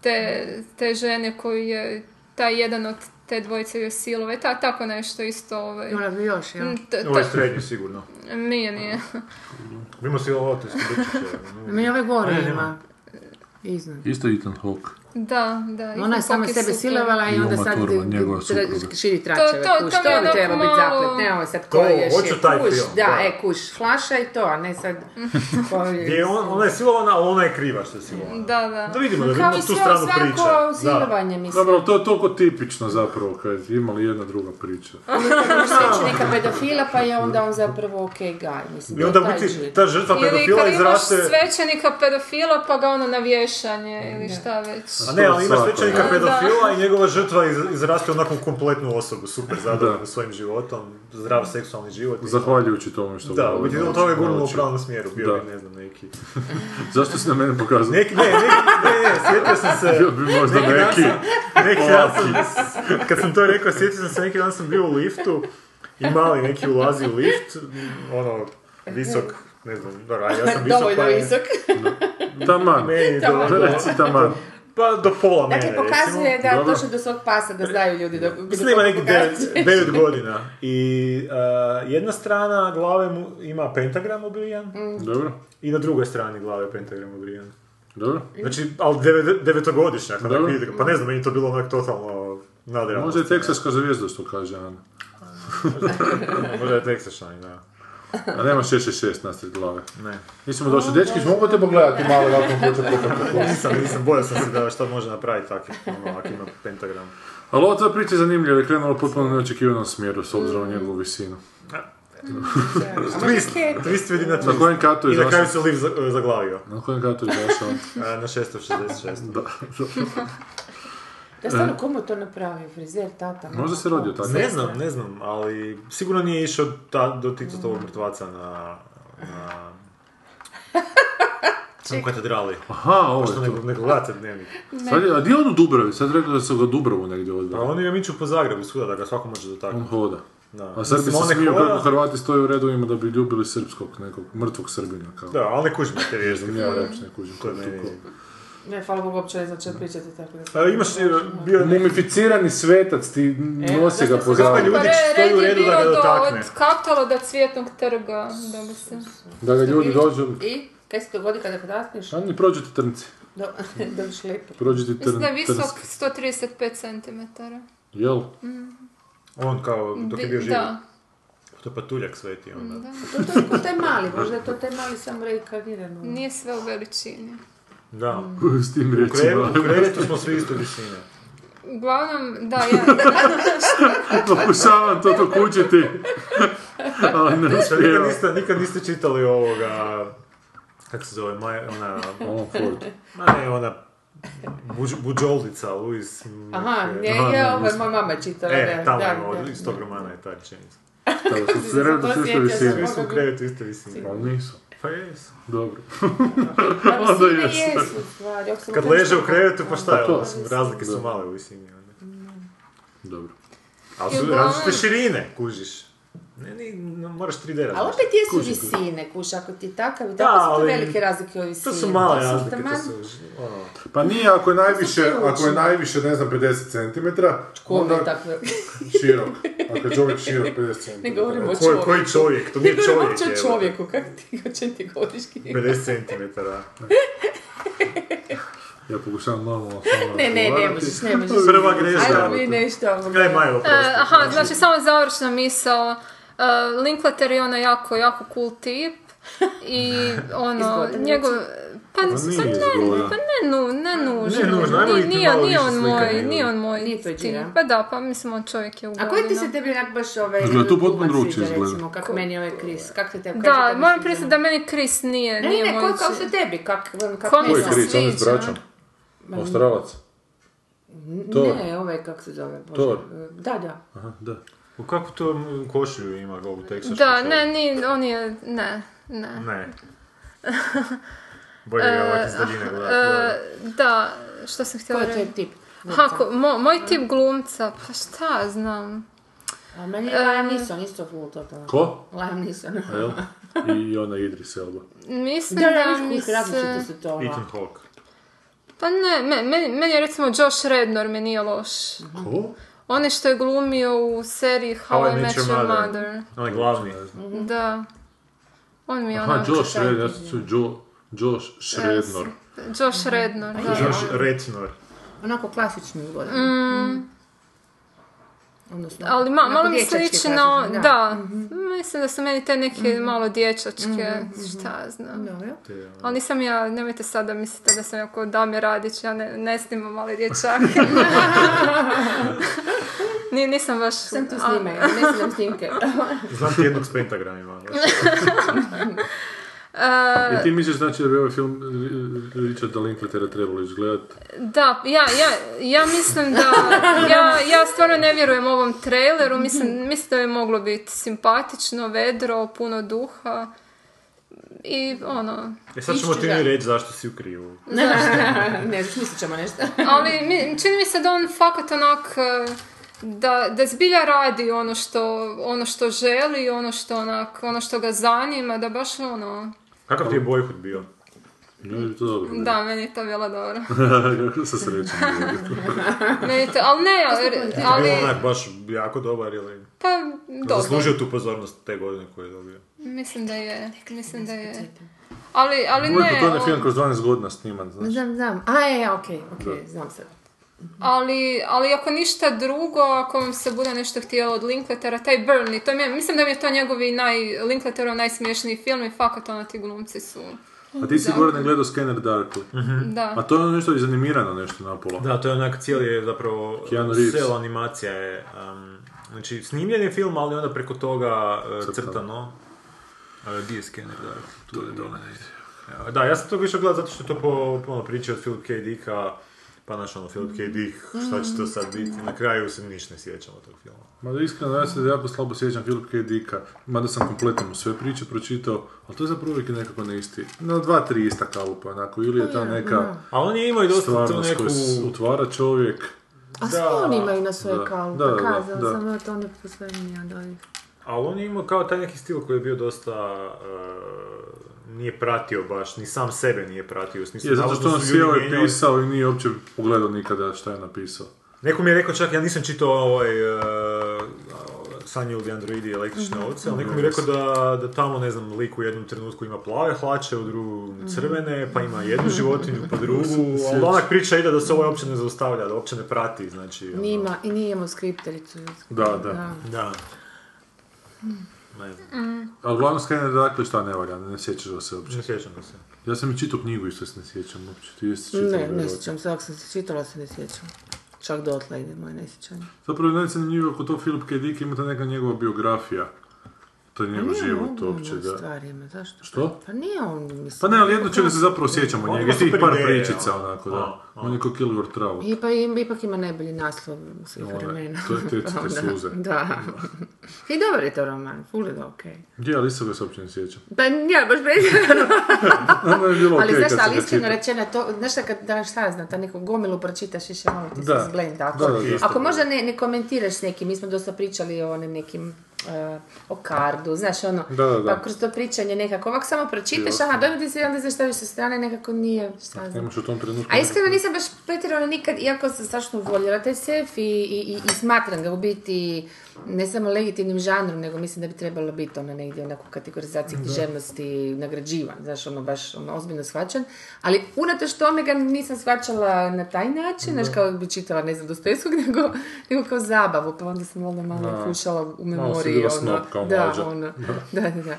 Speaker 4: te, te žene koju je taj jedan od te dvojice joj silove, ta, tako nešto isto. Ovaj.
Speaker 1: Ima li još, jel?
Speaker 4: Mm, to- to-
Speaker 3: Ovo je srednji sigurno.
Speaker 4: Nije, nije.
Speaker 3: Bimo si ovo otiski
Speaker 1: Mi ove gore
Speaker 3: Ne, nema.
Speaker 1: ima.
Speaker 3: e,
Speaker 1: Iznad.
Speaker 5: Isto Ethan Hawke.
Speaker 4: Da, da.
Speaker 1: Ona je
Speaker 4: Ethan
Speaker 1: sama
Speaker 4: Hawke je
Speaker 1: sebe
Speaker 4: super.
Speaker 1: silovala i
Speaker 5: I
Speaker 1: onda
Speaker 5: Uma
Speaker 1: sad
Speaker 5: Thurman, njegova
Speaker 1: tra-
Speaker 5: supruga.
Speaker 1: širi tračeve.
Speaker 4: To- to-
Speaker 1: kuš,
Speaker 4: to
Speaker 1: to,
Speaker 4: mi je
Speaker 1: bi
Speaker 4: onako
Speaker 1: trebao biti
Speaker 4: malo-
Speaker 1: zaplet. Ne, ovo sad
Speaker 3: To,
Speaker 1: koji je
Speaker 3: hoću
Speaker 1: šef.
Speaker 3: taj
Speaker 1: Kuš,
Speaker 3: film,
Speaker 1: da,
Speaker 3: da.
Speaker 1: e, kuš, flaša i to, a ne sad... koji je-
Speaker 3: Gdje je on, ona je silovana, ali ona je kriva što je silovana.
Speaker 4: Da, da.
Speaker 3: Da vidimo, da
Speaker 1: Kao
Speaker 3: vidimo
Speaker 1: i
Speaker 3: tu
Speaker 1: sve
Speaker 3: stranu priče.
Speaker 1: svako
Speaker 3: Da.
Speaker 1: silovanje, mislim.
Speaker 5: Dobro, ali to je toliko tipično zapravo, kad imali jedna druga priča.
Speaker 1: Neka pedofila, pa je onda on zapravo ok guy, mislim.
Speaker 3: I
Speaker 1: to
Speaker 3: onda
Speaker 1: je taj
Speaker 3: biti
Speaker 1: život.
Speaker 3: ta žrtva
Speaker 5: Pa
Speaker 4: Ili
Speaker 3: pedofila
Speaker 4: kad imaš
Speaker 3: izraste...
Speaker 4: svećenika pedofila pa ga ono na vješanje ili šta već.
Speaker 3: A ne, ali ima
Speaker 5: Svako,
Speaker 3: svećenika
Speaker 5: da.
Speaker 3: pedofila i njegova žrtva iz, izraste onako u kompletnu osobu, super
Speaker 5: Da.
Speaker 3: zadovoljnu svojim životom, zdrav seksualni život. i-
Speaker 5: Zahvaljujući tome što...
Speaker 3: Da, u biti to je gurnulo u
Speaker 5: naučio.
Speaker 3: pravom smjeru, bio
Speaker 5: Da.
Speaker 3: bi, ne znam, neki...
Speaker 5: Zašto si na mene pokazao?
Speaker 3: Neki, ne, neki, ne, ne, sjetio sam se...
Speaker 5: Bio bi možda neki.
Speaker 3: Neki dan sam, kad sam to rekao, sjetio sam se, neki dan sam bio u liftu i mali neki ulazi u lift, m, ono, visok, ne znam, dobro, a ja sam visok,
Speaker 1: Dovoljno
Speaker 3: pa je-
Speaker 1: visok.
Speaker 5: Taman.
Speaker 3: Meni do,
Speaker 5: Da, Reci taman.
Speaker 3: pa do pola mene,
Speaker 1: Dakle, pokazuje
Speaker 3: recimo.
Speaker 1: da je
Speaker 5: Dobro.
Speaker 1: došao do svog pasa, da znaju ljudi da...
Speaker 3: Mislim, ima nekih
Speaker 1: pokazuje.
Speaker 3: 9, godina. I uh, jedna strana glave mu ima pentagram obrijan
Speaker 1: Mm.
Speaker 5: Dobro,
Speaker 3: i na drugoj strani glave je pentagram obrijan.
Speaker 5: dobro.
Speaker 3: Znači, ali devet, devetogodišnjak, onak
Speaker 5: Dobro.
Speaker 3: vidi ga. pa ne znam, meni je to bilo onak totalno ono, nadrealno.
Speaker 5: Možda je teksaška zvijezda što kaže Ana.
Speaker 3: Možda je teksašan, da.
Speaker 5: A nema 666 nasred glave.
Speaker 3: Ne.
Speaker 5: Mi smo došli, dečki, mogu te pogledati malo nakon hoće pokazati.
Speaker 3: Nisam, nisam, bojao sam se da šta može napraviti takvi, ono, ako ima pentagram.
Speaker 5: Ali ova ta priča je zanimljiva, jer je krenula u potpuno neočekivanom smjeru s obzirom na njegovu visinu.
Speaker 3: Twist, twist vidi na
Speaker 5: Na
Speaker 3: twist.
Speaker 5: kojem katu je
Speaker 3: I na kraju
Speaker 5: izašao?
Speaker 3: se Liv za- zaglavio.
Speaker 5: Na kojem katu je izašao?
Speaker 3: A, Na 666.
Speaker 5: Da.
Speaker 1: Da stvarno, komu je to napravio? Frizer, tata? mama?
Speaker 5: Možda se rodio tako.
Speaker 3: Ne znam, ne znam, ali sigurno nije išao ta, do
Speaker 5: Mm.
Speaker 3: Titovog mrtvaca na... na... U katedrali.
Speaker 5: Aha, ovo
Speaker 3: Što
Speaker 5: je to.
Speaker 3: nego, nego gledate dnevnik.
Speaker 5: Sad je, a di je on u Dubravi? Sad rekao da su ga u Dubravu negdje
Speaker 3: Pa
Speaker 5: odbili.
Speaker 3: oni ga miču po Zagrebu svuda, da ga svako može
Speaker 5: On
Speaker 3: dotaknuti.
Speaker 5: hoda.
Speaker 3: Da.
Speaker 5: A Srbi
Speaker 3: Mislim,
Speaker 5: se
Speaker 3: on ne
Speaker 5: smiju
Speaker 3: hoda-
Speaker 5: kako Hrvati stoje u redovima da bi ljubili srpskog nekog mrtvog Srbina. Kao.
Speaker 3: Da, ali ne kužim te vježde.
Speaker 5: Ja reći ne kužim.
Speaker 3: To
Speaker 5: To
Speaker 3: je meni.
Speaker 1: Ne, hvala Bogu, uopće ne znam čemu pričate tako da...
Speaker 3: A, imaš, e, bio je neki
Speaker 5: Mumificirani svetac, ti nosi ga po
Speaker 4: Pa
Speaker 3: Pa
Speaker 5: zavodu.
Speaker 3: ljudi stoji u
Speaker 4: red je
Speaker 3: redu da
Speaker 4: bio
Speaker 3: ga
Speaker 4: do-
Speaker 3: dotakne.
Speaker 4: od kaptala do cvjetnog trga, da bi se...
Speaker 5: Da ga ljudi dođu...
Speaker 1: I? Kaj se dogodi kada podrastiš?
Speaker 5: A mi prođu ti trnci.
Speaker 1: Do, dobiš lepo.
Speaker 5: Prođu ti trn,
Speaker 4: Mislim da je visok
Speaker 5: trnski.
Speaker 4: 135 cm.
Speaker 5: Jel?
Speaker 3: On kao, dok je bio živ.
Speaker 4: Da, Mm.
Speaker 3: To je patuljak sveti onda.
Speaker 1: To, to je kod taj mali, možda je to taj mali sam reinkarniran. ono.
Speaker 4: nije sve u veličini.
Speaker 3: Da.
Speaker 5: S tim
Speaker 3: U krevetu,
Speaker 5: rečima.
Speaker 3: u krevetu smo svi isto visine.
Speaker 4: Uglavnom, da, ja,
Speaker 5: Pokušavam to dokučiti. Ali ne
Speaker 3: Sad nikad
Speaker 5: uspijem.
Speaker 3: niste, nikad niste čitali ovoga... Kako se zove, Maj, ona...
Speaker 5: Alan Ford.
Speaker 3: Ma ne, ona... Buđ, buđoldica, Louis...
Speaker 1: Aha,
Speaker 3: Mc-
Speaker 1: ne, je, ovo je moja mama čitala.
Speaker 3: E,
Speaker 1: da,
Speaker 3: tamo
Speaker 1: da,
Speaker 3: je, od,
Speaker 1: da.
Speaker 3: iz tog romana je ta rečenica.
Speaker 5: Tako, sam se redom sve što
Speaker 1: sjetio
Speaker 5: visine.
Speaker 3: Svi su u krevetu iste visine.
Speaker 5: Pa nisu.
Speaker 3: Pa jesu.
Speaker 5: Dobro.
Speaker 1: Pa
Speaker 5: Onda
Speaker 1: visine
Speaker 5: jesu.
Speaker 1: jesu stvari. ako sam
Speaker 3: Kad
Speaker 1: mogla
Speaker 3: leže u
Speaker 1: nešto-
Speaker 3: krevetu, pa šta je,
Speaker 5: to.
Speaker 3: mislim, razlike su male u visini. onda.
Speaker 5: Dobro.
Speaker 3: Ali su
Speaker 4: Uglavnom-
Speaker 3: različite širine, kužiš. Ne, ni, no, moraš 3D različiti.
Speaker 1: Ali opet jesu
Speaker 5: Kuži, kuži.
Speaker 1: visine, kuš, ako ti je takav i
Speaker 3: Da,
Speaker 1: tako su to
Speaker 3: ali-
Speaker 1: velike razlike od
Speaker 3: To
Speaker 1: visine.
Speaker 3: su male
Speaker 1: su
Speaker 3: razlike, to
Speaker 1: taman-
Speaker 3: su ono,
Speaker 5: Pa nije, ako je najviše,
Speaker 1: priručne.
Speaker 5: ako je najviše, ne znam, 50 cm,
Speaker 1: Kome
Speaker 5: onda
Speaker 1: takve?
Speaker 5: širok.
Speaker 3: Ako je čovjek šio 50 centimetara.
Speaker 1: Ne govorimo o
Speaker 5: Koji-
Speaker 1: čovjeku.
Speaker 5: koji čovjek? To nije
Speaker 1: Ne govorimo
Speaker 5: čovjek,
Speaker 1: uopće o
Speaker 5: evo.
Speaker 1: čovjeku, kak ti, o čem ti govoriš?
Speaker 5: 50 centimetara.
Speaker 3: Ja pokušavam malo...
Speaker 1: Ne, ne, ne možeš, ne možeš.
Speaker 5: Prva greška.
Speaker 1: Ajmo mi nešto.
Speaker 5: Kaj Majlo,
Speaker 4: E, aha, znači samo završna misao. E, Linklater je ono jako, jako cool tip. I ono,
Speaker 1: Izgodan je.
Speaker 4: njegov... Pa,
Speaker 3: Ma nije
Speaker 4: sad ne,
Speaker 3: izgodan.
Speaker 4: pa ne, nu, ne nužno.
Speaker 5: Nije nužno, ajmo
Speaker 4: Ni-
Speaker 5: ih
Speaker 4: nije,
Speaker 5: malo
Speaker 4: nije
Speaker 5: više
Speaker 4: on moj,
Speaker 5: slikati.
Speaker 4: nije on moj
Speaker 1: Nije to
Speaker 4: tip.
Speaker 1: Jira.
Speaker 4: Pa da, pa mislim on čovjek je u
Speaker 1: A koji ti se tebi onak baš ovaj...
Speaker 3: Izgleda, tu Dakle, potpuno
Speaker 1: glumac
Speaker 3: drugčije
Speaker 1: sviđa,
Speaker 3: izgleda.
Speaker 1: Recimo, kak meni ovaj Chris, kak se tebi...
Speaker 4: Da, moram priznati da meni Chris nije,
Speaker 1: Ne,
Speaker 4: nije
Speaker 1: ne, ne,
Speaker 4: moj
Speaker 1: ko- kako
Speaker 4: tip.
Speaker 1: se tebi, kak, kak
Speaker 4: Kom-
Speaker 1: meni
Speaker 3: Ko je
Speaker 4: Nisam
Speaker 3: krič, on je s
Speaker 4: sviđa.
Speaker 3: braćom? Australac? Thor.
Speaker 1: Ne, ovaj, kak se zove, Bože.
Speaker 3: Thor.
Speaker 1: Da, da.
Speaker 3: Aha, da.
Speaker 5: U kakvu to mm, košulju ima ovu teksašku?
Speaker 4: Da,
Speaker 5: košulju?
Speaker 4: ne, ni, on je, ne, ne.
Speaker 5: Ne. Bolje ga ovak iz daljine gledati.
Speaker 4: E, da, što sam
Speaker 1: Ko
Speaker 4: htjela
Speaker 1: je to
Speaker 4: reći?
Speaker 1: je tip?
Speaker 4: Ha, ko- mo- moj tip glumca, pa šta ja znam.
Speaker 1: A meni
Speaker 4: E,
Speaker 1: je Liam Neeson isto full totalno.
Speaker 3: Ko?
Speaker 1: Liam Neeson.
Speaker 3: A jel? I ona Idris Elba.
Speaker 4: Mislim
Speaker 1: Da,
Speaker 4: da,
Speaker 1: da,
Speaker 4: mi
Speaker 1: viš
Speaker 4: se...
Speaker 1: koliko različite su to ono,
Speaker 5: Ethan
Speaker 1: ova.
Speaker 5: Hawke.
Speaker 4: Pa ne, me- meni, meni je recimo Josh Rednor mi nije loš.
Speaker 3: Ko?
Speaker 4: On je što je glumio u seriji How, I Met Your Mother.
Speaker 5: Onaj glavni.
Speaker 4: Da. On mi je
Speaker 3: Aha,
Speaker 4: ono...
Speaker 3: Josh Rednor, ja sam čuo Jo- Josh Shrednor.
Speaker 4: Josh Rednor, da.
Speaker 5: Još Retnor.
Speaker 1: Onako klasični izgleda. Odnosno,
Speaker 4: Mm. Ali ma-
Speaker 1: onako
Speaker 4: malo mi
Speaker 1: dječački
Speaker 4: sliči na... on-
Speaker 1: klasični,
Speaker 4: Da,
Speaker 1: Mhm.
Speaker 4: mislim da su meni te neke malo dječačke, šta ja znam.
Speaker 1: Dobro.
Speaker 4: Ali nisam ja, nemojte sad da mislite da sam ja kao Damir Radić, ja ne, ne snimam male dječake. Ni- nisam baš...
Speaker 1: Sam tu
Speaker 4: a-
Speaker 1: snimaj, ne snimam snimke.
Speaker 5: Znam ti jednog s pentagramima.
Speaker 4: E,
Speaker 3: I ti misliš znači da bi ovaj film eh, Richarda Linklatera trebalo izgledati?
Speaker 4: Da, ja, ja, ja mislim da, ja, ja stvarno ne vjerujem ovom traileru, mislim, mislim da bi moglo biti simpatično, vedro, puno duha i ono,
Speaker 5: E sad ćemo ti mi reći zašto si u krivu.
Speaker 1: ne, smislit ćemo nešto.
Speaker 4: ali mi, čini mi se da on fakat onak, e, da, da zbilja radi ono što, ono što želi, ono što onak, ono što ga zanima, da baš ono,
Speaker 5: Kakav ti je Boyhood bio?
Speaker 3: Ne, je to dobro. bilo.
Speaker 4: da, meni je to bilo dobro.
Speaker 3: Kako se srećam.
Speaker 4: Meni je to, ali ne, jer- ali,
Speaker 5: Bio onak baš jako dobar ili...
Speaker 4: pa dobro.
Speaker 5: Zaslužio tu pozornost te godine koju je dobio.
Speaker 4: Mislim da je, mislim da je. Ali, ali
Speaker 3: Uvijek
Speaker 4: ne,
Speaker 3: to je
Speaker 4: o-
Speaker 3: film kroz 12 godina sniman, znaš.
Speaker 1: Znam, znam. A, je, okej, okej, znam sad.
Speaker 4: ali, ali ako ništa drugo, ako vam se bude nešto htjelo od Linkletera, taj Burnley, to mi je, mislim da mi je to njegovi naj, Linklaterov najsmiješniji film i fakat ono ti glumci su,
Speaker 3: A ti si gore ne gledao Scanner Darkly. A
Speaker 4: da.
Speaker 3: to je ono nešto izanimirano nešto napola.
Speaker 5: Da, to je onak cijeli je zapravo
Speaker 3: Keanu Reeves.
Speaker 5: cel animacija je. um, znači snimljen je film, ali onda preko toga uh,
Speaker 3: Crtano.
Speaker 5: crtano. Uh, Di je skener, da.
Speaker 3: To je dole negdje.
Speaker 5: Evo, Da, ja sam to više gledao zato što je to po, po ono, priče od Philip K. Dicka, pa naš ono Philip K. Dick, šta će to sad biti, na kraju se ništa ne sjećam od tog filma.
Speaker 3: Ma da iskreno, ja se jako slabo sjećam Philip K. Dicka, mada sam kompletno mu sve priče pročitao, ali to je zapravo uvijek nekako ne isti. Na dva, tri ista kalupa, onako, ili
Speaker 5: Pa
Speaker 3: je ta neka
Speaker 5: A on je imao i dosta tu
Speaker 3: stvarnost
Speaker 5: neku...
Speaker 3: koju s- utvara čovjek.
Speaker 1: A svi oni imaju na svoje
Speaker 3: da,
Speaker 1: kao,
Speaker 3: da, da,
Speaker 1: kazao
Speaker 3: da.
Speaker 1: sam ja to ne posvojim ja od ovih.
Speaker 5: Ali on je imao kao taj neki stil koji je bio dosta... e, nije pratio baš, ni sam sebe nije pratio. u smislu,
Speaker 3: Je, zato što
Speaker 5: navodno
Speaker 3: on
Speaker 5: su ljudi
Speaker 3: sjeo i
Speaker 5: mijenjali-
Speaker 3: pisao i nije uopće pogledao nikada šta je napisao.
Speaker 5: Neko mi je rekao čak, ja nisam čitao ovaj uh, Sanje ili androidi i
Speaker 1: Mhm.
Speaker 5: električne ovce, ali neko
Speaker 3: Mhm.
Speaker 5: mi je rekao da, da tamo, ne znam, lik u jednom trenutku ima plave hlače, u
Speaker 1: Mhm.
Speaker 5: drugom crvene, pa ima jednu životinju, pa drugu, ali onak priča ide da se ovaj uopće ne zaustavlja, da uopće ne prati, znači... ono,
Speaker 1: Nima, i nije imao skriptericu. ljudsku.
Speaker 3: Da, da.
Speaker 5: Da. Ne znam,
Speaker 1: Mhm.
Speaker 3: Ali glavno Scanner Darkly dakle šta ne valja, ne sjećaš se uopće.
Speaker 5: ne sjećam ga se.
Speaker 3: Ja sam i čitao knjigu isto se ne sjećam uopće. Ti jesi čitao?
Speaker 1: Ne, ne
Speaker 3: vjerojatno?
Speaker 1: sjećam se, ako sam se čitala se ne sjećam. Čak dotle ide moje nesjećanje.
Speaker 3: Zapravo je najzanimljivije kod to Philip K. Dick ima ta neka njegova biografija. To je njegov život uopće, da.
Speaker 1: Stvari ima, zašto?
Speaker 3: Što?
Speaker 1: Pa nije on, mislim.
Speaker 3: Pa ne, ali jedno čega se zapravo sjećamo
Speaker 5: On
Speaker 3: njega,
Speaker 5: ima
Speaker 3: tih
Speaker 5: super
Speaker 3: par
Speaker 5: ideje,
Speaker 3: pričica
Speaker 5: ono.
Speaker 3: onako,
Speaker 5: A,
Speaker 3: da. On je ko Kilgore Trout.
Speaker 1: Ipa, ipak ima najbolji naslov svih
Speaker 3: Ono je,
Speaker 1: vremena.
Speaker 3: to je Tecite
Speaker 1: Onda,
Speaker 3: suze.
Speaker 1: Da. I dobar je to roman, ful je da okej.
Speaker 3: Je, ali isto ga se uopće ne sjećam.
Speaker 1: Pa ja baš pretjerano.
Speaker 3: Ono je bilo
Speaker 1: ali
Speaker 3: okej
Speaker 1: znaš
Speaker 3: kad
Speaker 1: šta,
Speaker 3: sam
Speaker 1: ali
Speaker 3: ga
Speaker 1: iskreno
Speaker 3: čitao.
Speaker 1: rečeno, to, znaš šta, kad daš šta ja znam, ta neku gomilu pročitaš više malo ti
Speaker 3: Da.
Speaker 1: se zblenda.
Speaker 3: Da,
Speaker 1: Ako,
Speaker 3: da, da.
Speaker 1: ako možda ne, ne komentiraš s nekim, mi smo dosta pričali o onim nekim uh, o kardu, znaš ono,
Speaker 3: da, da, da.
Speaker 1: pa kroz to pričanje nekako, ovak samo pročitaš,
Speaker 3: Jasno.
Speaker 1: aha, dobiti se i onda znaš šta više sa strane, nekako nije, šta znam.
Speaker 3: Nemaš u tom trenutku...
Speaker 1: A iskreno nisam baš pretjerano nikad, iako sam strašno voljela taj sef i, i, i, i smatram ga u biti ne samo legitimnim žanrom, nego mislim da bi trebalo biti ono negdje onako u kategorizaciji književnosti nagrađivan, znaš, ono baš ono, ozbiljno shvaćan, ali unatoč tome ga nisam shvaćala na taj način, znaš, kao bi čitala, ne znam, Dostojevskog, nego, nego kao zabavu, pa onda sam valjda malo
Speaker 3: Da.
Speaker 1: fušala u
Speaker 3: Malo si
Speaker 1: memoriji,
Speaker 3: bila
Speaker 1: ono,
Speaker 3: snob kao
Speaker 1: da,
Speaker 3: mlađa.
Speaker 1: ono, da, da, da.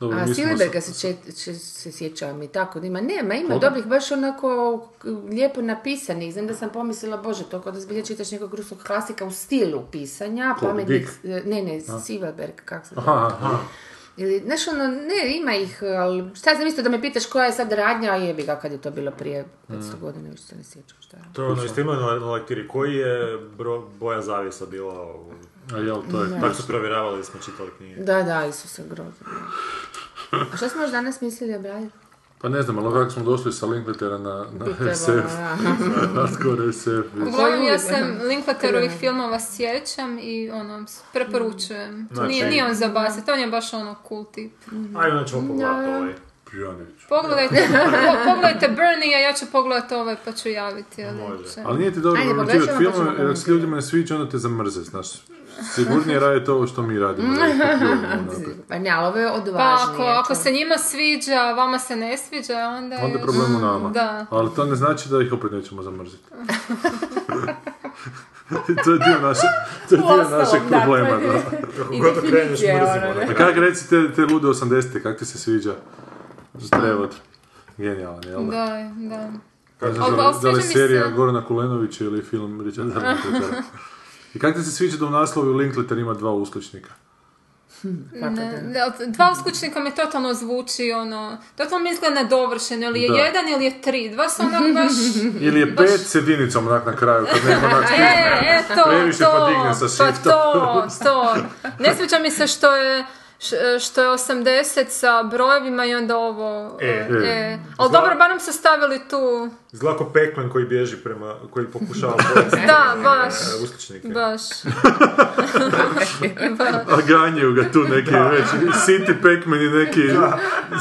Speaker 3: Dobro,
Speaker 1: A
Speaker 3: mi smo
Speaker 1: Silberga
Speaker 3: s-
Speaker 1: se, čet- če- se sjećam i tako da ima. Nema, ima
Speaker 3: Koga?
Speaker 1: dobrih baš onako k- lijepo napisanih. Znam da sam pomislila, bože, to kao da zbilja čitaš nekog ruskog klasika u stilu pisanja.
Speaker 3: Ko,
Speaker 1: pametnih,
Speaker 3: Dick?
Speaker 1: ne, ne,
Speaker 3: A.
Speaker 1: Silberg, kako se
Speaker 3: Aha,
Speaker 1: zove.
Speaker 3: aha.
Speaker 1: Ili, znaš ono, ne, ima ih, ali šta sam mislila da me pitaš koja je sad radnja, a jebi ga kad je to bilo prije 500
Speaker 3: Mm.
Speaker 1: godina, još se ne sjećam šta je.
Speaker 5: To je ono isto ima na, na lektiri. Koji je bro, boja zavjesa bila u...
Speaker 3: A jel, to je...
Speaker 5: Tako su provjeravali da smo čitali knjige.
Speaker 1: Da, da, Isuse, grozno. A šta smo još danas mislili obraditi?
Speaker 3: Pa ne znam, ali kako smo došli sa Linkletera na, na
Speaker 1: Pitala,
Speaker 3: SF.
Speaker 1: da.
Speaker 3: Hardcore SF.
Speaker 4: Uglavnom, ja
Speaker 1: Hollywood,
Speaker 4: se
Speaker 1: aha.
Speaker 4: Linklaterovih filmova sjećam i ono, s- preporučujem. To
Speaker 5: Znači-
Speaker 4: nije, nije on za basit, on je baš ono cool tip.
Speaker 5: Ajde, onda ćemo pogledati ovaj.
Speaker 3: Prijanić.
Speaker 4: Pogledajte, po- pogledajte Bernie, a ja ću pogledati ovaj pa ću javiti. Ali
Speaker 5: Može.
Speaker 4: će-
Speaker 3: Ali nije ti dobro
Speaker 1: Ajde,
Speaker 3: komentirati
Speaker 1: pogledat ćemo, pa
Speaker 3: filmove,
Speaker 1: ćemo
Speaker 3: jer ako se ljudima ne sviđa, onda te zamrze, znaš. Sigurnije radite ovo što mi radimo. da ih ono, popljujemo unaprijed.
Speaker 1: Pa ne, ali ovo je odvažnije.
Speaker 4: Pa ako, ako
Speaker 1: čovječe.
Speaker 4: se njima sviđa, a vama se ne sviđa, onda je...
Speaker 3: Onda je problem u nama.
Speaker 4: Da.
Speaker 3: Ali to ne znači da ih opet nećemo zamrziti. to je dio, naše, to je dio
Speaker 1: Uostalom,
Speaker 3: našeg
Speaker 1: da, to je
Speaker 3: problema, da.
Speaker 5: Kako god okreneš,
Speaker 1: definicija je ono,
Speaker 5: mrzimo.
Speaker 1: ne?
Speaker 5: nekako.
Speaker 3: A kak reci te, te lude 80-te, kak ti se sviđa? Strevot. Genijalan, jel da?
Speaker 4: Da, da.
Speaker 3: Ne znam
Speaker 4: Al-
Speaker 3: da li-
Speaker 4: al
Speaker 3: da li
Speaker 4: sviđa mi
Speaker 3: serija
Speaker 4: se-
Speaker 3: Gorana Kulenovića ili film Richarda Linklera. I kak ti se sviđa da u naslovu Linkleter ima dva usličnika?
Speaker 4: Ne, da, dva uskućnika mi totalno zvuči, ono, totalno mi izgleda nedovršeno, ili je
Speaker 3: Da.
Speaker 4: jedan ili je tri, dva su onak baš,
Speaker 3: Ili je pet s jedinicom onak na kraju, kad neko onak
Speaker 4: e,
Speaker 3: stisne.
Speaker 4: e, to,
Speaker 3: Previše
Speaker 4: to,
Speaker 3: podigne sa
Speaker 4: pa
Speaker 3: shiftom.
Speaker 4: to, to. Ne sviđa mi se što je, š- što je 80 sa brojevima i onda ovo,
Speaker 5: E,
Speaker 4: e,
Speaker 3: e.
Speaker 4: ali
Speaker 5: Zla-
Speaker 4: dobro, barem su stavili tu,
Speaker 5: Izgleda kao Pac-Man koji bježi prema, koji pokušava pojesti
Speaker 4: da, baš,
Speaker 5: e, usličnike.
Speaker 4: baš. baš.
Speaker 3: A ganjaju ga tu neki već City Pac-Man i neki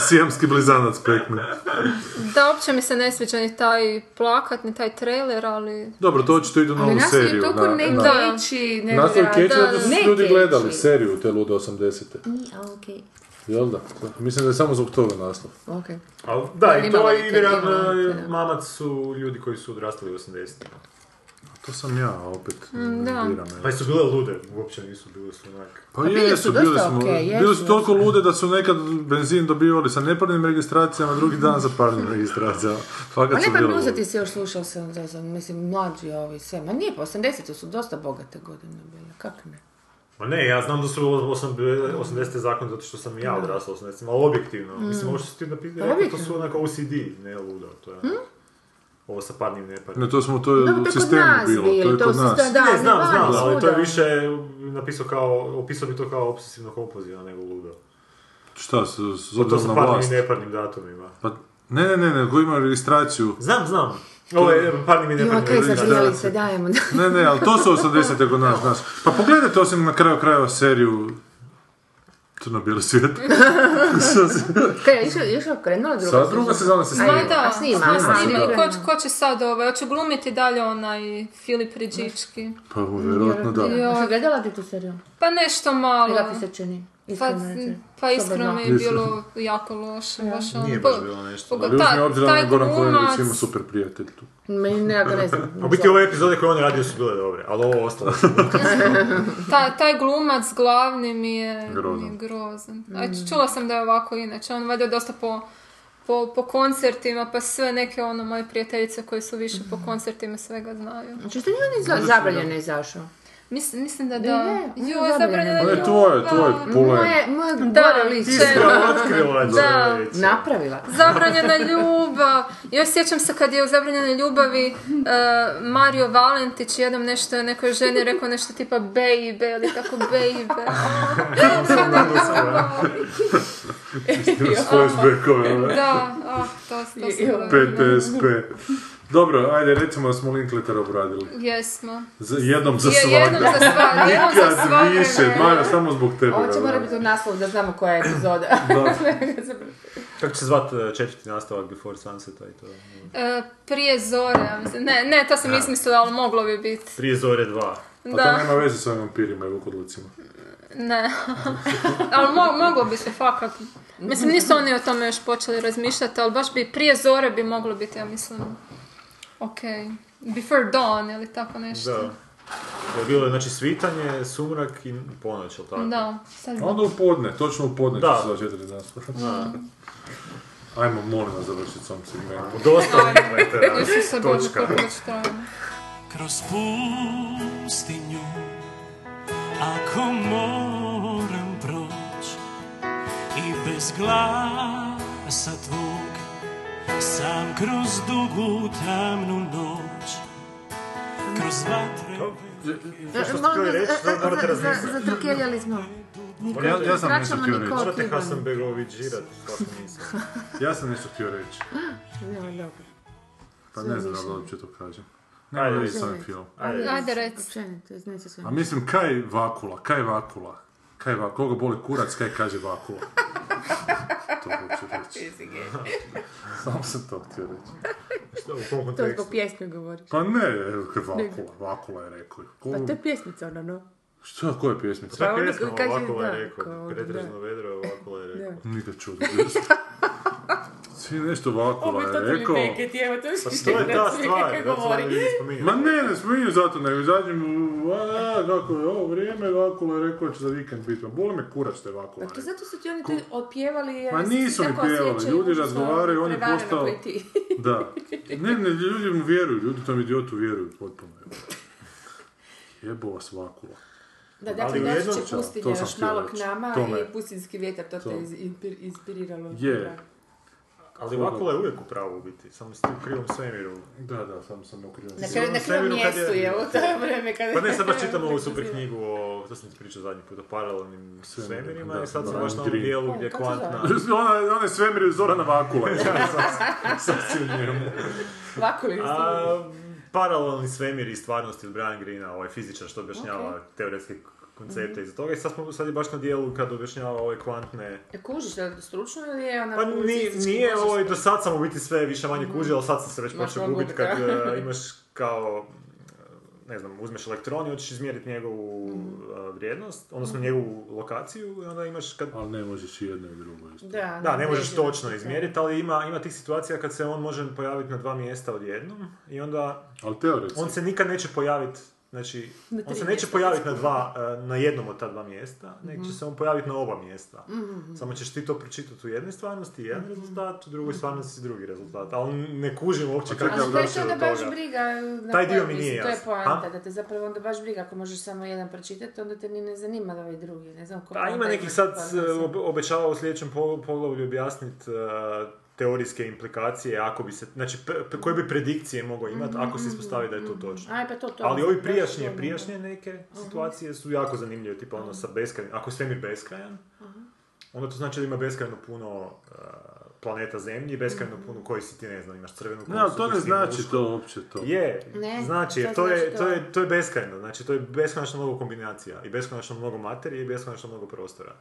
Speaker 3: sijamski blizanac Pac-Man.
Speaker 4: Da, uopće mi se ne sviđa ni taj plakat, ni taj trailer, ali...
Speaker 3: Dobro, to očito idu na
Speaker 1: Ali
Speaker 3: ovu
Speaker 1: nas je
Speaker 3: seriju.
Speaker 1: toliko
Speaker 3: na-
Speaker 1: ne
Speaker 3: na-
Speaker 1: keči, ne
Speaker 3: Naslov
Speaker 1: radi.
Speaker 3: Keči, zato su
Speaker 1: Ne
Speaker 3: ljudi
Speaker 1: keči.
Speaker 3: gledali seriju te lude 80-te.
Speaker 1: A, okej,
Speaker 3: Jel da? Mislim da je samo zbog toga naslov.
Speaker 1: okej.
Speaker 5: Ali, da, i
Speaker 1: Imala
Speaker 5: to
Speaker 1: je
Speaker 5: i
Speaker 1: kad
Speaker 5: vjerojatno
Speaker 1: imala,
Speaker 5: je-
Speaker 1: da.
Speaker 5: mamac su ljudi koji su odrastali u 80-ima.
Speaker 3: To sam ja a opet.
Speaker 1: Mm,
Speaker 3: ne
Speaker 4: da.
Speaker 3: biram,
Speaker 5: Pa
Speaker 3: jel.
Speaker 5: su bile lude, uopće nisu bile su onak.
Speaker 3: Pa
Speaker 1: bili su
Speaker 3: jesu,
Speaker 1: dosta
Speaker 3: bili smo,
Speaker 1: okej, jesu,
Speaker 3: bili su
Speaker 1: jesu.
Speaker 3: toliko lude da su nekad benzin dobivali sa neparnim registracijama, drugi dan sa parnim registracijama.
Speaker 1: Pa
Speaker 3: Fakat su
Speaker 1: ne
Speaker 3: bili
Speaker 1: pa
Speaker 3: ludi.
Speaker 1: uzeti se još slušao sam, da sam, mislim, mlađi ovi sve. Ma nije, pa 80 su dosta bogate godine bile, kako ne?
Speaker 5: Ma ne, ja znam da su osam- 80-te zakon zato što sam i ja odrastao 80-ima, ali objektivno.
Speaker 1: Mm.
Speaker 5: Mislim, ovo što si ti napisao, rekao, to su onako OCD, ne ludo, to je ovo sa parnim neparnim.
Speaker 3: Ne, to smo, to je
Speaker 1: Dobro,
Speaker 3: u
Speaker 1: to je Pa, kod
Speaker 3: sistemu
Speaker 1: nas
Speaker 3: bilo, to
Speaker 1: bilo,
Speaker 3: je
Speaker 1: to
Speaker 3: kod
Speaker 1: su
Speaker 3: nas.
Speaker 1: sta- da,
Speaker 5: ne, znam,
Speaker 1: ne,
Speaker 5: znam,
Speaker 1: vani
Speaker 5: ali to je
Speaker 1: svuda.
Speaker 5: više napisao kao, opisao bi to kao obsesivno kompozivno nego ludo.
Speaker 3: Šta, s, s
Speaker 5: To
Speaker 3: obzirom
Speaker 5: sa
Speaker 3: na
Speaker 5: parnim
Speaker 3: vlast?
Speaker 5: i neparnim datumima.
Speaker 3: Pa, ne, ne, ne, ne, koji ima registraciju.
Speaker 5: Znam, znam. Ovo je parnim i
Speaker 1: Ima
Speaker 5: neparnim.
Speaker 1: kaj
Speaker 5: registracijama.
Speaker 1: zabijali se, dajemo.
Speaker 3: Ne, ne, ali to su 80-te kod nas, znaš. Pa pogledajte osim na kraju krajeva seriju Crno-bijeli svijet.
Speaker 1: Kaj, je išla- išla krenula druga?
Speaker 3: Sad druga sezona se
Speaker 4: Ma
Speaker 3: snima.
Speaker 4: da,
Speaker 1: A snima,
Speaker 4: ma
Speaker 1: snima,
Speaker 4: snima.
Speaker 1: da.
Speaker 4: Ko, će- ko će sad ovo? Ja ću glumiti dalje onaj Filip Riđički.
Speaker 3: Pa vjerojatno da.
Speaker 1: Joj, gledala ti tu seriju?
Speaker 4: Pa nešto malo.
Speaker 1: Kako ti se čini?
Speaker 4: Pa,
Speaker 1: Iskreno rečeno.
Speaker 4: pa iskreno mi je
Speaker 3: Nisam.
Speaker 4: bilo jako loše. Baš ono,
Speaker 5: Nije baš bilo nešto.
Speaker 4: pogo-
Speaker 3: Ali uzmi
Speaker 4: ta-
Speaker 3: obzir da
Speaker 4: taj
Speaker 3: nam je Goran Kolenović
Speaker 4: glumac-
Speaker 3: ima super prijatelj tu.
Speaker 1: Meni nekako ne znam.
Speaker 3: Pa
Speaker 5: U Pa biti
Speaker 3: ovaj-
Speaker 5: ove epizode koje on radio su bile dobre, ali ovo ostalo su
Speaker 4: ta- taj glumac glavni mi je
Speaker 3: Grozan.
Speaker 4: mi je grozan. A čula sam da je ovako inače. On valjda dosta po, po, po koncertima, pa sve neke ono moje prijateljice koje su više po koncertima svega znaju.
Speaker 1: Znači što nije on izla- zabranjeno izašao?
Speaker 4: Mislim, mislim da
Speaker 1: je,
Speaker 4: da.
Speaker 1: on je
Speaker 4: Joj,
Speaker 1: zabranjeno.
Speaker 4: zabranjena Pa,
Speaker 3: On je tvoj,
Speaker 4: ljubav.
Speaker 3: tvoj pulen.
Speaker 1: Moje, moje
Speaker 4: Da,
Speaker 1: gore lice.
Speaker 4: čemu?
Speaker 5: otkrila.
Speaker 4: Da.
Speaker 5: Đorović.
Speaker 1: Napravila.
Speaker 4: Zabranjena ljubav. Ja sjećam se kad je u Zabranjenoj ljubavi eh, Mario Valentić jednom nešto nekoj ženi rekao nešto tipa baby ili tako baby.
Speaker 3: S flashbackove, ove.
Speaker 5: ono,
Speaker 3: ono.
Speaker 4: Da, ah, to, to sam zaboravila.
Speaker 3: PTSP.
Speaker 5: Dobro, ajde, recimo da smo Linklater obradili.
Speaker 4: Jesmo.
Speaker 5: Za, jednom za
Speaker 4: Je-
Speaker 5: svagda.
Speaker 4: jednom za sva- jednom za
Speaker 5: Nikad
Speaker 4: sva
Speaker 5: više,
Speaker 4: vremena.
Speaker 5: Maja, samo zbog tebe.
Speaker 1: Ovo će
Speaker 5: radimo.
Speaker 1: mora biti u naslovu da znamo koja je epizoda.
Speaker 3: Da. Kako će se zvati e, četvrti nastavak Before Sunseta i to?
Speaker 4: E, prije zore, ja mislim. ne, ne, to sam
Speaker 3: Da.
Speaker 4: izmislila, ali moglo bi biti.
Speaker 3: Prije Zore Pa 2.
Speaker 5: A
Speaker 4: Da.
Speaker 5: to nema veze s ovim vampirima i vukodlicima.
Speaker 4: Ne, ali mo- moglo bi se fakat. Mislim, nisu oni o tome još počeli razmišljati, ali baš bi prije zore bi moglo biti, ja mislim, ok, before dawn ili tako nešto.
Speaker 3: Da. Da je bilo je, znači, svitanje, sumrak i ponoć, ili tako?
Speaker 4: Da, sad
Speaker 5: A Onda u podne, točno u podne
Speaker 3: Da.
Speaker 5: će se za četiri dana. Ajmo, molim vas, završiti s ovom segmentu.
Speaker 3: Dosta
Speaker 4: Isuse Bože, koliko već trajamo.
Speaker 8: Kroz pustinju Ako moram proć I bez glasa tvog Sam kroz dugu tamnu noć Kroz vatre
Speaker 3: Sve što ste htjeli reći,
Speaker 1: e,
Speaker 3: to morate razmisliti.
Speaker 1: Zatrkeljali smo. Niko-
Speaker 5: Ja- ja sam nešto
Speaker 1: vraćamo
Speaker 5: htio reći.
Speaker 1: Nikola
Speaker 3: Morate
Speaker 1: Kidman.
Speaker 3: Hasanbegoviđirat, što sam mislio.
Speaker 5: Ja sam nešto htio reći.
Speaker 1: Nema, dobro.
Speaker 5: Pa
Speaker 1: Sve
Speaker 5: ne znam da
Speaker 1: više.
Speaker 5: li uopće to kažem. Nema veze s ovim filmom.
Speaker 4: Ajde, reci.
Speaker 1: Općenito, znači sve.
Speaker 5: A mislim, kaj vakula, kaj vakula? Kaj vakula, koga boli kurac, kaj kaže vakula? to hoću reći. Samo sam to htio reći.
Speaker 3: Što, u kom
Speaker 1: To
Speaker 3: kontekstu?
Speaker 1: zbog pjesme govoriš.
Speaker 5: Pa ne, evo kaj vakula, vakula je rekao. Ko,
Speaker 1: Pa to je pjesmica ona, no.
Speaker 5: šta, koja je pjesmica?
Speaker 3: Sve
Speaker 1: Pa ono
Speaker 3: pjesma,
Speaker 1: kad je-
Speaker 3: ovako je
Speaker 1: da,
Speaker 3: rekao.
Speaker 1: kao,
Speaker 3: Pretrezno vedro, ovako je rekao.
Speaker 5: Nikad čudo. Svi nešto vakula je rekao.
Speaker 1: evo, to je
Speaker 3: Pa to je ta stvar, zato sam ne spominjao.
Speaker 5: Ma ne, ne spominju zato, nego izađem u, a, kako je ovo vrijeme, Vakula je rekao da će za vikend biti. Ma Boli me kurac što je Vakula
Speaker 1: Pa
Speaker 5: rekao.
Speaker 1: zato su ti oni to otpjevali jer
Speaker 5: Ma
Speaker 1: se svi
Speaker 5: nisu mi
Speaker 1: tako
Speaker 5: pjevali,
Speaker 1: osjećaju,
Speaker 5: ljudi
Speaker 1: užasno
Speaker 5: razgovaraju, on je
Speaker 1: prevareno
Speaker 5: postao-
Speaker 1: koji ti.
Speaker 5: Da. Ne, ne, ljudi mu vjeruju, ljudi tom idiotu vjeruju potpuno. evo. Jebo vas Vakula.
Speaker 1: Da,
Speaker 3: Ali
Speaker 1: dakle,
Speaker 3: u jednom
Speaker 1: doći će
Speaker 3: času,
Speaker 5: to
Speaker 1: pustinja
Speaker 5: sam
Speaker 1: još
Speaker 5: htio
Speaker 1: malo k
Speaker 5: reći,
Speaker 1: nama
Speaker 5: to me-
Speaker 1: i pustinski vjetar, to,
Speaker 5: to.
Speaker 1: te iz- impir- inspiriralo.
Speaker 5: Je.
Speaker 3: Ali Vakula je uvijek u pravu u biti, samo ste u krivom svemiru.
Speaker 5: Da, da, sam sam okrio.
Speaker 1: Na
Speaker 3: kraju-
Speaker 1: kraju,
Speaker 3: na
Speaker 1: na
Speaker 3: kraju mjestu
Speaker 1: mjestu
Speaker 3: je,
Speaker 1: je
Speaker 3: evo,
Speaker 1: u
Speaker 3: to
Speaker 1: to
Speaker 3: je
Speaker 1: vrijeme kada...
Speaker 3: Pa ne, sad baš čitam ovu super knjigu o, to sam ti pričao zadnji put, o paralelnim svemirima
Speaker 5: da,
Speaker 3: i sad
Speaker 5: da,
Speaker 3: sam baš na onom
Speaker 5: Green.
Speaker 3: dijelu gdje
Speaker 1: O, kako se
Speaker 3: kvantna...
Speaker 5: Ona, ona je svemir iz Zorana Vakula. Sad si u njemu.
Speaker 1: Ovako li
Speaker 3: A, paralelni svemir i stvarnosti od Brian Greena, ovaj fizičar što objašnjava teoretske k-
Speaker 1: Mhm.
Speaker 3: koncepte iza toga i sad, smo, sad je baš na dijelu kad objašnjava ove kvantne
Speaker 1: Kužiš da stručno ili je ona...
Speaker 3: Pa ni-
Speaker 1: publicistički
Speaker 3: nije ovaj-
Speaker 1: možda
Speaker 3: ovo, do sad sam u biti sve više manje kužio, ali sad sam se već
Speaker 1: Baš
Speaker 3: počeo
Speaker 1: vam
Speaker 3: gubiti
Speaker 1: bude,
Speaker 3: kad
Speaker 1: da.
Speaker 3: e, imaš kao, e, ne znam, uzmeš elektron i hoćeš izmjeriti njegovu e, vrijednost, odnosno njegovu lokaciju i onda imaš kad...
Speaker 5: Ali ne možeš i jedno i drugo isto.
Speaker 1: Da,
Speaker 3: Da, ne možeš
Speaker 1: određeno,
Speaker 3: točno
Speaker 1: da.
Speaker 3: izmjeriti, ali ima, ima tih situacija kad se on može pojaviti na dva mjesta odjednom i onda
Speaker 5: Ali teoretski.
Speaker 3: on se nikad neće pojaviti, znači,
Speaker 1: Na
Speaker 3: on
Speaker 1: tri
Speaker 3: se neće
Speaker 1: mjesta,
Speaker 3: pojaviti na dva, e, na jednom od ta dva mjesta, nego
Speaker 1: Mhm.
Speaker 3: će se on pojaviti na oba mjesta. Samo ćeš ti to pročitati u jednoj stvarnosti, jedan
Speaker 1: Mhm.
Speaker 3: rezultat, u drugoj stvarnosti drugi rezultat. Ali ne kužim uopće
Speaker 5: A
Speaker 3: kako
Speaker 5: čekaj, ali
Speaker 3: je
Speaker 1: Ali to je
Speaker 3: došao
Speaker 1: to da
Speaker 3: do
Speaker 1: baš
Speaker 3: toga.
Speaker 1: briga e, na
Speaker 3: Taj
Speaker 1: kojem
Speaker 3: dio mi
Speaker 1: mjestu,
Speaker 3: nije
Speaker 1: To je
Speaker 3: jasan.
Speaker 1: poanta,
Speaker 3: Ha?
Speaker 1: da te zapravo onda baš briga ako možeš samo jedan pročitati, onda te ni ne zanima da ovaj drugi, ne znam ko...
Speaker 3: Pa ima
Speaker 1: onda
Speaker 3: nekih
Speaker 1: imaš
Speaker 3: sad
Speaker 1: stvarno
Speaker 3: e,
Speaker 1: sam-
Speaker 3: ob- obećava u sljedećem po- poglavlju objasniti teorijske implikacije ako bi se, znači p- p- koje bi predikcije mogao imati ako se ispostavi da je to točno.
Speaker 1: Aj, pa to, to.
Speaker 3: Ali ovi
Speaker 1: baš to,
Speaker 3: prijašnje,
Speaker 1: da.
Speaker 3: prijašnje neke situacije su jako zanimljive, tipa ono sa beskrajnim, ako je svemir beskrajan, onda to znači da ima beskrajno puno uh, planeta Zemlji, i beskrajno
Speaker 1: Mhm.
Speaker 3: puno koji si ti, ne znam, imaš crvenu kosu.
Speaker 5: Ne, ali to
Speaker 3: koji
Speaker 5: ne
Speaker 3: si imaš
Speaker 5: znači to uopće to.
Speaker 3: je,
Speaker 1: Ne,
Speaker 3: znači, jer
Speaker 1: šta
Speaker 3: to je,
Speaker 1: znači
Speaker 3: to,
Speaker 1: to?
Speaker 3: je, to je beskonačno, znači to je beskonačno mnogo kombinacija i beskonačno mnogo materije i beskonačno mnogo prostora.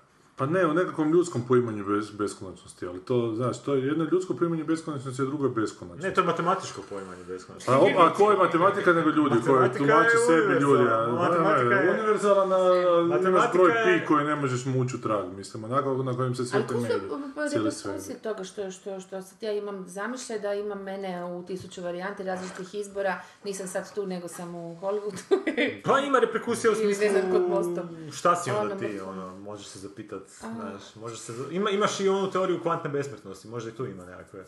Speaker 5: Pa ne, u nekakvom ljudskom poimanju bez, beskonačnosti, ali to, znaš, to je jedno je ljudsko poimanje beskonačnosti, a drugo je beskonačnost. Pa
Speaker 3: Ne, to je matematičko poimanje beskonačno.
Speaker 5: A, o, a ko je matematika nego ljudi koji
Speaker 3: Matematika
Speaker 5: tumači
Speaker 3: je
Speaker 5: sebi ljudi? A,
Speaker 3: univerzalna, matematika
Speaker 5: a,
Speaker 3: je-
Speaker 5: univerzalna, a, imaš
Speaker 3: Matematika
Speaker 5: broj
Speaker 3: je-
Speaker 5: pi koji ne možeš mući u trag, mislim, onako na kojem se sve
Speaker 1: Ali ko
Speaker 5: temelji.
Speaker 1: su pa,
Speaker 5: Cijeli
Speaker 1: reperkusije
Speaker 5: svemir.
Speaker 1: toga što, što, što sad ja imam zamišljaj da imam mene u tisuću varijanti različitih izbora, nisam sad tu nego sam u Hollywoodu.
Speaker 3: Pa ima reperkusija u
Speaker 1: Ili ne
Speaker 3: smislu
Speaker 1: znam, kod mosta.
Speaker 3: šta si onda
Speaker 1: Ono,
Speaker 3: ti,
Speaker 1: možda.
Speaker 3: ono, možeš se zapitat, znaš, možeš se, za- ima, imaš i onu teoriju kvantne besmrtnosti, možda i tu ima nekakve.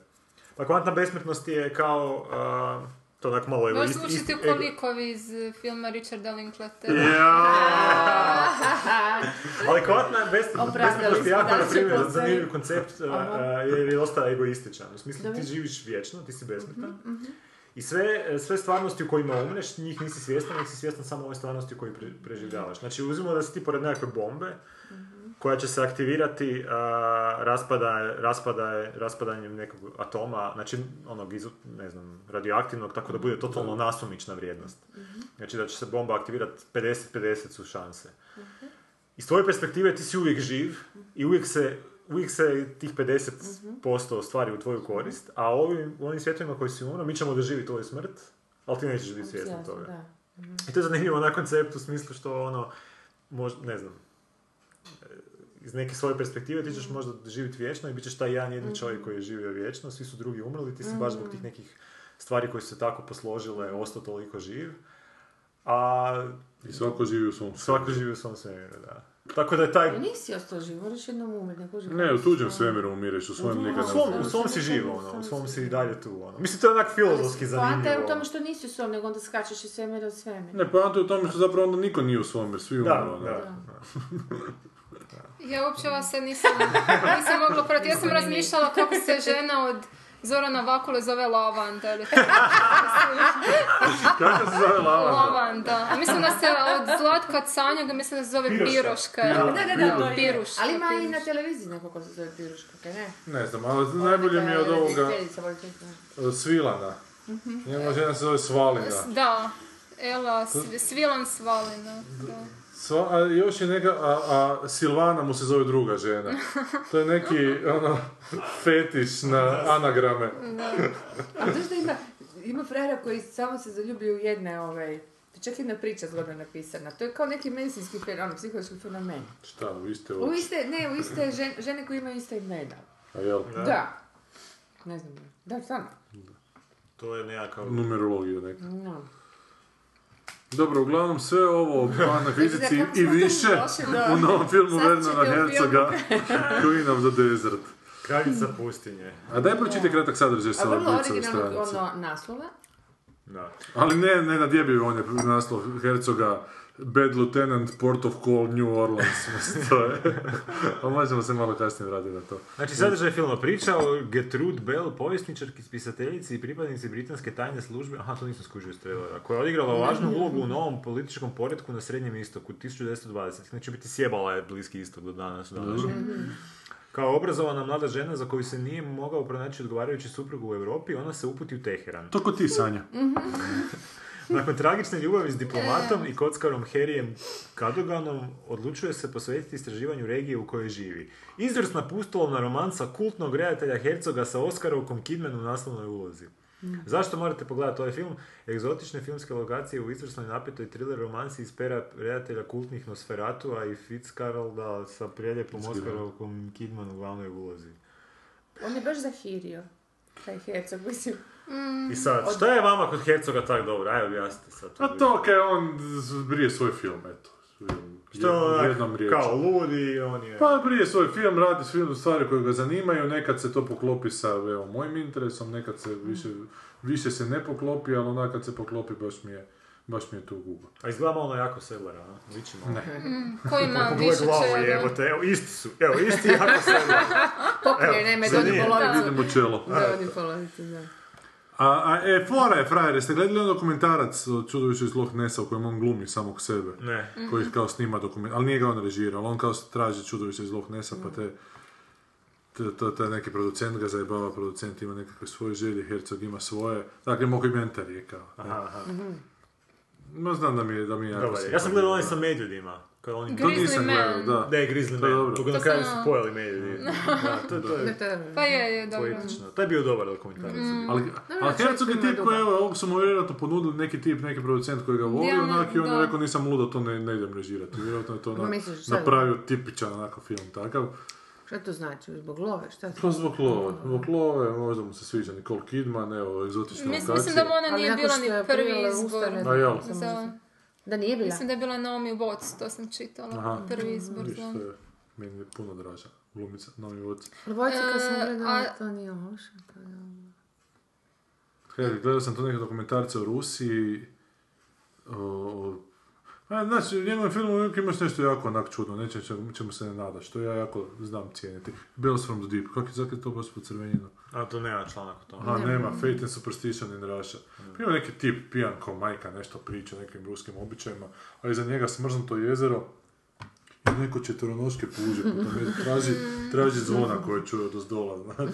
Speaker 3: Pa kvantna besmrtnost je kao, a, to onako malo egoist-
Speaker 4: Možeš zvučiti
Speaker 3: ist- ego-
Speaker 4: kolikovi iz eh, filma Richarda Linklatera.
Speaker 3: Ali kvantna besmrtnost
Speaker 1: Opravdali
Speaker 3: besmrtnost je
Speaker 1: smo
Speaker 3: jako, na
Speaker 1: naše
Speaker 3: primjer,
Speaker 1: koncepte.
Speaker 3: zanimljiv koncept uh,
Speaker 1: Aha.
Speaker 3: uh, jer je dosta egoističan. U smislu,
Speaker 1: Dobro. Mhm,
Speaker 3: ti živiš vječno, ti si besmrtan. I sve, sve stvarnosti u kojima umreš, njih nisi svjestan, nego si svjestan samo ove stvarnosti u kojoj pre- preživljavaš. Znači, uzmimo da si ti pored nekakve bombe,
Speaker 5: koja će se aktivirati a, raspada, raspada, raspadanjem nekog atoma, znači onog izu, ne znam, radioaktivnog, tako da bude totalno nasumična vrijednost. Znači da će se bomba aktivirati 50-50 su šanse. Iz tvoje perspektive ti si uvijek živ i uvijek se, uvijek se tih 50% ostvari u tvoju korist, a ovim, u onim svjetovima koji si umro, mi ćemo doživjeti tvoju smrt, ali ti nećeš biti svjestan
Speaker 6: Jasno,
Speaker 5: toga.
Speaker 6: da. Mhm.
Speaker 5: I to je zanimljivo na konceptu u smislu što ono, mož, ne znam, e, iz neke svoje perspektive ti ćeš možda živjeti vječno i bit ćeš taj jedan jedini
Speaker 6: Mhm.
Speaker 5: čovjek koji je živio vječno, svi su drugi umrli, ti si baš zbog
Speaker 6: Mhm.
Speaker 5: tih nekih stvari koje su se tako posložile, ostao toliko živ. A... I
Speaker 3: svako živi u svom
Speaker 5: Svako živi u svom svemiru, da. Tako da je taj...
Speaker 1: Pa Nisi ostao živ, moraš jednom umreti, ne kužim.
Speaker 3: Ne, u tuđem svemiru umireš, u svojem
Speaker 5: U
Speaker 3: nikad ne
Speaker 5: svom,
Speaker 3: umireš.
Speaker 5: u svom si živo, ono, u svom si i dalje tu, ono. Mislim, to je onak filozofski zanimljivo.
Speaker 1: Poanta je u tome što nisi u svom, nego onda skačeš iz svemira u svemir.
Speaker 3: Ne, poanta je u tome što zapravo onda niko nije u svom, jer svi umro. ono.
Speaker 5: da.
Speaker 4: Ja uopće vas sad nisam, nisam mogla pratiti. Ja sam razmišljala kako se žena od Zorana Vakule zove Lavanda. ili tako nešto.
Speaker 3: Kako se zove lavanda?
Speaker 4: Lavanda. A mislim da se od Zlatka Canjaga, mislim da se zove
Speaker 3: Piroška.
Speaker 4: Piroška.
Speaker 3: Da, da,
Speaker 1: Da, da,
Speaker 4: Piruška,
Speaker 1: to je.
Speaker 4: Piruška.
Speaker 1: Ali ima i na
Speaker 4: Piruška.
Speaker 1: televiziji neko ko se zove piruška, kaj ne?
Speaker 3: Ne znam, ali najbolje mi je od
Speaker 1: Ona neka
Speaker 3: ovoga
Speaker 1: rediteljica, volite, ne.
Speaker 3: e, Svilana.
Speaker 4: Mhm.
Speaker 3: Njegova žena se zove Svalina.
Speaker 4: Da. Ela, Svi- Svilan Svalina. Da.
Speaker 3: Sva, a još je neka, a, a Silvana mu se zove druga žena. To je neki ono, fetiš na anagrame.
Speaker 1: Da. A znaš da ima, ima frajera koji samo se zaljubi u jedne, ovaj, čak jedna priča zgodno napisana. To je kao neki medicinski fenomen, ono, psihološki fenomen.
Speaker 3: Šta, u iste
Speaker 1: U
Speaker 3: oči.
Speaker 1: iste, ne, u iste žen, žene koje imaju iste imena.
Speaker 3: A jel?
Speaker 1: Da. Ne znam, da, stvarno.
Speaker 5: To je nekakav...
Speaker 3: Numerologiju neku.
Speaker 1: No.
Speaker 3: Dobro, uglavnom sve ovo o na fizici
Speaker 1: Kako
Speaker 3: i
Speaker 1: Znači, smo
Speaker 3: više
Speaker 1: došli do-
Speaker 3: u novom filmu
Speaker 1: Sad ćete u
Speaker 3: Vernona
Speaker 1: filmu.
Speaker 3: Herzoga koji nam za desert.
Speaker 5: Kraljica pustinje.
Speaker 3: A daj pročitaj kratak sadržaj
Speaker 1: A
Speaker 3: sa
Speaker 1: Pa vrlo
Speaker 3: Blicove
Speaker 1: originalnog
Speaker 3: stranice.
Speaker 1: ono, naslova.
Speaker 5: Da.
Speaker 3: Ali ne, ne nadjebiv on je naslov Herzoga Bad Lieutenant, Port of Call, New Orleans. Mislim, to je. A možemo se malo kasnije vratiti na to.
Speaker 5: Znači, sadržaj filma priča o Gertrude Bell, povjesničarki, spisateljici i pripadnici britanske tajne službe, aha, to nisam skužio iz trailera, koja je odigrala važnu ulogu u novom političkom poredku na Srednjem istoku 1920. Znači, biti sjebala je Bliski istok do danas. danas.
Speaker 3: Dobro.
Speaker 4: Mhm.
Speaker 5: Kao obrazovana mlada žena za koju se nije mogao pronaći odgovarajući suprug u Europi, ona se uputi u Teheran.
Speaker 3: To ko ti, Sanja.
Speaker 5: Nakon tragične ljubavi s diplomatom i kockarom Herijem Kadoganom odlučuje se posvetiti istraživanju regije u kojoj živi. Izvrsna pustolovna romansa kultnog redatelja Hercoga sa Oskarovkom Kidman u naslovnoj ulozi.
Speaker 9: Mm.
Speaker 5: Zašto morate pogledati ovaj film? Egzotične filmske lokacije u izvrsnoj napetoj thriller romansi iz pera redatelja kultnih Nosferatua i Fitzcarralda sa prijeljepom
Speaker 1: Fitzgerald.
Speaker 5: Oskarovkom Kidman u glavnoj ulozi.
Speaker 1: On je baš zahirio. Taj hercog, mislim.
Speaker 5: I sad,
Speaker 1: Od-
Speaker 5: šta je vama kod Hercoga tako dobro? Ajde objasnite sad.
Speaker 3: A Pa to kaj on z- brije svoj film, eto.
Speaker 5: Što je onak
Speaker 3: jednom riječju.
Speaker 5: kao ludi i on je...
Speaker 3: Pa prije svoj film radi s filmom stvari koje ga zanimaju, nekad se to poklopi sa evo, mojim interesom, nekad
Speaker 5: Mm.
Speaker 3: se više, više se ne poklopi, ali onak kad se poklopi baš mi je, baš mi je to guba.
Speaker 5: A izgleda malo jako Sellera, a? Liči malo.
Speaker 3: Ne.
Speaker 4: Mm, Ko ima
Speaker 5: Pogledaj
Speaker 4: više
Speaker 5: glavu,
Speaker 4: čega?
Speaker 5: jebote, evo, isti su, evo, isti i jako Sellera.
Speaker 1: Pokrije, ne, me dodi polovicu.
Speaker 3: Idemo čelo.
Speaker 1: Dodi polovicu, da.
Speaker 3: A, a e, fora je, frajer, jeste gledali onaj dokumentarac o čudovištu iz Loch Nessa u kojem on glumi samog sebe?
Speaker 5: Ne.
Speaker 3: Koji kao snima dokument, ali nije ga on režirao, ali on kao traži čudovište iz Loch Nessa, pa te... te- To taj neki producent ga zajebava, producent ima nekakve svoje želje, Herzog ima svoje. Dakle, mockumentary je kao. ne?
Speaker 5: Aha, aha.
Speaker 3: No, znam da mi je, da mi je jako
Speaker 5: Dobar je.
Speaker 3: simpatično.
Speaker 5: Ja sam gledao onaj sa medvjedima. Kad oni...
Speaker 3: To nisam gledao, da.
Speaker 5: Ne, Grizzly
Speaker 3: To je
Speaker 5: Man.
Speaker 3: dobro.
Speaker 5: To ga na
Speaker 4: To
Speaker 5: kraju su
Speaker 4: sam- ono-
Speaker 5: pojeli medvjedi. Da, to, to je...
Speaker 4: Pa je, je, dobro.
Speaker 5: Poetično. To je bio dobar dokumentarac.
Speaker 4: Mm.
Speaker 3: Mm. Ali,
Speaker 4: Dobro,
Speaker 3: ali Herzog je
Speaker 4: čovjek ima
Speaker 3: tip koji, evo, ovog su mu vjerojatno ponudili neki tip, neki producent koji ga voli,
Speaker 4: Ja ne-
Speaker 3: onak, i on
Speaker 4: da.
Speaker 3: je rekao nisam ludo, to ne, ne idem režirati. Vjerojatno je to
Speaker 1: Ma
Speaker 3: onak,
Speaker 1: misliš, šta je?
Speaker 3: napravio tipičan onako film takav.
Speaker 1: Šta to znači? Zbog love? Šta to
Speaker 3: Pa zbog
Speaker 4: Mm.
Speaker 3: love, zbog love, možda mu se sviđa Nicole Kidman, evo, egzotične
Speaker 4: Mislim, mislim
Speaker 3: lokacije.
Speaker 4: da mu ona
Speaker 1: Ali
Speaker 4: nije
Speaker 1: nakon
Speaker 4: bila
Speaker 1: što
Speaker 4: ni
Speaker 1: je
Speaker 4: prvi
Speaker 1: pojela
Speaker 4: izbor.
Speaker 1: usta,
Speaker 5: Pa
Speaker 1: ne
Speaker 3: znam. A jel?
Speaker 4: Za...
Speaker 1: Da nije bila?
Speaker 4: Mislim da je bila Naomi Watts, to sam čitala.
Speaker 3: Aha.
Speaker 4: Prvi izbor
Speaker 3: Vidiš,
Speaker 4: za...
Speaker 3: to je meni je puno draža. Glumica, novi voc.
Speaker 1: Vojcika sam
Speaker 4: E,
Speaker 1: gledala,
Speaker 4: a-
Speaker 1: to nije loše. to je ono.
Speaker 3: Hej, gledao sam tu neke dokumentarce o Rusiji. O, o, a, znači, u njegovom filmu uvijek imaš nešto jako onak čudno, nečem čemu, čemu se ne nadaš, što ja jako znam cijeniti. Bills from the Deep, kako je zakaj to baš pocrvenjeno?
Speaker 5: A to nema članak o tome. Mm.
Speaker 3: Aha, nema, Fate and Superstition in Russia. Pa Ima neki tip pijan kao majka, nešto priča o nekim ruskim običajima, a iza njega smrznuto jezero i neko četvronoške puže, potom traži, traži zvona koje čuje od ozdola, znate.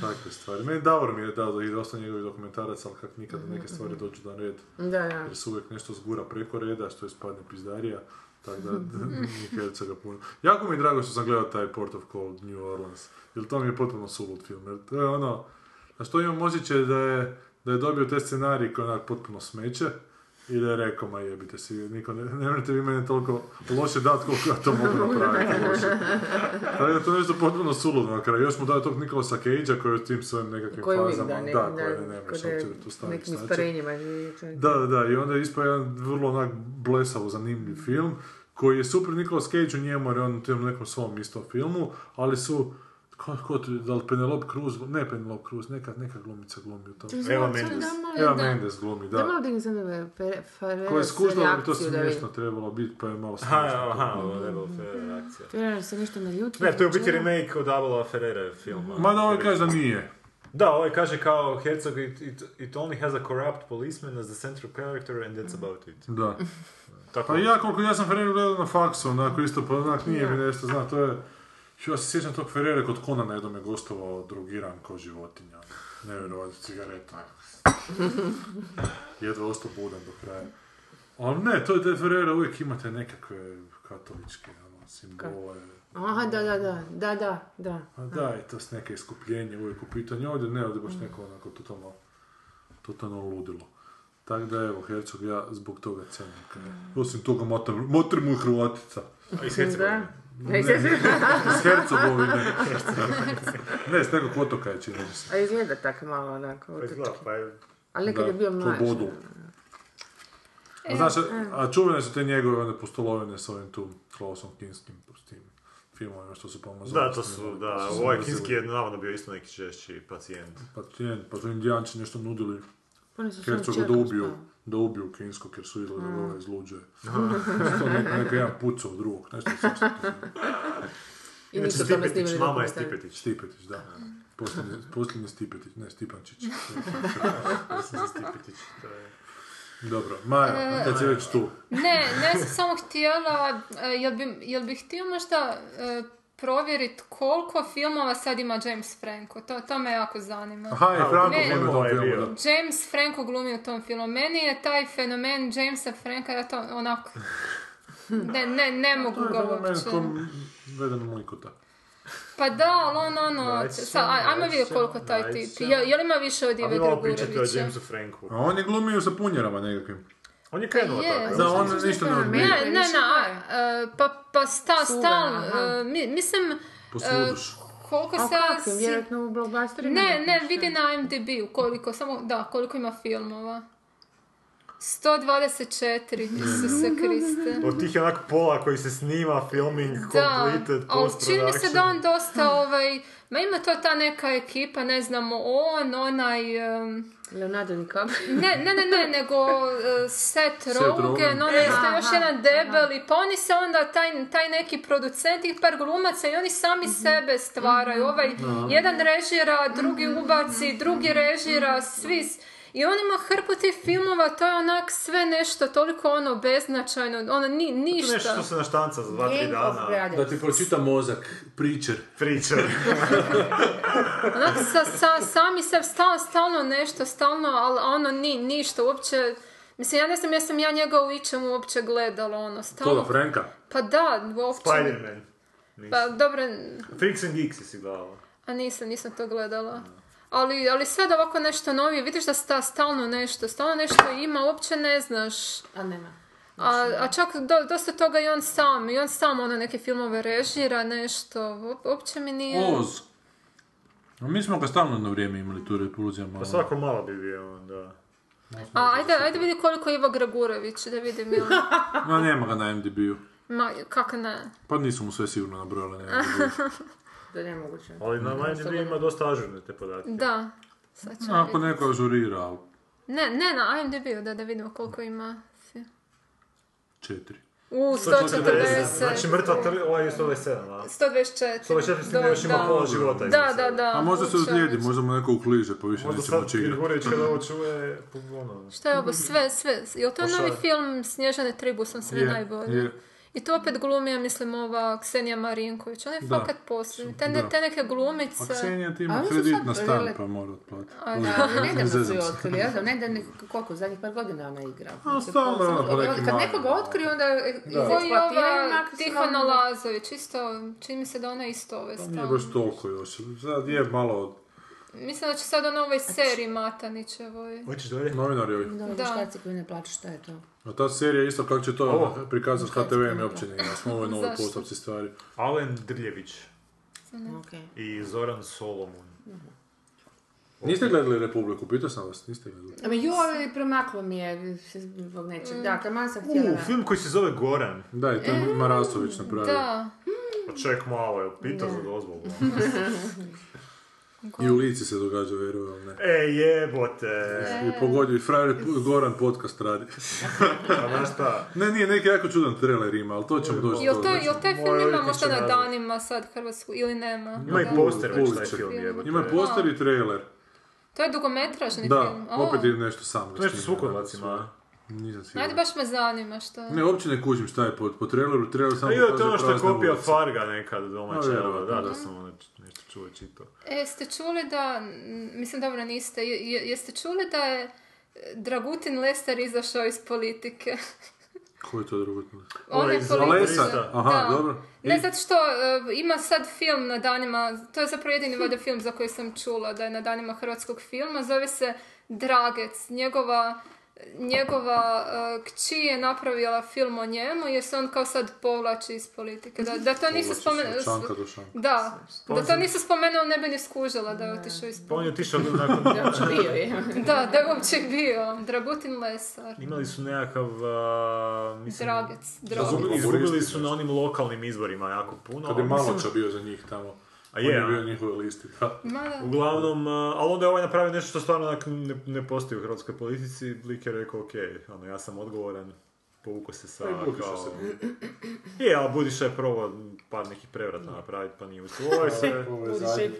Speaker 3: Takve stvari. Meni Davor mi je dao da i dosta njegovih dokumentaraca, ali kak nikada neke stvari dođu na red.
Speaker 1: Da, da.
Speaker 3: Jer se uvijek nešto zgura preko reda, što ispadne pizdarija. Tako da, Mikelca ga puno. Jako mi je drago što sam gledao taj Port of Call New Orleans. Jer to mi je potpuno sulud film. Jer to je ono, a što imam osjećaj da je, da je dobio te scenarije koji je onak potpuno smeće. I da je rekao, ma jebite si, niko ne, ne morate vi mene toliko loše dat koliko ja to mogu napraviti loše. Tako da to je nešto potpuno suludno na kraju. Još mu dao tog Nikolasa Cage-a koji je u tim svojim nekakvim
Speaker 1: Koji uvijek
Speaker 3: fazama.
Speaker 1: da, ne,
Speaker 3: da,
Speaker 1: da,
Speaker 3: koje ne, ne možeš
Speaker 1: kod je
Speaker 3: uopće tu staviti.
Speaker 1: Nekim
Speaker 3: znači.
Speaker 1: isparenjima. je čovjek.
Speaker 3: Da, da, da, i onda je ispao jedan vrlo onak blesavo zanimljiv film, koji je super Nicolas Cage u njemu, jer je on u tom nekom svom istom filmu, ali su, ko, ko to je, da li Penelope Cruz, ne Penelope Cruz, neka, neka glumica glumi u tom.
Speaker 1: Znači,
Speaker 3: Eva
Speaker 1: da,
Speaker 3: Mendes.
Speaker 1: malo-
Speaker 3: Eva
Speaker 1: da.
Speaker 3: Mendes glumi,
Speaker 1: Da
Speaker 3: da.
Speaker 1: malo digni za nove fere- fere-
Speaker 3: Koja je skužila da bi to
Speaker 1: reakciju da vidim.
Speaker 3: smiješno trebalo biti, pa je malo smiješno.
Speaker 5: Aha, aha, ovo je Double Ferrera akcija.
Speaker 1: Ferrer se nešto naljutio.
Speaker 5: Ne, to je u biti
Speaker 1: čega?
Speaker 5: remake od Double Ferrera filma.
Speaker 3: Ma da, ovaj kaže da nije.
Speaker 5: Da, ovaj kaže kao Herzog, it, it, it only has a corrupt policeman as the central character and that's about it.
Speaker 3: Da.
Speaker 5: Tako.
Speaker 3: Pa ja koliko ja sam Ferrera gledao na faksu, onako isto, pa onak nije mi nešto, zna, to je... Ja se sjećam tog Ferrera kod Konana jednom je gostovao drugiran kao životinja. Nevjerovatno, cigareta. Jedva ostao budan do kraja. Ali ne, to je da Ferrera uvijek imate nekakve katoličke ono, simbole.
Speaker 1: Aha, da, da, da, da, da, da.
Speaker 3: A da, i to s neke iskupljenje uvijek u pitanju. Ovdje ne, ovdje
Speaker 1: Mm.
Speaker 3: baš neko onako totalno, totalno ludilo. Tako da evo, Hercog ja zbog toga cenim. kad je.
Speaker 1: Mm.
Speaker 3: Osim toga, mater, mater mu je Hrvatica.
Speaker 5: A iz Hercegovine?
Speaker 1: Da. Iz Hercegovine.
Speaker 3: Iz Hercegovine. ne, s nekog otoka je čini mi se.
Speaker 1: A izgleda tako malo onako.
Speaker 5: Pa izgleda, pa je...
Speaker 1: Ali nekad
Speaker 3: Da,
Speaker 1: je bio
Speaker 3: ko
Speaker 1: mlađi. E,
Speaker 3: Bodul. A, znaš, a čuvene su te njegove one pustolovine s ovim tu Klausom Kinskim s tim filmovima što su pomazali.
Speaker 5: Da, to su, da, ovaj Kinski je navodno bio isto neki češći pacijent.
Speaker 3: Pa tijen, pa su indijanci nešto nudili.
Speaker 1: Pa oni su samo
Speaker 3: Hercogu da
Speaker 1: čerkom
Speaker 3: ubiju,
Speaker 1: spali.
Speaker 3: da ubiju Kinskog jer su vidjeli da ga
Speaker 1: Mm.
Speaker 3: ovaj izluđuje. Što neko, neko jedan pucao drugog, nešto sasvim.
Speaker 1: I nisu o tome snimili dokumentarni.
Speaker 3: Stipetić, da. Posljednji, posljednji Stipetić, ne, Stipančić.
Speaker 5: Mislim, Stipetić, to je...
Speaker 3: Dobro, Maja,
Speaker 4: E,
Speaker 3: kad si već tu.
Speaker 4: Ne, ne sam samo htjela, e, jel bi, jel bi htio možda e, provjerit koliko filmova sad ima James Franco, to, to me jako zanima.
Speaker 3: Aha, i Franco
Speaker 4: Ne,
Speaker 3: glumi u tom
Speaker 5: Ovaj bio.
Speaker 3: filmu, da.
Speaker 4: James Franco glumi u tom filmu. Meni je taj fenomen Jamesa Franka, ja to onako... Ne, ne, ne mogu
Speaker 3: To je
Speaker 4: ga
Speaker 3: fenomen
Speaker 4: uopće.
Speaker 3: kom vedeno mojkota.
Speaker 4: Pa da, ali on ono...
Speaker 5: Najsen,
Speaker 4: sa- a- ajmo vidjeti koliko taj tip.
Speaker 5: najsen.
Speaker 4: Je, je li ima više od
Speaker 5: A
Speaker 4: Ive
Speaker 5: mi malo pričati o
Speaker 4: Gregurevića?
Speaker 5: Jamesu Franku.
Speaker 3: A on je glumio sa punjerama nekakvim.
Speaker 5: On je krenuo
Speaker 4: Je.
Speaker 5: tako.
Speaker 3: Da, on ništa ne
Speaker 4: Ne,
Speaker 3: odbija.
Speaker 4: ne, ne, a, e, pa, pa sta,
Speaker 1: Sudan,
Speaker 4: stal,
Speaker 1: aha.
Speaker 4: e, mi- mislim,
Speaker 3: Posluduš.
Speaker 4: e, koliko
Speaker 1: A
Speaker 4: se...
Speaker 1: kakvim, Pa vjerojatno u blockbusterima?
Speaker 4: Ne, ne, vidi na IMDb koliko, samo, da, koliko ima filmova. 124, Isuse Kriste.
Speaker 5: Od tih je onako pola koji se snima, filming,
Speaker 4: Da,
Speaker 5: completed,
Speaker 4: ali čini mi se da on
Speaker 5: post-production.
Speaker 4: dosta, ovaj, ma ima to ta neka ekipa, ne znamo, on, onaj, em,
Speaker 1: Leonardo DiCaprio.
Speaker 4: ne, ne, ne, ne, nego eh, Seth Rogen,
Speaker 3: Rogen.
Speaker 4: on je isto još jedan debeli, pa oni se onda, taj, taj neki producent, tih par glumaca i oni sami sebe stvaraju, ovaj, jedan režira, drugi ubaci, drugi režira, svi, s- i on ima hrpu tih filmova, to je onak sve nešto, toliko ono beznačajno, ono ni,
Speaker 5: To je Nešto
Speaker 4: ništa.
Speaker 5: što se naštanca za dva, tri
Speaker 1: Gang of
Speaker 5: dana.
Speaker 1: Brothers.
Speaker 3: ti pročita mozak, pričer.
Speaker 5: Priča.
Speaker 4: Onako sa, sa, sami se stalno, stalno nešto, stalno, ali ono ni, ništa, uopće, mislim, ja ne znam, jesam ja njega u ičemu uopće gledala, ono,
Speaker 3: Koga,
Speaker 4: stalno.
Speaker 3: Franka?
Speaker 4: Pa da, uopće.
Speaker 5: Spider-Man.
Speaker 4: Pa
Speaker 5: Nisam.
Speaker 4: dobro,
Speaker 5: Freaks and Geeks si gledala.
Speaker 4: a nisam, nisam to gledala. Ali, ali sad ovako nešto novije, vidiš da sta, stalno nešto, stalno nešto ima, uopće ne znaš.
Speaker 1: A nema.
Speaker 4: A, a čak do- dosta toga i on sam, i on sam ono neke filmove režira, nešto, uop- uopće mi nije...
Speaker 3: Oz. A Mi smo ga stalno na vrijeme imali tu ono. repulzija malo.
Speaker 5: Pa svako malo bi bio on, da.
Speaker 4: A ajde, ajde vidi koliko je Ivo Gregurević, da vidim je on.
Speaker 3: No, nema ga na MDB-u.
Speaker 4: Ma, kak ne.
Speaker 3: Pa nisu mu sve sigurno nabrojali na MDB-u.
Speaker 1: To je nemoguće.
Speaker 5: Ali na IMDb ima dosta ažurne te podatke.
Speaker 4: Da, sad ću
Speaker 3: Ako
Speaker 4: vidjeti.
Speaker 3: neko ažurira, ali
Speaker 4: Ne, ne, na IMDb-u, da, da vidimo koliko ima. si.
Speaker 3: četiri.
Speaker 4: U,
Speaker 5: 140.
Speaker 4: 140.
Speaker 5: Znači mrtva trg, ovaj je 127, a?
Speaker 4: 124.
Speaker 5: 124 snimlja još ima
Speaker 4: da.
Speaker 5: pola života.
Speaker 4: Da, da, da.
Speaker 3: A
Speaker 1: Pa,
Speaker 3: možda se
Speaker 4: Vučević.
Speaker 3: uzlijedi, možda mu neko ukliže, pa više
Speaker 5: Možda
Speaker 3: nećemo
Speaker 5: sad
Speaker 3: moći igrati.
Speaker 5: Grigorić kada ovo čuje, po- ono...
Speaker 4: Šta je ovo sve, sve? Je li to
Speaker 5: Ošao
Speaker 4: novi
Speaker 5: Pa je.
Speaker 4: film Snježane tribus, sam sve
Speaker 3: Je,
Speaker 4: najbolje?
Speaker 3: je.
Speaker 4: I to opet glumi, ja mislim, ova Ksenija Marinković. Ona je
Speaker 3: Da.
Speaker 4: fakat posljedna. Te,
Speaker 3: Da.
Speaker 4: ne, te neke glumice...
Speaker 3: A Ksenija ti
Speaker 1: A
Speaker 3: ima
Speaker 1: oni su
Speaker 3: kredit
Speaker 1: sad
Speaker 3: na stan
Speaker 1: vele-
Speaker 3: pa mora otplatiti.
Speaker 1: A,
Speaker 3: Uzmi,
Speaker 1: da, ali nedavno su
Speaker 3: zezam
Speaker 1: ju
Speaker 3: se.
Speaker 1: otkrili, jel da, ne da nek- koliko, zadnjih par godina ona igra.
Speaker 3: A,
Speaker 1: Mislim,
Speaker 3: stalno
Speaker 1: posebno-
Speaker 3: ona po
Speaker 1: od-
Speaker 3: nekim
Speaker 1: Kad
Speaker 3: malim,
Speaker 1: nekoga otkriju, onda ih
Speaker 3: Da.
Speaker 4: Ko i
Speaker 1: eksploatiraju
Speaker 4: ova
Speaker 1: onako
Speaker 4: Tihana
Speaker 1: stalno.
Speaker 4: Lazović, isto, čini mi se da ona isto ove
Speaker 3: Pa Nije
Speaker 4: stalno.
Speaker 3: baš toliko još. Sad je malo...
Speaker 4: Mislim da će sad ona ovoj seriji Matanićevoj.
Speaker 5: Ovaj
Speaker 3: Hoćeš dalje? Novinari ovi.
Speaker 1: Da,
Speaker 4: Da.
Speaker 1: muškarci koji ne plaću, šta je to?
Speaker 3: A ta serija isto kako će to prikazati HTV mi uopće nije jasno. Ovo je novi
Speaker 1: Zašto?
Speaker 3: postavci stvari.
Speaker 5: Alen Drljević
Speaker 1: Okay.
Speaker 5: i Zoran Solomon.
Speaker 3: Niste gledali Republiku, pitao sam vas, niste gledali.
Speaker 1: Ma joj, promaklo ovaj mi je se zbog nečeg. Da, taman sam htjela.
Speaker 5: U, film koji se zove Goran.
Speaker 3: Da, i to
Speaker 4: E,
Speaker 3: je Marasović napravio.
Speaker 1: Da.
Speaker 5: Pa ček malo, je pitao
Speaker 1: Da.
Speaker 5: za dozvolu.
Speaker 3: I u Lici se događa, vjerujem ili ne.
Speaker 5: E, jebote.
Speaker 4: E.
Speaker 3: I pogodio, i frajer P- Goran podcast radi. Ne, nije, neki jako čudan trailer ima, ali to ćemo
Speaker 5: E,
Speaker 3: doći.
Speaker 4: Jel, to,
Speaker 3: do-
Speaker 4: jel taj film
Speaker 3: Moj
Speaker 4: ima
Speaker 3: odvjetnik
Speaker 4: možda
Speaker 3: će
Speaker 4: na
Speaker 3: raditi.
Speaker 4: danima sad Hrvatsku ili nema?
Speaker 3: Ima i
Speaker 4: Da.
Speaker 3: poster već taj
Speaker 5: Pulitzer.
Speaker 3: film,
Speaker 5: jebote.
Speaker 3: Ima poster i trailer.
Speaker 4: To je dugometražni
Speaker 3: Da,
Speaker 4: film. O,
Speaker 3: opet je nešto sam.
Speaker 5: To je nešto s
Speaker 3: vukodlacima, a? Nisam
Speaker 4: Ajde,
Speaker 3: siguran.
Speaker 4: baš me zanima što je.
Speaker 3: Ne, uopće ne kužim šta je po, po traileru, trailer samo
Speaker 5: E, je to ono što je
Speaker 3: prazne
Speaker 5: kopija
Speaker 3: ulice.
Speaker 5: Farga nekad
Speaker 3: A,
Speaker 5: domaća,
Speaker 3: vjerovatno,
Speaker 5: da,
Speaker 3: da.
Speaker 5: da sam ono nešto čuo i čitao.
Speaker 4: E, ste čuli da, m, mislim dobro niste, je- je- jeste čuli da je Dragutin Lesar izašao iz politike?
Speaker 3: Ko je to drugo?
Speaker 4: On
Speaker 5: Ovaj,
Speaker 4: je političar.
Speaker 3: Alesa? Aha,
Speaker 4: Da.
Speaker 3: dobro.
Speaker 4: Ne, zato što e, ima sad film na danima, to je zapravo jedini valjda film za koji sam čula da je na danima hrvatskog filma, zove se Dragec, njegova njegova e, kći je napravila film o njemu jer se on kao sad povlači iz politike. Da, da to nisu
Speaker 3: Povlači se od
Speaker 4: spomenuli...
Speaker 3: šanka do šanka.
Speaker 4: Da,
Speaker 5: Pa
Speaker 4: da
Speaker 5: on
Speaker 4: to
Speaker 5: se-
Speaker 4: nisu spomenuo ne bi ni skužila da je otišao iz
Speaker 5: Pa on je otišao
Speaker 4: Da,
Speaker 5: nakon...
Speaker 4: bio da, da je uopće bio. Dragutin Lesar.
Speaker 5: Imali su nekakav, a, mislim...
Speaker 4: Dragec,
Speaker 5: Izgubili-
Speaker 4: Dragec.
Speaker 5: Izgubili su na onim lokalnim izborima jako puno.
Speaker 3: Kad je
Speaker 5: ali
Speaker 3: Maloča
Speaker 5: mislim-
Speaker 3: bio za njih tamo.
Speaker 5: A
Speaker 3: On
Speaker 5: je,
Speaker 3: je
Speaker 5: a?
Speaker 3: bio njihove listi, da.
Speaker 4: Ma da.
Speaker 5: Uglavnom, a, ali onda je ovaj napravio nešto što stvarno onak ne, ne postoji u hrvatskoj politici. Blik je rekao, ok, ono, ja sam odgovoran, povuko se sa...
Speaker 3: E, Budiša
Speaker 5: kao...
Speaker 3: se
Speaker 5: Je, ali Budiša je probao par nekih prevrata napraviti, pa nije uspio. Ovo je se...
Speaker 3: Ovo je Ovaj zadnji.
Speaker 5: Je,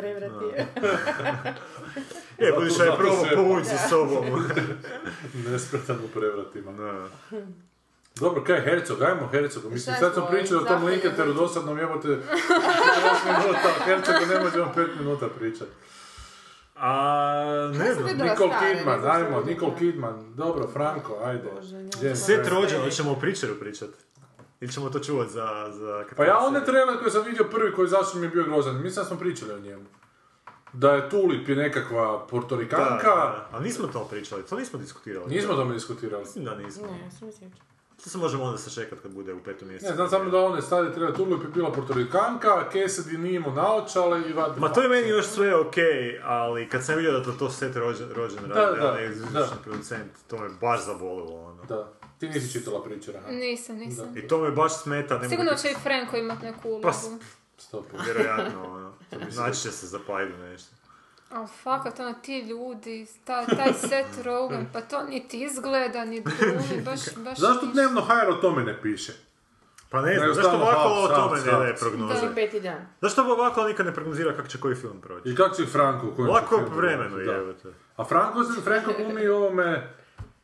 Speaker 3: Zato-
Speaker 5: Budiša je
Speaker 3: zato
Speaker 5: probao
Speaker 3: se-
Speaker 5: povući sa sobom.
Speaker 3: Nespretan u prevratima. Dobro, kaj Hercog, ajmo Hercog, mislim, sad smo pričali o tom
Speaker 5: Zapravo je-
Speaker 3: Linketeru, dosadnom jebote 8 minuta, o Hercogu ne možemo 5 minuta pričati.
Speaker 5: A, ne znam.
Speaker 3: Nicole Kidman, ajmo, Nicole Kidman, dobro, Franco, ajde. Gdje
Speaker 5: Set rođeno, ćemo o pričeru pričat. Ili ćemo to čuvat za... za
Speaker 3: Pa ja onaj trailer koji sam vidio prvi koji zašto mi je bio grozan, mislim da smo pričali o njemu. Da je Tulip je nekakva portorikanka,
Speaker 5: Da, da, ali nismo to pričali, to nismo diskutirali.
Speaker 3: nismo o tome diskutirali.
Speaker 5: Mislim da nismo.
Speaker 1: Ne, sam ne sjećam.
Speaker 5: To se možemo onda sačekat kad bude u petom mjesecu.
Speaker 3: Ne, znam samo da one stade treba Tulip je bila portorikanka, Cassidy nije mu naočale i vadi.
Speaker 5: Ma Pa to je meni još sve okej, ali kad sam vidio da to, to set rođen, rođen
Speaker 3: Da,
Speaker 5: radi,
Speaker 3: da,
Speaker 5: onaj izvršni
Speaker 3: da.
Speaker 5: producent, to me baš zabolilo ono.
Speaker 3: Da. Ti nisi čitala pričera, ha?
Speaker 4: Nisam, nisam.
Speaker 5: I to me baš smeta, ne
Speaker 4: Sigurno
Speaker 5: mogu...
Speaker 4: će i Franko imat neku ulogu.
Speaker 5: Pa, s-
Speaker 3: Stop.
Speaker 5: Vjerojatno, ono. Znači će se za pajdu nešto.
Speaker 4: Al fakat, ono, ti ljudi, ta, taj set Rogan, pa to niti izgleda, ni glumi, baš, baš...
Speaker 3: Zašto dnevno HR o tome ne piše?
Speaker 5: Pa ne
Speaker 3: Nego
Speaker 5: znam, zašto
Speaker 3: stalno
Speaker 5: ovako
Speaker 3: hap,
Speaker 5: o
Speaker 3: sap,
Speaker 5: tome ne
Speaker 3: sap.
Speaker 5: daje prognoze?
Speaker 1: Da. Peti dan.
Speaker 5: Zašto ovako nikad ne prognozira kako će koji film proći?
Speaker 3: I kako će Franko? u kojem će
Speaker 5: Lako
Speaker 3: filmu
Speaker 5: vremenu
Speaker 3: biti, da.
Speaker 5: jebote.
Speaker 3: A Franko, Franko glumi u ovome,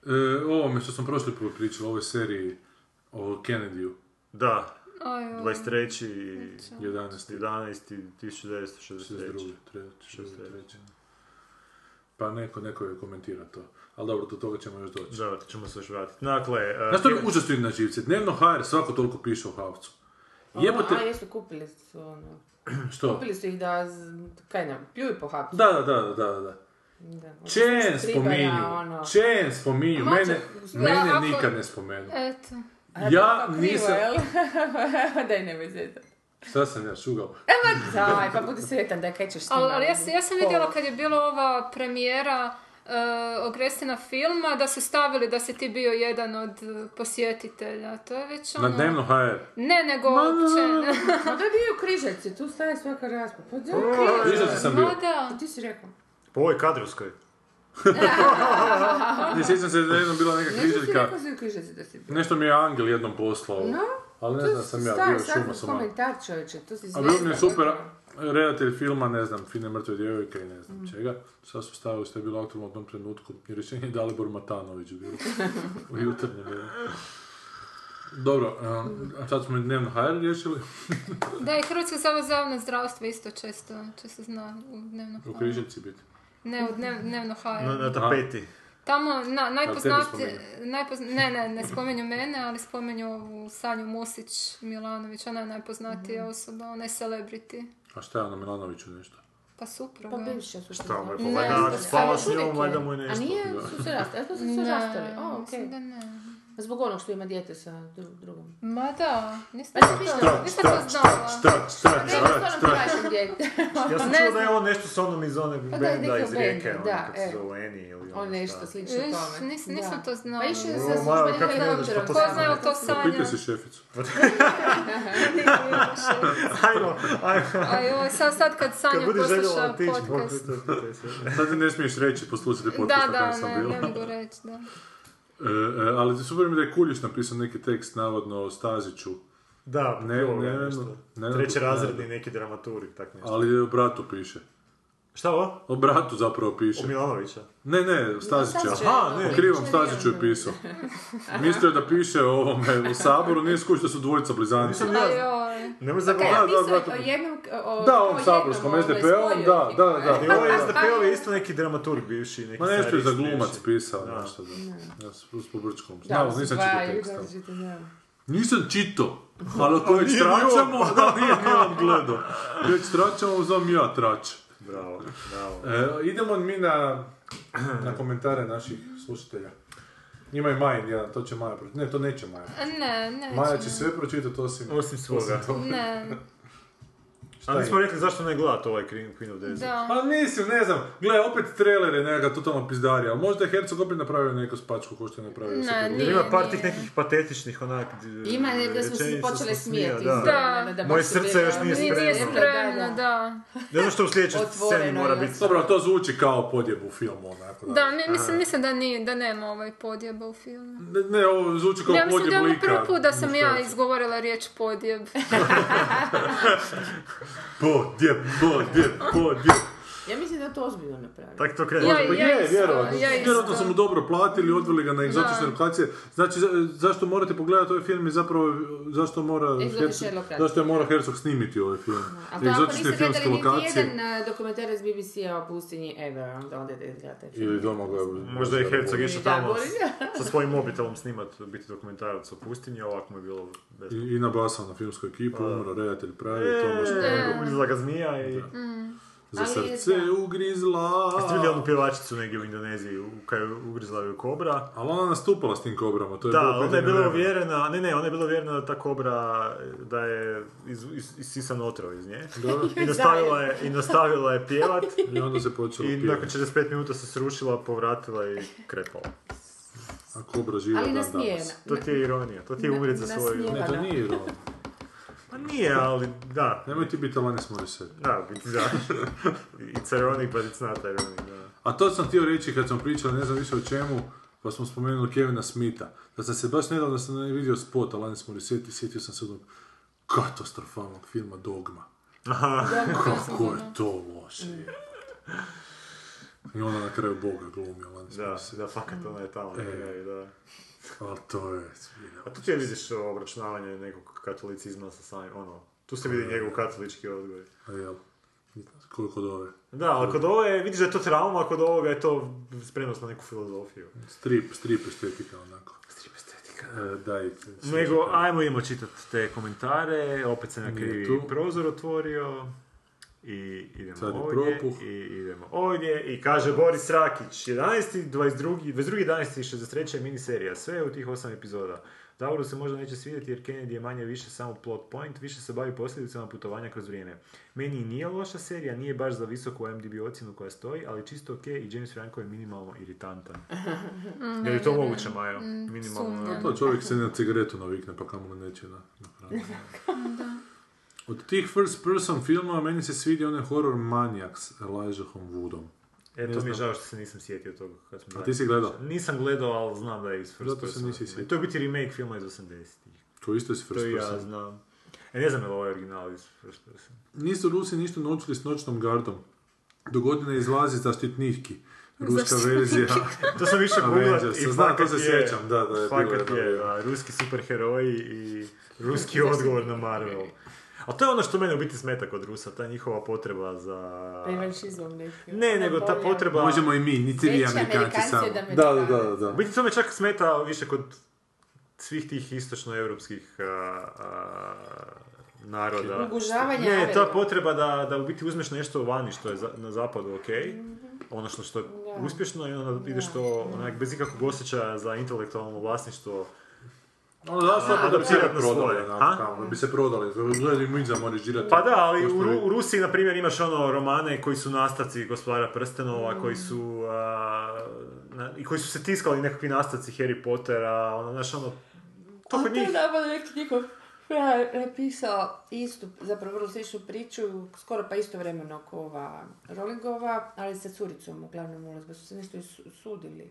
Speaker 3: e, ovome što sam prošli put pričao, u ovoj seriji o Kennedyu.
Speaker 5: Da.
Speaker 4: Aj, aj.
Speaker 5: 23. i
Speaker 3: 11.
Speaker 5: 11. 1963.
Speaker 3: 62. treći, treći. Pa neko, neko je komentira to. Ali dobro, do toga ćemo još doći.
Speaker 5: Dobro, to ćemo se još vratiti. Dakle, eh,
Speaker 3: Znaš to mi užasno ide na živce? Dnevno HR svako toliko piše o Havcu. Jebote,
Speaker 1: A, jesu, kupili su ono.
Speaker 3: što?
Speaker 1: Kupili su ih da, z- kaj nam, pljuju po hapsu.
Speaker 3: Da, da, da, da, da, da.
Speaker 1: Da.
Speaker 3: Čen
Speaker 1: Stribara,
Speaker 3: spominju,
Speaker 1: ono.
Speaker 3: Čen spominju,
Speaker 1: Može-
Speaker 3: mene,
Speaker 1: Ja,
Speaker 3: mene
Speaker 1: ako-
Speaker 3: nikad ne spomenu.
Speaker 4: Eto.
Speaker 1: A,
Speaker 3: Ja
Speaker 1: to je Pa, krivo,
Speaker 3: nisam...
Speaker 1: jel? Daj nemoj zezat.
Speaker 3: Šta sam ja šugao?
Speaker 1: Evo, daj, pa budi sretan da kaj ćeš s njima.
Speaker 4: Ali, ali ja, sam- ja sam vidjela kad je bila ova premijera uh,
Speaker 10: eh,
Speaker 4: Ogrestina filma, da su stavili da si ti bio jedan od eh, posjetitelja. To je već ono...
Speaker 3: Na dnevno HR.
Speaker 4: Ne, nego uopće.
Speaker 1: Ma da je bio u križevci, tu staje svaka raspa. Pa da,
Speaker 3: Križevci sam bio.
Speaker 4: Ma da.
Speaker 1: Ti si rekao. Pa
Speaker 5: po ovoj kadrovskoj.
Speaker 3: Ne sjećam se da je jednom bila neka
Speaker 1: Nešto si
Speaker 3: križeljka.
Speaker 1: rekao za križevci da si bio.
Speaker 3: Nešto mi je Angel jednom poslao.
Speaker 1: No,
Speaker 3: Ali ne
Speaker 1: tu
Speaker 3: znam sam ja,
Speaker 1: staje
Speaker 3: bio je
Speaker 1: svaki
Speaker 3: šuma sam malo.
Speaker 1: komentar čovječe, tu si
Speaker 3: A bio mi je
Speaker 1: zvijezda.
Speaker 3: super redatelj filma, ne znam, Fine mrtve djevojke i ne znam
Speaker 1: Mm.
Speaker 3: čega. Sad su stavili što je bilo aktualno u tom trenutku. I rješenje je Dalibor Matanović u bilo. U jutarnje vrijeme. Dobro, um, a sad smo i dnevno HR riješili.
Speaker 10: Da, i Hrvatski zavod za javno zdravstvo isto često, često zna u dnevno
Speaker 3: U
Speaker 10: HR.
Speaker 3: križevci biti.
Speaker 10: Ne, u dnev, dnevno HR.
Speaker 4: Na, na tapeti.
Speaker 10: Tamo na, najpoznati,
Speaker 4: tebe
Speaker 10: najpozna, ne, ne, ne spomenju mene, ali spomenju ovu Sanju Musić Milanović, ona je najpoznatija osoba, ona je celebrity.
Speaker 3: A šta je ono Milanoviću nešto?
Speaker 10: Pa supruga.
Speaker 1: Pa bivša supruga.
Speaker 4: Šta
Speaker 3: ono,
Speaker 4: mu je, pa
Speaker 10: Ne,
Speaker 4: valjda ako
Speaker 10: da.
Speaker 4: spava s
Speaker 1: Uvijek
Speaker 4: njom,
Speaker 1: je.
Speaker 4: valjda mu je nešto.
Speaker 1: A nije
Speaker 4: Da.
Speaker 1: su se rastali, a su se
Speaker 10: Ne,
Speaker 1: rastali. O,
Speaker 10: mislim
Speaker 1: okej.
Speaker 10: da ne.
Speaker 1: Zbog onog što ima dijete sa dru- drugom.
Speaker 10: Ma da, nisam
Speaker 1: Pa si mislila-
Speaker 10: to- nisam to znala.
Speaker 4: Šta, šta,
Speaker 1: Ne,
Speaker 4: šta,
Speaker 1: to
Speaker 4: šta?
Speaker 1: vašem djete.
Speaker 4: Ja sam
Speaker 1: Ne
Speaker 4: čuo da
Speaker 1: znam. Pa
Speaker 4: je on nešto s onom iz onog
Speaker 1: da, iz
Speaker 4: benda
Speaker 1: nekog
Speaker 4: iz Rijeke,
Speaker 1: benda,
Speaker 4: ono
Speaker 1: da,
Speaker 4: kako se
Speaker 1: e.
Speaker 4: zove Annie ili ono
Speaker 1: On nešto
Speaker 4: šta.
Speaker 1: slično
Speaker 10: Iš,
Speaker 1: tome.
Speaker 10: nis- nisam
Speaker 1: Da.
Speaker 10: to znala.
Speaker 1: Pa išao je
Speaker 4: Ovo,
Speaker 1: sa
Speaker 4: Majo,
Speaker 1: službenim
Speaker 4: kako ne znaš,
Speaker 1: helikopterom.
Speaker 4: pa to
Speaker 10: Ko zna je li to
Speaker 3: Pitaj
Speaker 10: Sanja?
Speaker 3: si šeficu.
Speaker 4: Ajmo, ajmo.
Speaker 10: Aj, ovo, sad, sad kad Sanja
Speaker 4: Kad budeš željela
Speaker 10: posluša
Speaker 4: otići,
Speaker 10: podcast.
Speaker 4: pitaj se.
Speaker 3: Sad ti ne smiješ reći, poslušajte podcast
Speaker 10: Da,
Speaker 3: na kojem
Speaker 10: da,
Speaker 3: sam
Speaker 10: ne,
Speaker 3: bio.
Speaker 10: ne mogu reći, da.
Speaker 3: E, e, ali super mi da je Kuljiš napisao neki tekst, navodno, o Staziću.
Speaker 4: Da,
Speaker 3: Ne,
Speaker 4: ne,
Speaker 3: ne,
Speaker 4: ne, nešto.
Speaker 3: ne, ne,
Speaker 4: Treći
Speaker 3: ne,
Speaker 4: razredni
Speaker 3: ne.
Speaker 4: neki dramaturg, tak nešto.
Speaker 3: Ali o bratu piše.
Speaker 4: Šta ovo?
Speaker 3: O bratu zapravo piše.
Speaker 4: O Milanovića.
Speaker 3: Ne, ne, Stazića.
Speaker 1: Stazića.
Speaker 4: Aha, ne.
Speaker 3: O krivom Staziću je pisao. Mislio je da piše o ovome u saboru, nije skušao da su dvojica blizanci.
Speaker 4: Nisam ja,
Speaker 10: Ajoj.
Speaker 1: Kaj,
Speaker 4: nemoj zaboraviti.
Speaker 3: Da,
Speaker 1: mislio
Speaker 3: da, brate.
Speaker 1: o jednom... o-
Speaker 3: Da,
Speaker 1: o
Speaker 3: on
Speaker 1: jednom,
Speaker 3: saborskom
Speaker 10: ono,
Speaker 1: ovaj,
Speaker 3: SDP-om,
Speaker 1: spojio
Speaker 3: da,
Speaker 1: ih,
Speaker 3: da,
Speaker 1: ovaj.
Speaker 3: da.
Speaker 4: I ovaj SDP-ov je isto neki dramaturg bivši, neki
Speaker 3: Ma nešto je za
Speaker 4: scenarist
Speaker 3: glumac
Speaker 4: bivši.
Speaker 3: pisao,
Speaker 4: Da.
Speaker 3: nešto da. Ja s, s pobrčkom.
Speaker 1: Da,
Speaker 3: Znao,
Speaker 1: su
Speaker 3: nisam
Speaker 1: dva,
Speaker 3: čitao
Speaker 1: ili
Speaker 3: tekst.
Speaker 1: da,
Speaker 3: ali-
Speaker 1: čitao, da.
Speaker 3: Nisam čitao, ali ako već
Speaker 4: nije ni on.
Speaker 3: tračamo, da nije ni on gledao. Već tračamo, znam ja trač.
Speaker 4: Bravo, bravo.
Speaker 3: E, idemo mi na, na komentare naših slušatelja. Njima je Majin jedan, to će Maja pročitati. Ne, to neće Maja.
Speaker 10: A Ne, ne.
Speaker 3: Maja će sve pročitati osim...
Speaker 4: Osim svoga.
Speaker 10: Ne,
Speaker 4: A nismo rekli zašto ne gledat ovaj Queen Queen of Days.
Speaker 10: da.
Speaker 3: Pa mislim, ne znam, gle, opet trailer je nekakva totalno pizdarija, ali možda je Herzog opet napravio neku spačku ko što je napravio
Speaker 10: Ne,
Speaker 3: sa Grudem.
Speaker 10: nije.
Speaker 4: Jer ima par tih nekih patetičnih onak... d-
Speaker 11: Ima, ne, da smo se
Speaker 4: rečenica
Speaker 11: počele
Speaker 4: smo smija,
Speaker 11: smijeti.
Speaker 4: Da.
Speaker 10: Da.
Speaker 4: Moje srce još nije
Speaker 10: Nije, nije
Speaker 4: spremno.
Speaker 10: spremno, da.
Speaker 4: Ne znam što u sljedećoj
Speaker 11: Otvoreno
Speaker 4: sceni mora
Speaker 11: je.
Speaker 4: biti.
Speaker 3: Dobro, to zvuči kao podjeb u filmu, onako.
Speaker 10: Da, mi, mislim, mislim da nije, da nema ovaj podjeba u filmu.
Speaker 3: Ne, ne, ovo zvuči kao
Speaker 10: Ja mislim
Speaker 3: podjeb
Speaker 10: da je ono
Speaker 3: lika.
Speaker 10: prvi put da sam ja
Speaker 3: muškarca.
Speaker 10: izgovorila riječ podjeb.
Speaker 3: Podjeb, podjeb, podjeb.
Speaker 11: Ja mislim da to ozbiljno napravio.
Speaker 4: Tak to krene.
Speaker 10: Ja-
Speaker 3: Pa je,
Speaker 10: isto,
Speaker 3: vjerojatno.
Speaker 10: ja isto.
Speaker 3: vjerojatno su mu dobro platili, odveli ga na egzotične
Speaker 10: Da.
Speaker 3: lokacije. Znači, za- zašto morate pogledati ovaj film i zapravo zašto mora
Speaker 11: Egzotične
Speaker 3: Herzog-
Speaker 11: lokacije.
Speaker 3: zašto je mora Herzog snimiti ovaj film?
Speaker 11: A to ako niste gledali niti
Speaker 1: e,
Speaker 11: jedan dokumentarac BBC-a o pustinji ever, onda onda idete gledati.
Speaker 3: Ili Domagoj.
Speaker 4: Možda je Herzog išao
Speaker 11: Da,
Speaker 4: tamo
Speaker 11: Boris.
Speaker 4: sa svojim mobitelom snimat, biti dokumentarac o pustinji, a ovako mu je bilo bez...
Speaker 3: I, i nabasao na filmsku ekipu, umro redatelj pravi, to može
Speaker 4: E, Ugrizla ga Pa zmija i...
Speaker 3: za
Speaker 11: Mm. Ali je
Speaker 3: srce ugrizla.
Speaker 4: Jeste vidjeli onu pjevačicu negdje u Indoneziji, u- kad je ugrizla ju kobra?
Speaker 3: Ali ona nastupala s tim kobrama, to je bilo
Speaker 4: Da, ona je
Speaker 3: pitanje
Speaker 4: bila
Speaker 3: vremena.
Speaker 4: uvjerena, ne ne, ona je bila uvjerena da ta kobra, eh, da je iz, iz, isisan otrov iz nje. I nastavila je, i nastavila je pjevat.
Speaker 3: I onda se počelo
Speaker 4: I
Speaker 3: pjevati.
Speaker 4: nakon 45 minuta se srušila, povratila i krepala.
Speaker 3: A kobra živa
Speaker 11: Ali
Speaker 3: dan
Speaker 11: nasmijena.
Speaker 3: danas.
Speaker 4: To ti je ironija, to ti je umret za svoju...
Speaker 3: Ne, to nije
Speaker 5: ono.
Speaker 3: ironija.
Speaker 4: Pa nije, ali da.
Speaker 3: Nemoj ti biti Alanis Morissette.
Speaker 4: Da, biti da. It's ironic, but it's not ironic, da.
Speaker 3: A to sam htio reći kad smo pričali, ne znam više o čemu, pa smo spomenuli Kevina Smitha. Da sam se baš nedavno sam vidio spot Alanis Morissette i sjetio sam se onog katastrofalnog filma Dogma. Kako je to loše.
Speaker 11: Mm.
Speaker 3: jebote. I ona na kraju Boga glumi Alanis
Speaker 4: Da,
Speaker 3: Morissette.
Speaker 4: da, fakat ona je tamo na kraju, da.
Speaker 3: Ali to je...
Speaker 4: A tu ti je vidiš ovo obračunavanje nekog katolicizma sa samim, ono, tu se vidi njegov katolički odgoj.
Speaker 3: A jel? Koliko dove?
Speaker 4: Da, ali kod ovo je, vidiš da je to trauma, a kod ovoga je to spremnost na neku filozofiju.
Speaker 3: Strip, strip estetika onako. Strip estetika. daj.
Speaker 4: Nego, ajmo idemo čitati te komentare, opet se na krivi
Speaker 3: tu.
Speaker 4: prozor otvorio. I idemo
Speaker 3: Sad je
Speaker 4: ovdje,
Speaker 3: propuh.
Speaker 4: i idemo ovdje, i kaže Boris Rakić, 11. 22. 22. 11. i 63. miniserija, sve u tih 8 epizoda. Davoru se možda neće svidjeti jer Kennedy je manje više samo plot point, više se bavi posljedicama putovanja kroz vrijeme. Meni i nije loša serija, nije baš za visoku MDB ocjenu koja stoji, ali čisto ok i James Franco je minimalno iritantan. je li to moguće, Majo? Minimalno.
Speaker 10: sumnjam.
Speaker 3: To čovjek se na cigaretu navikne, pa kamo li neće na, na hranu. Od tih first person filmova meni se svidio onaj horror manijak s Elijahom Woodom.
Speaker 4: E,
Speaker 3: Ne
Speaker 4: to mi
Speaker 3: znam.
Speaker 4: je žao što se nisam sjetio toga kad smo
Speaker 3: A ti
Speaker 4: zadnji
Speaker 3: si gledao?
Speaker 4: pričali. Nisam gledao, ali znam da je iz First
Speaker 3: Zato se
Speaker 4: Persona.
Speaker 3: nisi sjetio.
Speaker 4: I To je u biti remake filma iz 80-ih.
Speaker 3: To isto je s
Speaker 4: To
Speaker 3: first
Speaker 4: i ja
Speaker 3: person.
Speaker 4: znam. E, ne znam je li ovo je original iz First Persona.
Speaker 3: Nisu Rusi ništa naučili s noćnom gardom. Do godine izlazi zaštitnihki. Ruska verzija.
Speaker 4: to sam više googlat
Speaker 3: Avengers. Znam, to se sjećam, da, da je bilo
Speaker 4: Fakat
Speaker 3: jedno
Speaker 4: je,
Speaker 3: vrijeme.
Speaker 4: da, ruski superheroji i ruski odgovor na Marvel. A to je ono što mene u biti smeta kod Rusa, ta njihova potreba za...
Speaker 1: Pa Revanšizam neki.
Speaker 4: Ne, nego ta potreba...
Speaker 3: Pa Možemo i mi, niti vi
Speaker 1: Veći
Speaker 3: Amerikanci
Speaker 1: Amerikanci
Speaker 3: samo.
Speaker 1: od Amerikanaca. Da, da, da,
Speaker 4: U biti to me čak smeta više kod svih tih istočnoevropskih a, a, naroda.
Speaker 1: Ugužavanje
Speaker 4: Ne, ta
Speaker 1: naroda.
Speaker 4: potreba da, da u biti uzmeš nešto vani što je za- na zapadu ok, ono što, što je
Speaker 1: Da.
Speaker 4: uspješno i onda ideš to onak, bez ikakvog osjećaja za intelektualno vlasništvo.
Speaker 3: Ono da se
Speaker 4: A,
Speaker 3: da bi se
Speaker 4: adaptirat na
Speaker 3: prodali,
Speaker 4: svoje.
Speaker 3: onako,
Speaker 4: A?
Speaker 3: kao, da bi se prodali. Gledaj, mi idemo režirati.
Speaker 4: Pa da, ali
Speaker 3: Pošto
Speaker 4: u,
Speaker 3: vi-
Speaker 4: Ru- u Rusiji, na primjer, imaš ono romane koji su nastavci gospodara prstenova, koji su... a, na- I koji su se tiskali nekakvi nastavci Harry Pottera, ono, znaš, ono... To kod
Speaker 1: to
Speaker 4: njih...
Speaker 1: je nama neki njihov Pa frajer napisao istu, zapravo vrlo sličnu priču, skoro pa istovremeno kao ova Rowlingova, ali sa curicom uglavnom ulazba, su se nešto i su- sudili.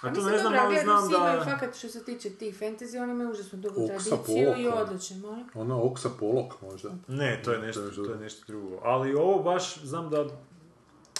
Speaker 4: A to
Speaker 1: mislim,
Speaker 4: Pa ne znam,
Speaker 1: dobro,
Speaker 4: ali
Speaker 1: ali
Speaker 4: znam
Speaker 1: Rusi
Speaker 4: da-
Speaker 1: imaju fakat što se tiče tih fantasy, oni imaju užasno dugu
Speaker 3: Oksa
Speaker 1: tradiciju i
Speaker 3: Poloka.
Speaker 1: odlične, molim.
Speaker 3: Ona Oksa Polok možda.
Speaker 4: Ne, to je nešto, to je nešto drugo. Ali ovo baš, znam da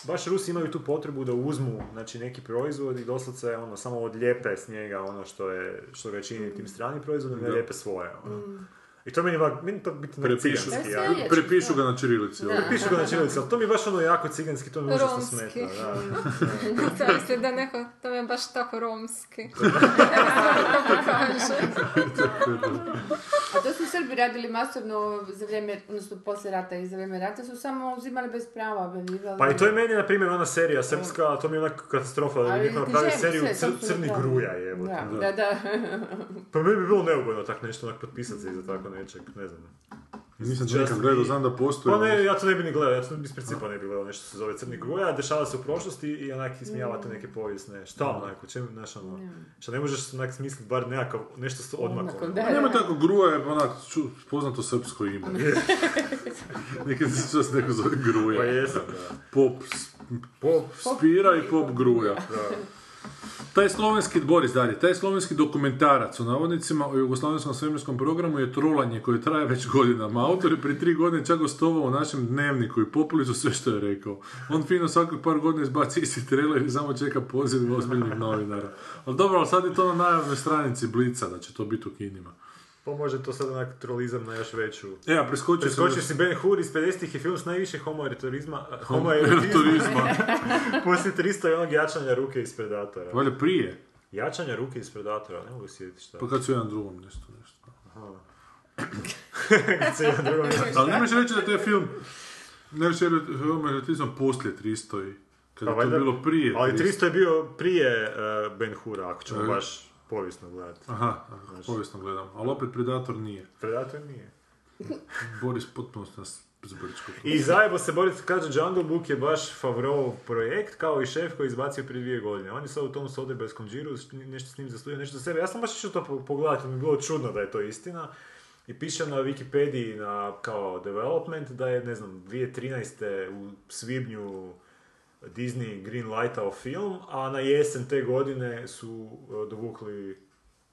Speaker 4: baš Rusi imaju tu potrebu da uzmu znači, neki proizvod i doslovce ono, samo odlijepe s njega ono što, je, što ga čini
Speaker 1: Mm.
Speaker 4: tim stranim proizvodom i
Speaker 3: Da.
Speaker 4: lijepe svoje. Ono.
Speaker 3: Mm.
Speaker 4: I to meni, ovak- meni to biti ne
Speaker 3: Prepišu,
Speaker 4: ciganski.
Speaker 3: pre-
Speaker 4: ja.
Speaker 3: prepišu ga na čirilici. ovo.
Speaker 4: Prepišu ga na čirilici, ali to mi baš ono jako ciganski, to mi užasno
Speaker 12: Romski.
Speaker 4: smeta. Da.
Speaker 1: Mm.
Speaker 12: to mislim da neko, to je baš tako romski. Kako kaže.
Speaker 1: A to su Srbi radili masovno za vrijeme, odnosno poslije rata i za vrijeme rata su samo uzimali bez prava, objavljivali.
Speaker 4: Pa i to je meni, na primjer, ona serija srpska, to mi je onak katastrofa da
Speaker 1: Mm.
Speaker 4: bi
Speaker 1: Ali
Speaker 4: neko
Speaker 1: ti
Speaker 4: napravi
Speaker 1: želim
Speaker 4: seriju
Speaker 1: sve,
Speaker 4: cr-
Speaker 1: to su
Speaker 4: crni
Speaker 1: napravili.
Speaker 4: gruja, evo.
Speaker 1: Da, da, da.
Speaker 4: Pa meni bi bilo neugodno tak nešto onak potpisati se iza tako nečeg, ne znam.
Speaker 3: Nisam
Speaker 4: Just
Speaker 3: nikad gledao,
Speaker 4: me.
Speaker 3: znam da postoji. ono-
Speaker 4: Pa ne, ja to ne bi ni gledao, ja to iz principa ne bi gledao nešto se zove Crni gruja, dešava se u prošlosti i onak ismijavate neke povijesne, šta onako, čemu, znaš ono, šta Mm. ne možeš onak smisliti bar nekakav, nešto s odmakom. ono.
Speaker 3: Pa Nema tako gruje, onak, ču- poznato srpsko ime. Nekad se sve se neko zove gruja.
Speaker 4: Pa jesam,
Speaker 3: Pop, s- pop spira i pop gruja. Taj slovenski, Boris dalje, taj slovenski dokumentarac u navodnicima o jugoslavenskom svemirskom programu je trolanje koje traje već godinama. Autor je pri tri godine čak gostovao u našem dnevniku i popili su sve što je rekao. On fino svakih par godina izbaci isti trailer i samo čeka poziv ozbiljnih novinara. Ali dobro, ali sad je to na najavnoj stranici Blica da će to biti u kinima.
Speaker 4: Pa može to sad onak trolizam na još veću.
Speaker 3: E, a preskočio sam-
Speaker 4: Preskočio si Ben Hur iz 50-ih je film s najviše homoerotizma,
Speaker 3: Homoerotizma.
Speaker 4: homoerotizma. Poslije 300 i onog jačanja ruke iz Predatora.
Speaker 3: Valjda prije,
Speaker 4: Jačanja ruke iz Predatora, ne mogu se sjetiti šta.
Speaker 3: pa kad su jedan drugom nešto. nešto.
Speaker 4: Aha. Kad se jedan drugom nešto-
Speaker 3: Ali nemaš reći da to je film, nemaš reći da je film erotizam poslije 300 i kad
Speaker 4: Pa
Speaker 3: je to
Speaker 4: valjda-
Speaker 3: bilo prije.
Speaker 4: Ali 300 je bio prije uh, Ben Hura, ako ćemo
Speaker 3: E.
Speaker 4: baš povijesno gledati.
Speaker 3: Aha, povijesno gledam. Ali opet Predator nije.
Speaker 4: Predator nije.
Speaker 3: Boris potpuno se nas zbrčko.
Speaker 4: I zajebo se Boris kaže Jungle Book je baš Favreau projekt kao i šef koji je izbacio prije dvije godine. On je sad u tom Sodeberskom džiru s- nešto s njim zastudio, nešto za sebe. Ja sam baš išao to po- pogledati, mi je bilo čudno da je to istina. I piše na Wikipediji na, kao development da je, ne znam, 2013. u svibnju Disney greenlightao film, a na jesen te godine su e, dovukli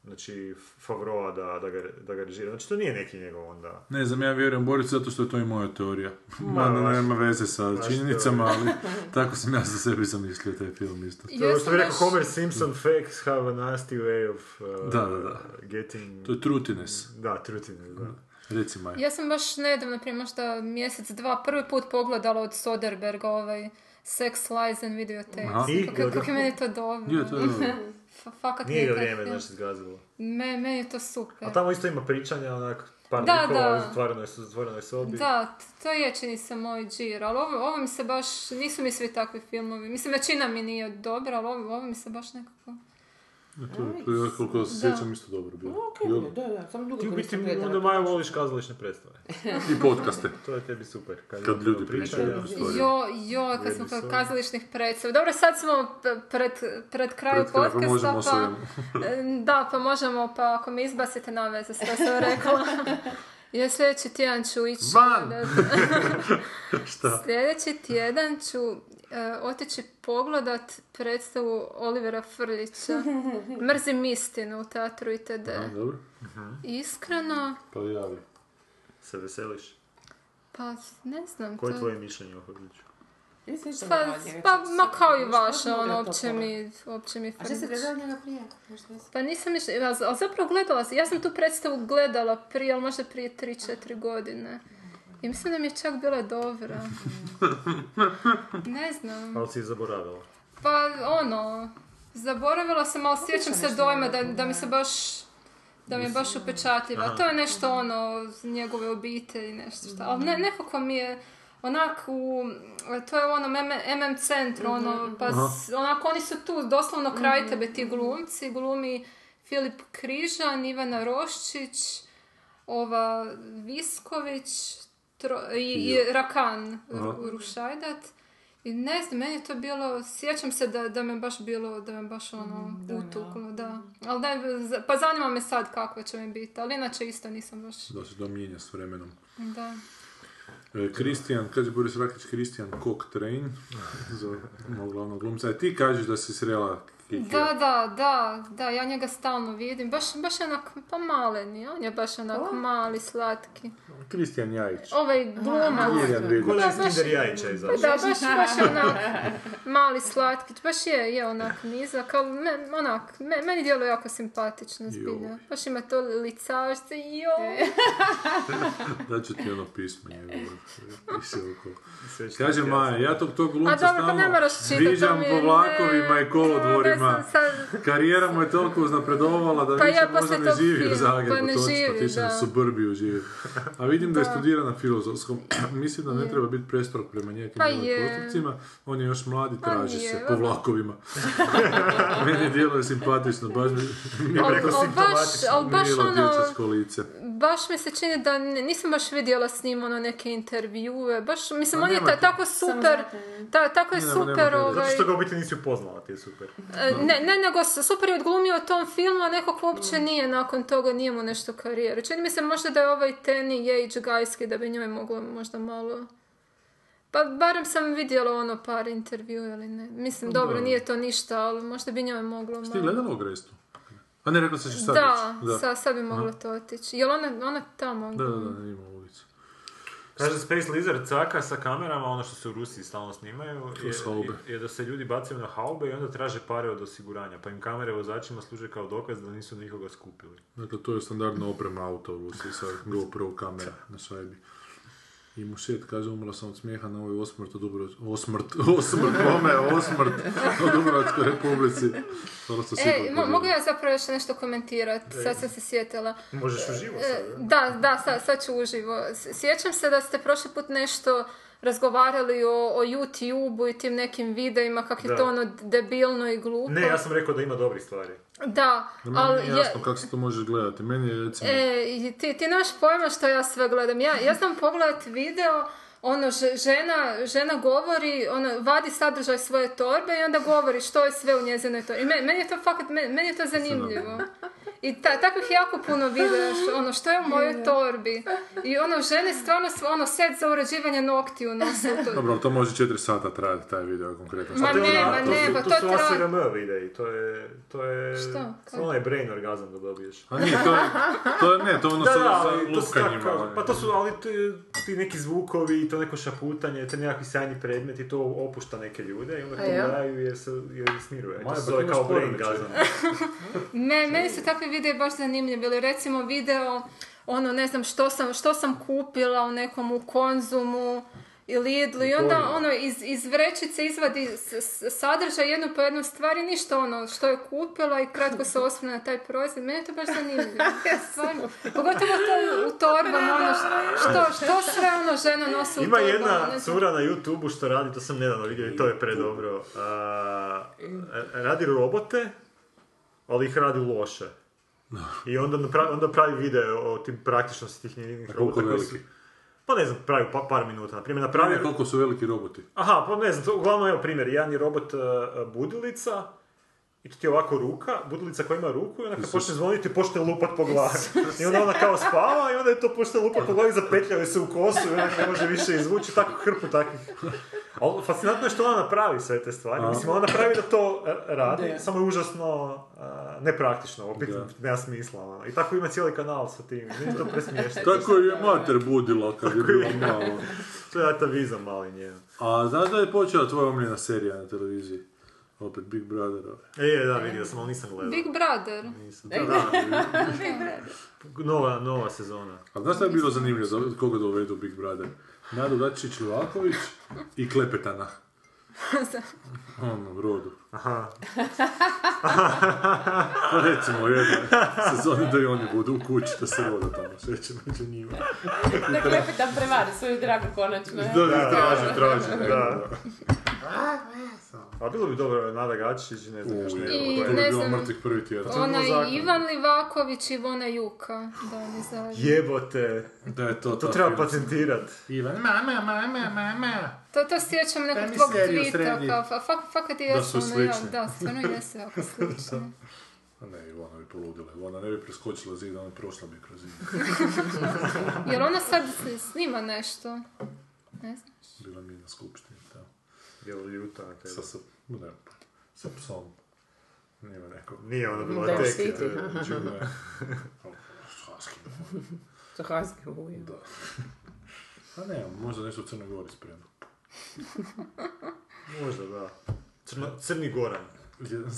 Speaker 4: znači Favroa da, da, ga, da ga režira. Znači to nije neki njegov onda.
Speaker 3: Ne znam, ja vjerujem Borisu zato što je to i moja teorija.
Speaker 4: Ma,
Speaker 3: Ma,
Speaker 4: vaš-
Speaker 3: nema veze sa
Speaker 4: vaš
Speaker 3: činjenicama, ali
Speaker 4: teorija.
Speaker 3: tako sam ja za sebi zamislio taj film isto.
Speaker 4: To je ovo što bi
Speaker 12: Jesam
Speaker 4: rekao
Speaker 12: baš-
Speaker 4: Homer Simpson, facts have a nasty way of uh,
Speaker 3: Mm. Da, da, da.
Speaker 4: getting...
Speaker 3: To je Mm. trutines.
Speaker 4: Da, trutine, da.
Speaker 3: Reci Maja.
Speaker 12: Ja sam baš nedavno, prije možda mjesec, dva, prvi put pogledala od Soderberga ovaj Sex, Lies and
Speaker 3: Aha.
Speaker 12: Videotapes.
Speaker 3: I?
Speaker 12: Kako, Pa kako je meni to dobro.
Speaker 3: Je, to je dobro.
Speaker 12: Fa- Fakat
Speaker 4: Nije ga
Speaker 12: nekad,
Speaker 4: vrijeme,
Speaker 12: ja.
Speaker 4: znači, zgazilo.
Speaker 12: Me, meni je to super.
Speaker 4: A tamo isto ima pričanja, onak, par
Speaker 12: Da,
Speaker 4: likova
Speaker 12: da.
Speaker 4: u zatvorenoj, su- zatvorenoj sobi.
Speaker 12: Da, t- to je čini se moj džir, ali ovo, ovo mi se baš, nisu mi svi takvi filmovi. Mislim, većina mi nije dobra, ali ovo, ovo mi se baš nekako...
Speaker 3: To je, to je, koliko se
Speaker 12: Da.
Speaker 3: sjećam, isto dobro bilo.
Speaker 1: Okej,
Speaker 3: I-
Speaker 1: da, da, samo dugo
Speaker 4: Ti u
Speaker 1: ga
Speaker 4: biti
Speaker 1: nisam gledala.
Speaker 4: onda Maja voliš kazališne predstave.
Speaker 3: I podcaste.
Speaker 4: to je tebi super. Kad,
Speaker 3: Kad ljudi pričaju
Speaker 4: ja.
Speaker 3: Sorry.
Speaker 12: Jo, jo, kad smo kod kazališnih predstava. Dobro, sad smo p- pred, pred kraju
Speaker 3: Pred kraj, pa
Speaker 12: podcasta,
Speaker 3: možemo o
Speaker 12: pa... da, pa možemo, pa ako me izbacite, na veze što sam rekla. Ja sljedeći tjedan ću ići...
Speaker 3: Van!
Speaker 12: ne znam.
Speaker 3: Šta?
Speaker 12: Sljedeći tjedan ću e, otići pogledat predstavu Olivera Frljića. Mrzim istinu u teatru itd.
Speaker 3: Aha, dobro.
Speaker 12: Iskreno,
Speaker 3: Mhm. Pa javi.
Speaker 4: Se veseliš?
Speaker 12: pa ne znam
Speaker 4: Koje je
Speaker 12: to.
Speaker 4: tvoje mišljenje o Hodžiću?
Speaker 13: Nisam ništa
Speaker 1: Pa,
Speaker 13: gledala od njega.
Speaker 1: pa ma kao i
Speaker 13: Šta sam
Speaker 1: vaše,
Speaker 13: mogla
Speaker 1: ono,
Speaker 13: to
Speaker 1: uopće
Speaker 13: pogledati?
Speaker 1: mi, uopće mi
Speaker 13: A šta si
Speaker 1: frč.
Speaker 13: gledala od njega prije? Možda nisi-
Speaker 1: Pa nisam ništa, a z- a zapravo gledala sam, ja sam tu predstavu gledala prije, ali možda prije 3-4 godine. I mislim da mi je čak bila dobra. Ne znam.
Speaker 4: Ali si je zaboravila.
Speaker 1: Pa ono, zaboravila sam, ali sjećam se dojma da, da mi se baš da mi je baš upečatljiva.
Speaker 4: Aha.
Speaker 1: To je nešto ono, njegove obitelji, nešto šta. Ali ne, nekako mi je onak u, to je u onom MM centru, ono, pa
Speaker 4: Aha.
Speaker 1: s- onako oni su tu, doslovno kraj tebe ti glumci, glumi Filip Križan, Ivana Roščić, ova Visković tro- i, i Rakan
Speaker 4: Aha.
Speaker 1: Ru- Rušajdat. I ne znam, meni je to bilo, sjećam se da, da me baš bilo, da me baš ono utuklo, da. Ali ne, za- pa zanima me sad kako će mi biti, ali inače isto nisam baš,
Speaker 3: Da se to mijenja s vremenom.
Speaker 1: da.
Speaker 3: E, Kristijan, kaže Boris Rakić, Kristijan Kok Train, za mog glavnog glumca. E, ti kažeš da si srela Kiki.
Speaker 1: Da, da, da, da, ja njega stalno vidim, baš, baš je onak, pa malen je, on je baš onak mali, slatki.
Speaker 3: Kristijan Jajić.
Speaker 1: Ovaj glumac.
Speaker 3: Iljan Vidić.
Speaker 1: Da,
Speaker 4: Kola iz
Speaker 1: baš-
Speaker 4: Kinder Jajića
Speaker 1: Pa
Speaker 4: izašao.
Speaker 1: Da, baš, baš je onak mali slatkić, baš je, je onak nizak, ali me- onak, me- meni djeluje jako simpatično zbilja. Baš ima to licašce, joj.
Speaker 3: Da ću ti ono pismo njegovo. Pisilko.
Speaker 4: Sve što
Speaker 3: Kaže
Speaker 4: ti
Speaker 3: Maja, ja tog tog glumca
Speaker 1: A dobro, pa ne
Speaker 3: stalno
Speaker 1: moraš čitati, to
Speaker 3: viđam
Speaker 1: mi je-
Speaker 3: po vlakovima i
Speaker 1: ne,
Speaker 3: kolodvorima.
Speaker 1: ne sam sad-
Speaker 3: Karijera mu je toliko uznapredovala da
Speaker 1: Pa
Speaker 3: više
Speaker 1: ja
Speaker 3: možda
Speaker 1: poslije
Speaker 3: ne
Speaker 1: tog
Speaker 3: živi u
Speaker 1: filma,
Speaker 3: Zagrebu,
Speaker 1: pa ne
Speaker 3: točno,
Speaker 1: živi,
Speaker 3: ti si na
Speaker 1: da.
Speaker 3: suburbiju živi. A vidim da je
Speaker 1: Da.
Speaker 3: studira na filozofskom. Mislim da ne treba biti prestrog prema nekim
Speaker 1: Pa
Speaker 3: novim
Speaker 1: je.
Speaker 3: postupcima. On je još mladi,
Speaker 1: Pa
Speaker 3: traži
Speaker 1: je,
Speaker 3: se po
Speaker 1: valjda.
Speaker 3: vlakovima. Meni djeluje simpatično, baš mi, mi je
Speaker 1: Al-
Speaker 3: preko
Speaker 1: al baš- al baš
Speaker 3: milo
Speaker 1: ono-
Speaker 3: dječačko lice.
Speaker 1: Baš mi se čini da n- nisam baš vidjela s njim ono neke intervjue, baš, mislim,
Speaker 4: A
Speaker 1: on je
Speaker 4: nemojte.
Speaker 1: ta- tako super, ta- tako je
Speaker 4: Ne, nema- nema
Speaker 1: super,
Speaker 4: teorije. Zato
Speaker 1: ovaj,
Speaker 4: što ga u biti nisi upoznala, ti je super.
Speaker 1: e, ne, ne, nego s- super je odglumio u tom filmu, a nekako
Speaker 3: Mm.
Speaker 1: uopće nije nakon toga, nije mu nešto karijere. Čini mi se možda da je ovaj Tenny Gage gajski, da bi njoj moglo možda malo... Pa barem sam vidjela ono par intervjua ili ne. Mislim,
Speaker 3: Pa Da.
Speaker 1: dobro, nije to ništa, ali možda bi njoj moglo
Speaker 3: Ti
Speaker 1: malo.
Speaker 3: gledala u Grejstu? A ne, rekla se će sad
Speaker 1: Da,
Speaker 3: ići. da.
Speaker 1: sa- sad bi moglo
Speaker 3: Aha.
Speaker 1: to otići. Jel ona, ona tamo?
Speaker 3: Da, da, da, ima ulicu.
Speaker 4: Kaže, Space Lizard caka sa kamerama, ono što se u Rusiji stalno snimaju, je,
Speaker 3: s haube.
Speaker 4: je, je da se ljudi bacaju na haube i onda traže pare od osiguranja, pa im kamere vozačima služe kao dokaz da nisu nikoga skupili.
Speaker 3: Dakle, to je standardna oprema auta u Rusiji sa GoPro kamera na šajbi. I mušet kaže, umrla sam od smijeha na ovoj osmrt u Dubrovac... Osmrt, osmrt, kome je osmrt u Dubrovačkoj republici. Stvarno sam
Speaker 1: E, mo-
Speaker 3: sigurno.
Speaker 1: mogu ja zapravo još nešto komentirati,
Speaker 3: E.
Speaker 1: sad sam se sjetila.
Speaker 4: Možeš uživo
Speaker 1: E, Da, da, sad, sad ću uživo. S- Sjećam se da ste prošli put nešto razgovarali o, o youtube i tim nekim videima, kak je
Speaker 4: Da.
Speaker 1: to ono debilno i glupo.
Speaker 4: Ne, ja sam rekao da ima dobrih stvari.
Speaker 1: Da,
Speaker 3: Da meni
Speaker 1: ali
Speaker 3: nije
Speaker 1: ja-
Speaker 3: jasno kako se to može gledati. Meni je recimo...
Speaker 1: E, i ti, ti nemaš pojma što ja sve gledam. Ja, ja znam pogledat video, ono, ž- žena, žena govori, ono, vadi sadržaj svoje torbe i onda govori što je sve u njezinoj torbi. I me- meni je to fakat, me- meni je to zanimljivo. I ta, takvih jako puno videa, š- ono, što je u mojoj torbi. I ono, žene stvarno, su, ono, set za uređivanje noktiju nose. To,
Speaker 3: Dobro, ali to može 4 sata trajati taj video konkretno.
Speaker 1: Ma
Speaker 3: Sad je
Speaker 1: ne,
Speaker 3: ona-
Speaker 1: ma
Speaker 4: to,
Speaker 1: ne,
Speaker 4: su-
Speaker 1: pa
Speaker 4: to,
Speaker 1: to
Speaker 4: su
Speaker 1: traje-
Speaker 4: ASRM videi, to je... To je...
Speaker 1: Šta?
Speaker 4: Samo onaj brain orgazam da dobiješ.
Speaker 3: A nije, to je, to je, ne, to je ono
Speaker 4: da,
Speaker 3: sa,
Speaker 4: da,
Speaker 3: Pa sa ono.
Speaker 4: ali to su
Speaker 3: lupkanjima.
Speaker 4: tako-
Speaker 3: ali-
Speaker 4: pa to su, ali to je- ti neki zvukovi, i to neko šaputanje, te nekakvi sjajni predmeti, to opušta neke ljude i onda
Speaker 1: A jel?
Speaker 4: to daju jer se jer ih smiruje.
Speaker 3: Maja,
Speaker 4: to
Speaker 3: pa
Speaker 4: se
Speaker 3: ti
Speaker 4: zove
Speaker 3: imaš
Speaker 4: kao brain
Speaker 3: poremećaj.
Speaker 4: orgazam.
Speaker 1: Ne, meni su takvi videi baš zanimljivi, ili recimo video, ono, ne znam, što sam, što sam kupila u nekom u Konzumu i Lidlu i onda
Speaker 4: Pojma.
Speaker 1: ono iz, iz vrećice izvadi s- s- sadržaj jednu po jednu stvar i ništa ono što je kupila i kratko se osvrne na taj proizvod. Meni je to baš zanimljivo. Stvarno. Pogotovo to u torbama, ono što, što sve ono žena nosi u
Speaker 4: Ima
Speaker 1: torbama. ono,
Speaker 4: jedna
Speaker 1: ne znam.
Speaker 4: cura na youtube što radi, to sam nedavno vidio i to je predobro. A, e, radi robote, ali ih radi loše. I onda, napravi, onda pravi video o tim praktičnosti tih njenih robota. koji su-
Speaker 3: veliki?
Speaker 4: Pa ne znam, pravi pa, par minuta. Na primjer, napravi...
Speaker 3: Ne, koliko su veliki roboti.
Speaker 4: Aha, pa ne znam, to, uglavnom evo primjer, jedan je robot e, e, budilica i to ti je ovako ruka, budilica koja ima ruku i ona kad počne zvoniti počne lupat po glavi. I onda ona kao spava i onda je to počne lupat po glavi, zapetljaju se u kosu i ona ne može više izvući, tako hrpu takvih. Ali fascinantno je što ona napravi sve te stvari. Mislim, ona napravi da to e, radi,
Speaker 14: Da.
Speaker 4: samo je užasno e, nepraktično, opet nema smisla. ono. I tako ima cijeli kanal sa tim, meni je to presmiješno.
Speaker 3: Tako ju je mater budila kad je
Speaker 4: Tako
Speaker 3: bila
Speaker 4: je.
Speaker 3: malo.
Speaker 4: To je atavizam mali njen.
Speaker 3: A znaš da je počela tvoja omiljena serija na televiziji? Opet Big Brother.
Speaker 4: E, da, vidio sam, ali nisam gledao.
Speaker 15: Big Brother.
Speaker 4: Da, da. Nova, nova sezona.
Speaker 3: A znaš šta je bilo zanimljivo za koga dovedu u Big Brother? Nadu Dačić Livaković i Klepetana. Ono, rodu.
Speaker 4: Aha.
Speaker 3: Pa recimo, jedna sezona da i oni budu u kući, da se roda tamo, šeće među njima.
Speaker 1: Da klepetam prevari svoju dragu konačno.
Speaker 3: Da, da, traži, traži.
Speaker 4: Da. A bilo bi dobro Nada Gačić, ne znam još
Speaker 3: Uj,
Speaker 4: ne.
Speaker 15: I
Speaker 3: to bi
Speaker 15: ne
Speaker 3: bilo
Speaker 15: znam,
Speaker 3: mrtvih prvi tjedan.
Speaker 15: Ona i Ivan Livaković i Ivona Juka. Da, ne zajedno.
Speaker 4: Jebote.
Speaker 3: Da je to
Speaker 4: To
Speaker 3: ta
Speaker 4: treba
Speaker 3: film.
Speaker 4: patentirat.
Speaker 3: Ivan,
Speaker 15: Mama, mama, mama. To, to sjećam
Speaker 3: Daj
Speaker 15: nekog
Speaker 3: mi
Speaker 15: tvog
Speaker 3: seriju
Speaker 15: tweeta,
Speaker 3: sredi.
Speaker 15: kao, fa- fak- fakat je
Speaker 3: Da
Speaker 15: jesu,
Speaker 3: su
Speaker 15: ono, ja,
Speaker 3: slične.
Speaker 15: da, stvarno jesu jako slične.
Speaker 3: A Pa Ne, Ivana bi poludila. Ivana ne bi preskočila zid, ona prošla bi kroz zid.
Speaker 15: Jer ona sad s- snima nešto. Ne znam.
Speaker 3: Bila mi je na skupštini tamo.
Speaker 4: Je li ljuta na tebe?
Speaker 3: Sa, sa, ne, sa psom. Nije me rekao.
Speaker 4: Nije ona bila
Speaker 1: Da,
Speaker 4: tek.
Speaker 1: svi
Speaker 3: eh,
Speaker 1: ti.
Speaker 4: e,
Speaker 3: Čudno je.
Speaker 1: Sa haskim uvijem.
Speaker 3: Da. A Pa ne, možda nešto u Crnoj Gori spremno.
Speaker 4: Možda, da. Crno, crni Goran.
Speaker 3: Jedan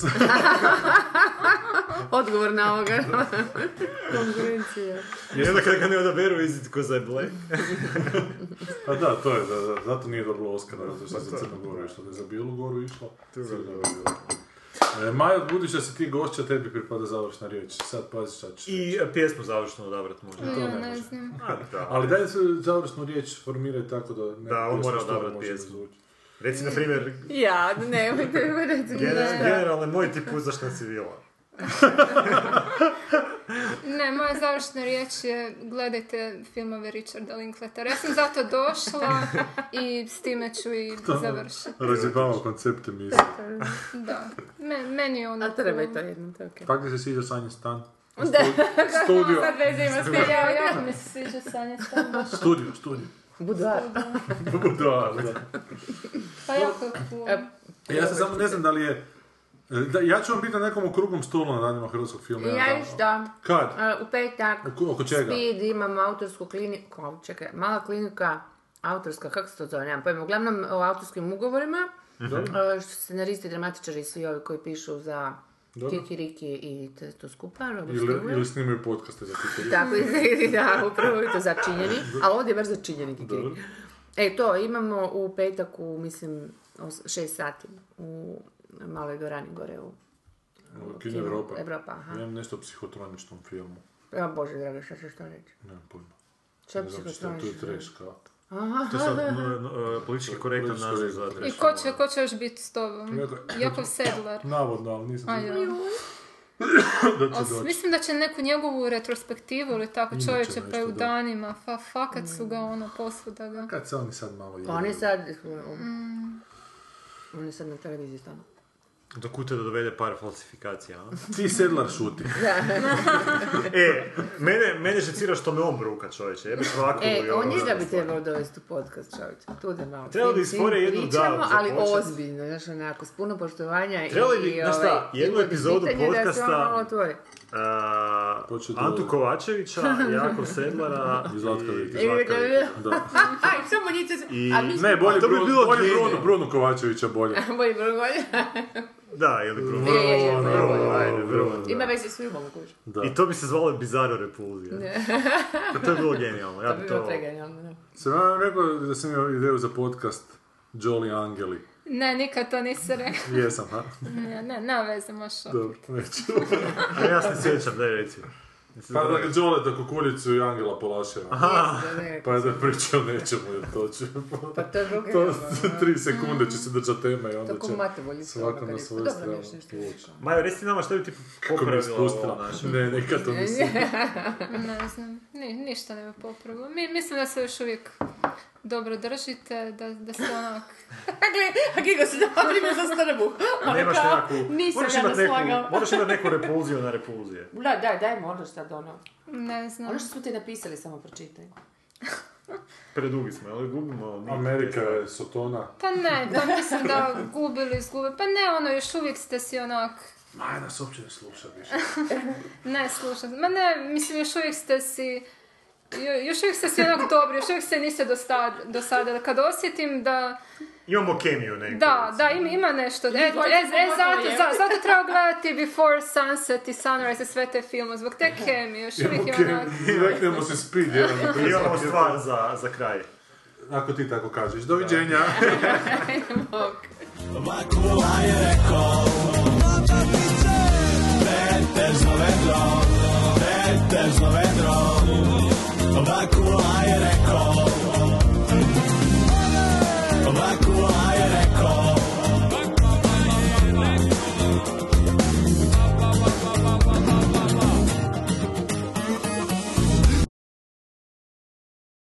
Speaker 1: Odgovor na ovoga. Konkurencija.
Speaker 4: I onda kad ga ne odaberu, izid ko za Black.
Speaker 3: A Pa da, to je, da, da. zato nije dobilo Oscara, zato što je za Crnu Goru išlo. Da je za Bijelu Goru išlo, Crna Gora je bila. E, Majo, budući da si ti gošća, tebi pripada završna riječ. Sad pazi šta ćeš.
Speaker 4: I e, pjesmu završno odabrat možda.
Speaker 3: To ne
Speaker 15: ne
Speaker 3: može.
Speaker 15: znam.
Speaker 4: A, da.
Speaker 3: Ali daj se završnu riječ formiraj tako da... ne-
Speaker 4: Da, on
Speaker 3: pjesma
Speaker 4: mora
Speaker 3: što
Speaker 4: odabrat
Speaker 3: može
Speaker 4: pjesmu.
Speaker 3: zvuči.
Speaker 4: Reci, na primjer,
Speaker 1: Ja, nemojte mi reći.
Speaker 4: gener-
Speaker 1: ništa.
Speaker 4: generalno, moj ti puzaš na civila.
Speaker 15: Ne, moja završna riječ je gledajte filmove Richarda Linklatera. Ja sam zato došla i s time ću i
Speaker 3: To
Speaker 15: završiti.
Speaker 3: Razjebamo koncepte misli.
Speaker 15: Da. Me- meni je ono...
Speaker 1: A treba i
Speaker 15: cool.
Speaker 1: to jedno, to je okej.
Speaker 3: Kako ti se sviđa Sanje Stan?
Speaker 1: Da,
Speaker 3: Studio.
Speaker 1: sad veze ima
Speaker 15: Ja,
Speaker 1: ste ja.
Speaker 15: jako mi se sviđa Sanja Stanović.
Speaker 3: Studio, studio.
Speaker 1: Budvar.
Speaker 3: da, da.
Speaker 15: Pa jako je cool.
Speaker 1: E,
Speaker 3: Ja se samo ne znam da li je... e, Da, ja ću vam biti na nekom okruglom stolu na danima hrvatskog filma.
Speaker 1: Ja
Speaker 3: da-
Speaker 1: još da.
Speaker 3: Kad?
Speaker 1: A, U petak.
Speaker 3: Oko- oko čega?
Speaker 1: Speed, imamo autorsku kliniku. Kao, Čekaj, mala klinika, autorska, kako se to zove, nemam pojma. Uglavnom o autorskim ugovorima.
Speaker 3: Mhm.
Speaker 1: a, Što se scenaristi, dramatičari i svi ovi koji pišu za
Speaker 3: Dobro.
Speaker 1: Kiki Riki i te- to skupa, Robert
Speaker 3: Ili,
Speaker 1: Stewart.
Speaker 3: ili snimaju podcaste za Twitter.
Speaker 1: Tako i da, upravo je to začinjeni, ali ovdje je baš začinjeni kikiri.
Speaker 3: Dobro.
Speaker 1: E, to imamo u petak u, mislim, os- šest sati u maloj dvorani gore u...
Speaker 3: Kino,
Speaker 1: Kino
Speaker 3: Europa.
Speaker 1: Europa, aha.
Speaker 3: Imam nešto o psihotroničnom filmu.
Speaker 1: Ja, Bože, draga, šta ćeš to reći?
Speaker 3: Nemam pojma.
Speaker 1: Šta je
Speaker 3: Ne znam šta je, to je
Speaker 1: psihotronični?
Speaker 3: trash kao.
Speaker 1: Aha.
Speaker 4: To je sad no, no, e, politički korektan
Speaker 3: Politički
Speaker 4: naziv za
Speaker 3: korektan.
Speaker 4: adres.
Speaker 15: I ko će, ko će još biti s tobom?
Speaker 3: Neko-
Speaker 15: Jakov Sedlar.
Speaker 3: Navodno, ali
Speaker 15: A
Speaker 3: nisam
Speaker 15: ja.
Speaker 3: da
Speaker 15: Ali
Speaker 3: će doći.
Speaker 15: mislim da će neku njegovu retrospektivu ili tako
Speaker 3: Imat će
Speaker 15: čovječe pa je
Speaker 3: nešto,
Speaker 15: u
Speaker 3: da.
Speaker 15: danima. Fa, fakat su
Speaker 4: Mm.
Speaker 15: ga ono posvuda ga.
Speaker 3: Kad se oni sad malo jedu.
Speaker 1: Pa, Oni sad... Oni sad na televiziji stano.
Speaker 4: Do kuta da dovede par falsifikacija, a?
Speaker 3: Ti Sedlar šuti.
Speaker 4: E, mene, mene žicira što me on bruka, čovječe, jebeš ovako
Speaker 1: E,
Speaker 4: ili
Speaker 1: on
Speaker 4: ono.
Speaker 1: je da bi trebao dovesti u podcast, čovječe. Tu da malo.
Speaker 4: Trebalo bi
Speaker 1: Tim, tim
Speaker 4: stvore jednu
Speaker 1: pričamo,
Speaker 4: da, za
Speaker 1: ali
Speaker 4: počet.
Speaker 1: ozbiljno, znaš, onako, s puno poštovanja i...
Speaker 4: Trebali bi,
Speaker 1: i,
Speaker 4: znaš
Speaker 1: ovaj,
Speaker 4: šta, jednu
Speaker 1: i
Speaker 4: epizodu
Speaker 1: pitanje da se
Speaker 4: podcasta-
Speaker 1: ono malo otvori.
Speaker 4: A, E, Antu Kovačevića, Jakov Sedlara i Zlatka
Speaker 1: I Zlatka Vikića.
Speaker 3: Da.
Speaker 1: Aj, samo njih se...
Speaker 4: I-
Speaker 1: a mi smo-
Speaker 3: Ne, bolje
Speaker 4: To bi
Speaker 3: Bruno,
Speaker 4: bilo
Speaker 3: bolje
Speaker 4: genijalno.
Speaker 3: Bruno, Bruno Kovačevića bolje.
Speaker 1: Bolje, bolje, bolje.
Speaker 4: Da, ili Bruno.
Speaker 1: Je, je, je,
Speaker 4: Bruno,
Speaker 1: Bruno.
Speaker 4: ajde, Bruno, da.
Speaker 1: Ima veze s filmom, kuži.
Speaker 4: I to bi se zvalo Bizarro Repulzija. Pa To je bilo genijalno, ja
Speaker 1: To bi
Speaker 4: bi
Speaker 1: bilo ono.
Speaker 4: to...
Speaker 1: pregenijalno. da.
Speaker 3: Sam ja vam rekao da sam imao ideju za podcast Jolly Angeli.
Speaker 15: Ne, nikad to nisi rekao.
Speaker 3: Jesam, ha?
Speaker 15: Ne, ne, na veze, možeš ovo.
Speaker 3: Dobro, neću.
Speaker 4: A ja se ne sjećam, daj reci. Mislim,
Speaker 3: Pa
Speaker 4: da-
Speaker 3: da Đole da kukuljicu i Angela Polaševa.
Speaker 1: Jeste, da, da.
Speaker 3: Pa je da priča o nečemu, jer to će...
Speaker 1: Pa to je bilo
Speaker 3: To
Speaker 1: genijalno.
Speaker 3: tri sekunde će se držati teme i onda
Speaker 1: Tako matovolji
Speaker 3: će
Speaker 1: su
Speaker 3: svako
Speaker 1: ono
Speaker 3: na
Speaker 1: kad je-
Speaker 3: svoju
Speaker 1: Dobro,
Speaker 3: stranu
Speaker 1: nešto, nešto
Speaker 3: ući.
Speaker 4: Majo, reci nama što bi ti
Speaker 3: Kako mi je
Speaker 4: popravila ovo
Speaker 3: ispustila?
Speaker 4: naše.
Speaker 3: Ne, nikad to nisam.
Speaker 15: Ne znam, ni, ništa ne bi popravila. Mi, mislim da se još uvijek
Speaker 4: dobro držite, da, da ste onak...
Speaker 1: a kako se zaprimio za strbu?
Speaker 5: A nemaš
Speaker 1: Kao,
Speaker 5: nekakvu...
Speaker 1: Nisam
Speaker 5: moraš
Speaker 1: ja
Speaker 5: imat neku,
Speaker 1: naslagao.
Speaker 5: moraš imati neku repulziju na repulzije.
Speaker 1: Da, daj, daj možda sad ono.
Speaker 4: Ne znam.
Speaker 1: Ono što smo ti napisali samo pročitaj.
Speaker 15: E,
Speaker 5: Predugi smo, ali gubimo... nit.
Speaker 3: Amerika je sotona.
Speaker 4: Pa ne, pa mislim da gubili, izgubili. Pa ne, ono, još uvijek ste si onak...
Speaker 3: Maja nas uopće ne sluša više.
Speaker 4: Ne, slušam. Ma ne, mislim, još uvijek ste si... jo- Još uvijek ste si onak dobri, još uvijek se niste dosta- dosadili. Kad osjetim da...
Speaker 5: Imamo kemiju neku.
Speaker 4: Da, da, ima, ima nešto. E, e,
Speaker 1: dvojica
Speaker 4: e,
Speaker 1: smo
Speaker 4: zato,
Speaker 1: gotovi,
Speaker 4: za- zato treba gledati Before Sunset i Sunrise i sve te filme. Zbog te kemije, još uvijek je onak...
Speaker 3: Reknemo se speed jedan. do
Speaker 5: I
Speaker 3: trideset.
Speaker 5: imamo stvar za, za kraj.
Speaker 3: Ako ti tako kažeš. Doviđenja.
Speaker 9: Makulaj rekao Vetezno vedro Vetezno vedro Vakula